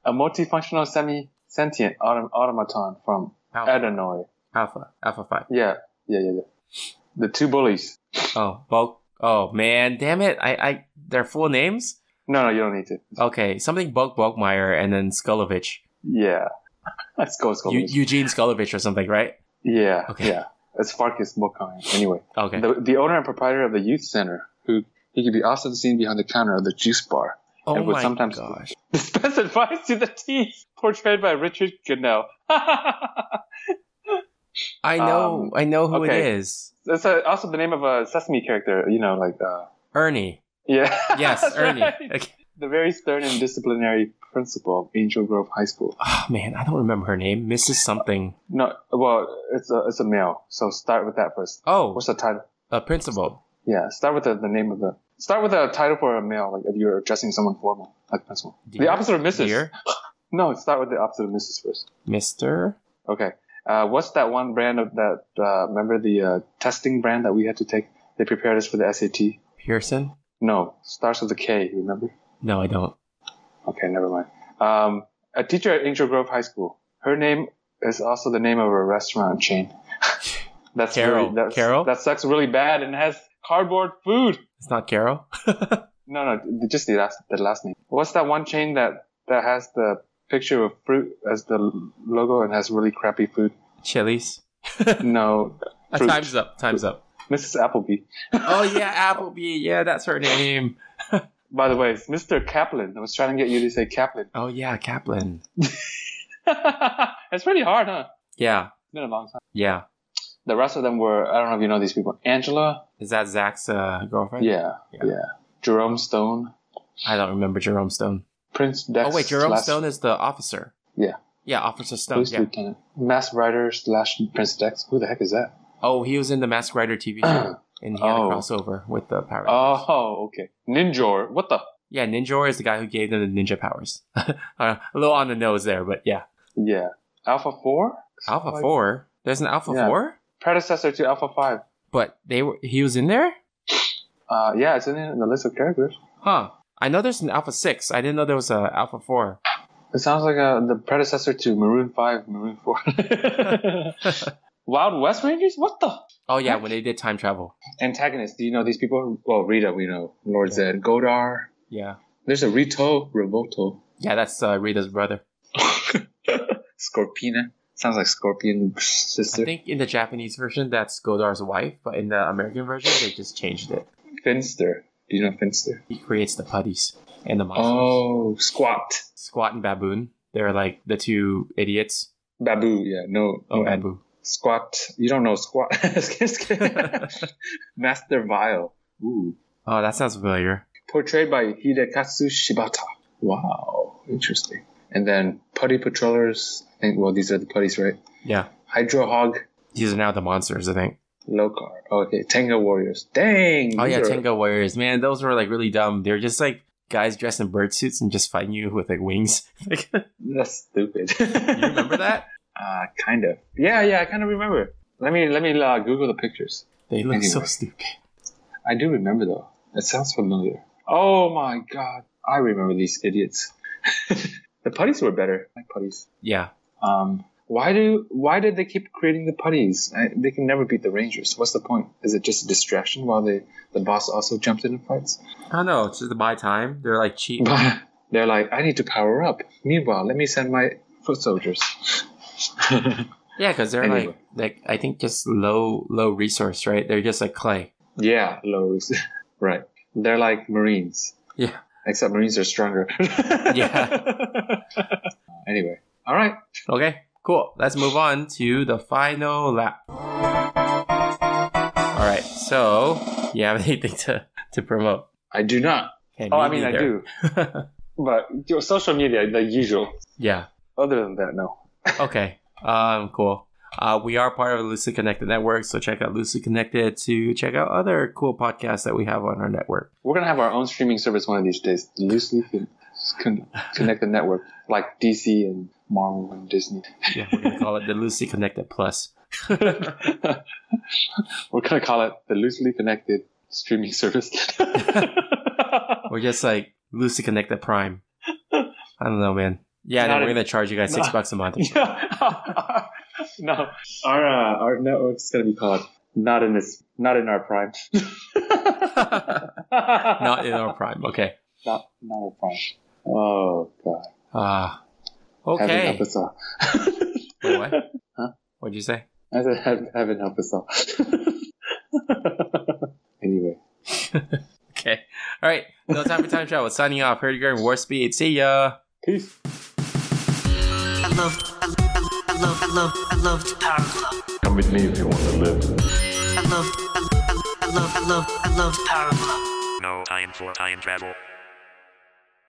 [SPEAKER 3] a multifunctional semi sentient autom- automaton from
[SPEAKER 5] Alpha.
[SPEAKER 3] Adenoid.
[SPEAKER 5] Alpha. Alpha Phi.
[SPEAKER 3] Yeah, yeah, yeah, yeah. The two bullies.
[SPEAKER 5] Oh, Bulk. Oh man, damn it! I, I, their full names.
[SPEAKER 3] No, no, you don't need to.
[SPEAKER 5] Okay, something Bulk Bulkmeyer and then Skulovich,
[SPEAKER 3] Yeah. Let's go, let's go.
[SPEAKER 5] Eu-
[SPEAKER 3] let's go.
[SPEAKER 5] Eugene Skulovich or something, right?
[SPEAKER 3] yeah,
[SPEAKER 5] Okay.
[SPEAKER 3] yeah. It's Farkas Bokhan. Anyway,
[SPEAKER 5] Okay.
[SPEAKER 3] the, the owner and proprietor of the youth center, who he could be often seen behind the counter of the juice bar.
[SPEAKER 5] oh
[SPEAKER 3] it was
[SPEAKER 5] my
[SPEAKER 3] sometimes-
[SPEAKER 5] gosh.
[SPEAKER 3] Dispense advice to the teens, portrayed by Richard Goodell.
[SPEAKER 5] I know.
[SPEAKER 3] Um,
[SPEAKER 5] I know who
[SPEAKER 3] okay.
[SPEAKER 5] it is.
[SPEAKER 3] That's uh also the name of a Sesame character, you know, like, uh,
[SPEAKER 5] Ernie.
[SPEAKER 3] yeah.
[SPEAKER 5] Yes,
[SPEAKER 3] That's
[SPEAKER 5] Ernie.
[SPEAKER 3] right.
[SPEAKER 5] Okay.
[SPEAKER 3] The very stern and disciplinary principal of Angel Grove High School.
[SPEAKER 5] Oh man, I don't remember her name. Mrs. Something.
[SPEAKER 3] No, well, it's a, it's a male, so start with that first.
[SPEAKER 5] Oh,
[SPEAKER 3] What's the title?
[SPEAKER 5] a principal.
[SPEAKER 3] Yeah, start with the, the name of the. Start with a title for a male, like if you're addressing someone formal, like principal.
[SPEAKER 5] Dear-
[SPEAKER 3] the opposite of Mrs.
[SPEAKER 5] Dear
[SPEAKER 3] No, start with the opposite of Mrs. first.
[SPEAKER 5] Mister.
[SPEAKER 3] Okay. Uh, what's that one brand of that? Uh, remember the uh, testing brand that we had to take? They prepared us for the SAT.
[SPEAKER 5] Pearson.
[SPEAKER 3] No, starts with a K. Remember?
[SPEAKER 5] No, I don't.
[SPEAKER 3] Okay, never mind. Um, a teacher at Angel Grove High School. Her name is also the name of a restaurant chain. that's
[SPEAKER 5] Carol.
[SPEAKER 3] Really, that's,
[SPEAKER 5] Carol?
[SPEAKER 3] That sucks really bad and has cardboard food.
[SPEAKER 5] It's not Carol.
[SPEAKER 3] No, no, th- just the last, the last name. What's that one chain that that has the picture of fruit as the l- logo and has really crappy food?
[SPEAKER 5] Chili's.
[SPEAKER 3] No,
[SPEAKER 5] Uh,
[SPEAKER 3] Fruit.
[SPEAKER 5] time's up. Time's up.
[SPEAKER 3] Mrs. Appleby.
[SPEAKER 5] Oh yeah, Applebee. Yeah, that's her name.
[SPEAKER 3] By the way, it's Mr. Kaplan. I was trying to get you to say Kaplan.
[SPEAKER 5] Oh yeah, Kaplan.
[SPEAKER 3] it's pretty hard, huh?
[SPEAKER 5] Yeah.
[SPEAKER 3] It's been a long time.
[SPEAKER 5] Yeah.
[SPEAKER 3] The rest of them were I don't know if you know these people. Angela.
[SPEAKER 5] Is that Zach's uh, girlfriend?
[SPEAKER 3] Yeah,
[SPEAKER 5] Yeah.
[SPEAKER 3] yeah. Jerome Stone.
[SPEAKER 5] I don't remember Jerome Stone.
[SPEAKER 3] Prince Dex.
[SPEAKER 5] Oh wait, Jerome
[SPEAKER 3] slash
[SPEAKER 5] Stone is the officer.
[SPEAKER 3] Yeah.
[SPEAKER 5] Yeah, Officer Stone.
[SPEAKER 3] Police
[SPEAKER 5] Yeah.
[SPEAKER 3] Lieutenant. Mass Rider slash Prince Dex. Who the heck is that?
[SPEAKER 5] Oh, he was in the Mask Rider TV show, and he had
[SPEAKER 3] Oh.
[SPEAKER 5] a crossover with the Power. Rangers.
[SPEAKER 3] Oh, okay. Ninjor. What the?
[SPEAKER 5] Yeah, Ninjor is the guy who gave them the ninja powers. uh, a little on the nose there, but yeah.
[SPEAKER 3] Yeah. Alpha 4?
[SPEAKER 5] Alpha Four. There's an Alpha
[SPEAKER 3] Yeah.
[SPEAKER 5] Four,
[SPEAKER 3] Predecessor to Alpha 5.
[SPEAKER 5] but they were he was in there,
[SPEAKER 3] Uh, yeah, it's in the in the list of characters.
[SPEAKER 5] huh? I know there's an Alpha Six. I didn't know there was a Alpha Four.
[SPEAKER 3] It sounds like uh, the predecessor to Maroon 5, Maroon 4. Wild West Rangers? What the?
[SPEAKER 5] Oh yeah, when they did time travel.
[SPEAKER 3] Antagonists. Do you know these people? Well, Rita, we know. Lord Zed. Godar.
[SPEAKER 5] Yeah,
[SPEAKER 3] There's a Rito, Revolto.
[SPEAKER 5] yeah, that's uh, Rita's brother.
[SPEAKER 3] Scorpina. Sounds like Scorpion sister.
[SPEAKER 5] I think in the Japanese version that's Godar's wife, but in the American version they just changed it.
[SPEAKER 3] Finster. Do you know Finster?
[SPEAKER 5] He creates the putties and the monsters.
[SPEAKER 3] Oh, Squat.
[SPEAKER 5] Squat and Baboon. They're like the two idiots.
[SPEAKER 3] Babu, yeah, no.
[SPEAKER 5] Oh,
[SPEAKER 3] no,
[SPEAKER 5] Babu.
[SPEAKER 3] Squat. You don't know Squat. Master Vile. Ooh.
[SPEAKER 5] Oh, that sounds familiar.
[SPEAKER 3] Portrayed by Hidekatsu Shibata. Wow. Interesting. And then Putty Patrollers. I think, well, these are the putties, right?
[SPEAKER 5] Yeah.
[SPEAKER 3] Hydro Hog.
[SPEAKER 5] These are now the monsters, I think.
[SPEAKER 3] Lokar. Okay. Tango Warriors. Dang.
[SPEAKER 5] Oh
[SPEAKER 3] these
[SPEAKER 5] yeah,
[SPEAKER 3] are-
[SPEAKER 5] Tango Warriors. Man, those were like really dumb. They're just like guys dressed in bird suits and just fighting you with like wings. Like, you
[SPEAKER 3] That's stupid.
[SPEAKER 5] remember that?
[SPEAKER 3] Uh, kind of. Yeah, yeah, I kind of remember. Let me let me uh, Google the pictures.
[SPEAKER 5] They look so
[SPEAKER 3] Anyway.
[SPEAKER 5] stupid.
[SPEAKER 3] I do remember though. It sounds familiar. Oh my god, I remember these idiots. the putties were better. I like putties.
[SPEAKER 5] Yeah.
[SPEAKER 3] Um, why do why did they keep creating the putties? I, they can never beat the Rangers. What's the point? Is it just a distraction while they the boss also jumps in and fights?
[SPEAKER 5] I don't know. It's just to buy time. They're like cheap.
[SPEAKER 3] But they're like, I need to power up. Meanwhile, let me send my foot soldiers.
[SPEAKER 5] Yeah, because they're
[SPEAKER 3] Anyway.
[SPEAKER 5] like like I think just low low resource, right? They're just like clay.
[SPEAKER 3] yeah, Lowe's. right. They're like Marines.
[SPEAKER 5] Yeah.
[SPEAKER 3] Except Marines are stronger.
[SPEAKER 5] Yeah.
[SPEAKER 3] anyway. All right.
[SPEAKER 5] Okay. Cool. Let's move on to the final lap. All right. So you have anything to to promote?
[SPEAKER 3] I do not.
[SPEAKER 5] Okay,
[SPEAKER 8] Oh,
[SPEAKER 5] me
[SPEAKER 8] I mean, I
[SPEAKER 5] neither.
[SPEAKER 8] do. But your social media, the usual.
[SPEAKER 5] yeah.
[SPEAKER 8] Other than that, no.
[SPEAKER 5] Okay. Um. Cool. Uh, we are part of the Loosely Connected Network, so check out Loosely Connected to check out other cool podcasts that we have on our network.
[SPEAKER 8] We're gonna have our own streaming service one of these days. Loosely con- con- connect the network, like DC and Marvel and Disney.
[SPEAKER 5] Yeah, we're gonna call it the Loosely Connected Plus.
[SPEAKER 8] We're gonna call it the loosely connected streaming service.
[SPEAKER 5] We're just like Loosely Connected Prime. I don't know, man. Yeah,
[SPEAKER 3] Not
[SPEAKER 5] then we're
[SPEAKER 3] a-
[SPEAKER 5] gonna charge you guys six
[SPEAKER 3] not-
[SPEAKER 5] bucks a month.
[SPEAKER 3] no, our uh, our network's gonna be called not in this, not in our prime.
[SPEAKER 5] Not in our prime. Okay.
[SPEAKER 3] not, not our prime. Oh god.
[SPEAKER 5] Ah.
[SPEAKER 3] Heaven
[SPEAKER 5] okay.
[SPEAKER 3] help us all.
[SPEAKER 5] Wait, what?
[SPEAKER 3] Huh?
[SPEAKER 5] What'd you say?
[SPEAKER 3] I said, "Heaven- heaven help us all. anyway,
[SPEAKER 5] Okay. All right. No time for time travel. Signing off. Hurdy Gurry, War Speed. See ya.
[SPEAKER 3] peace.
[SPEAKER 2] I love, I love, I love, I love, I love the power glove.
[SPEAKER 9] Come with me if you want to live.
[SPEAKER 2] I love, I love, I love, I love, I love the power glove.
[SPEAKER 10] No time for time travel.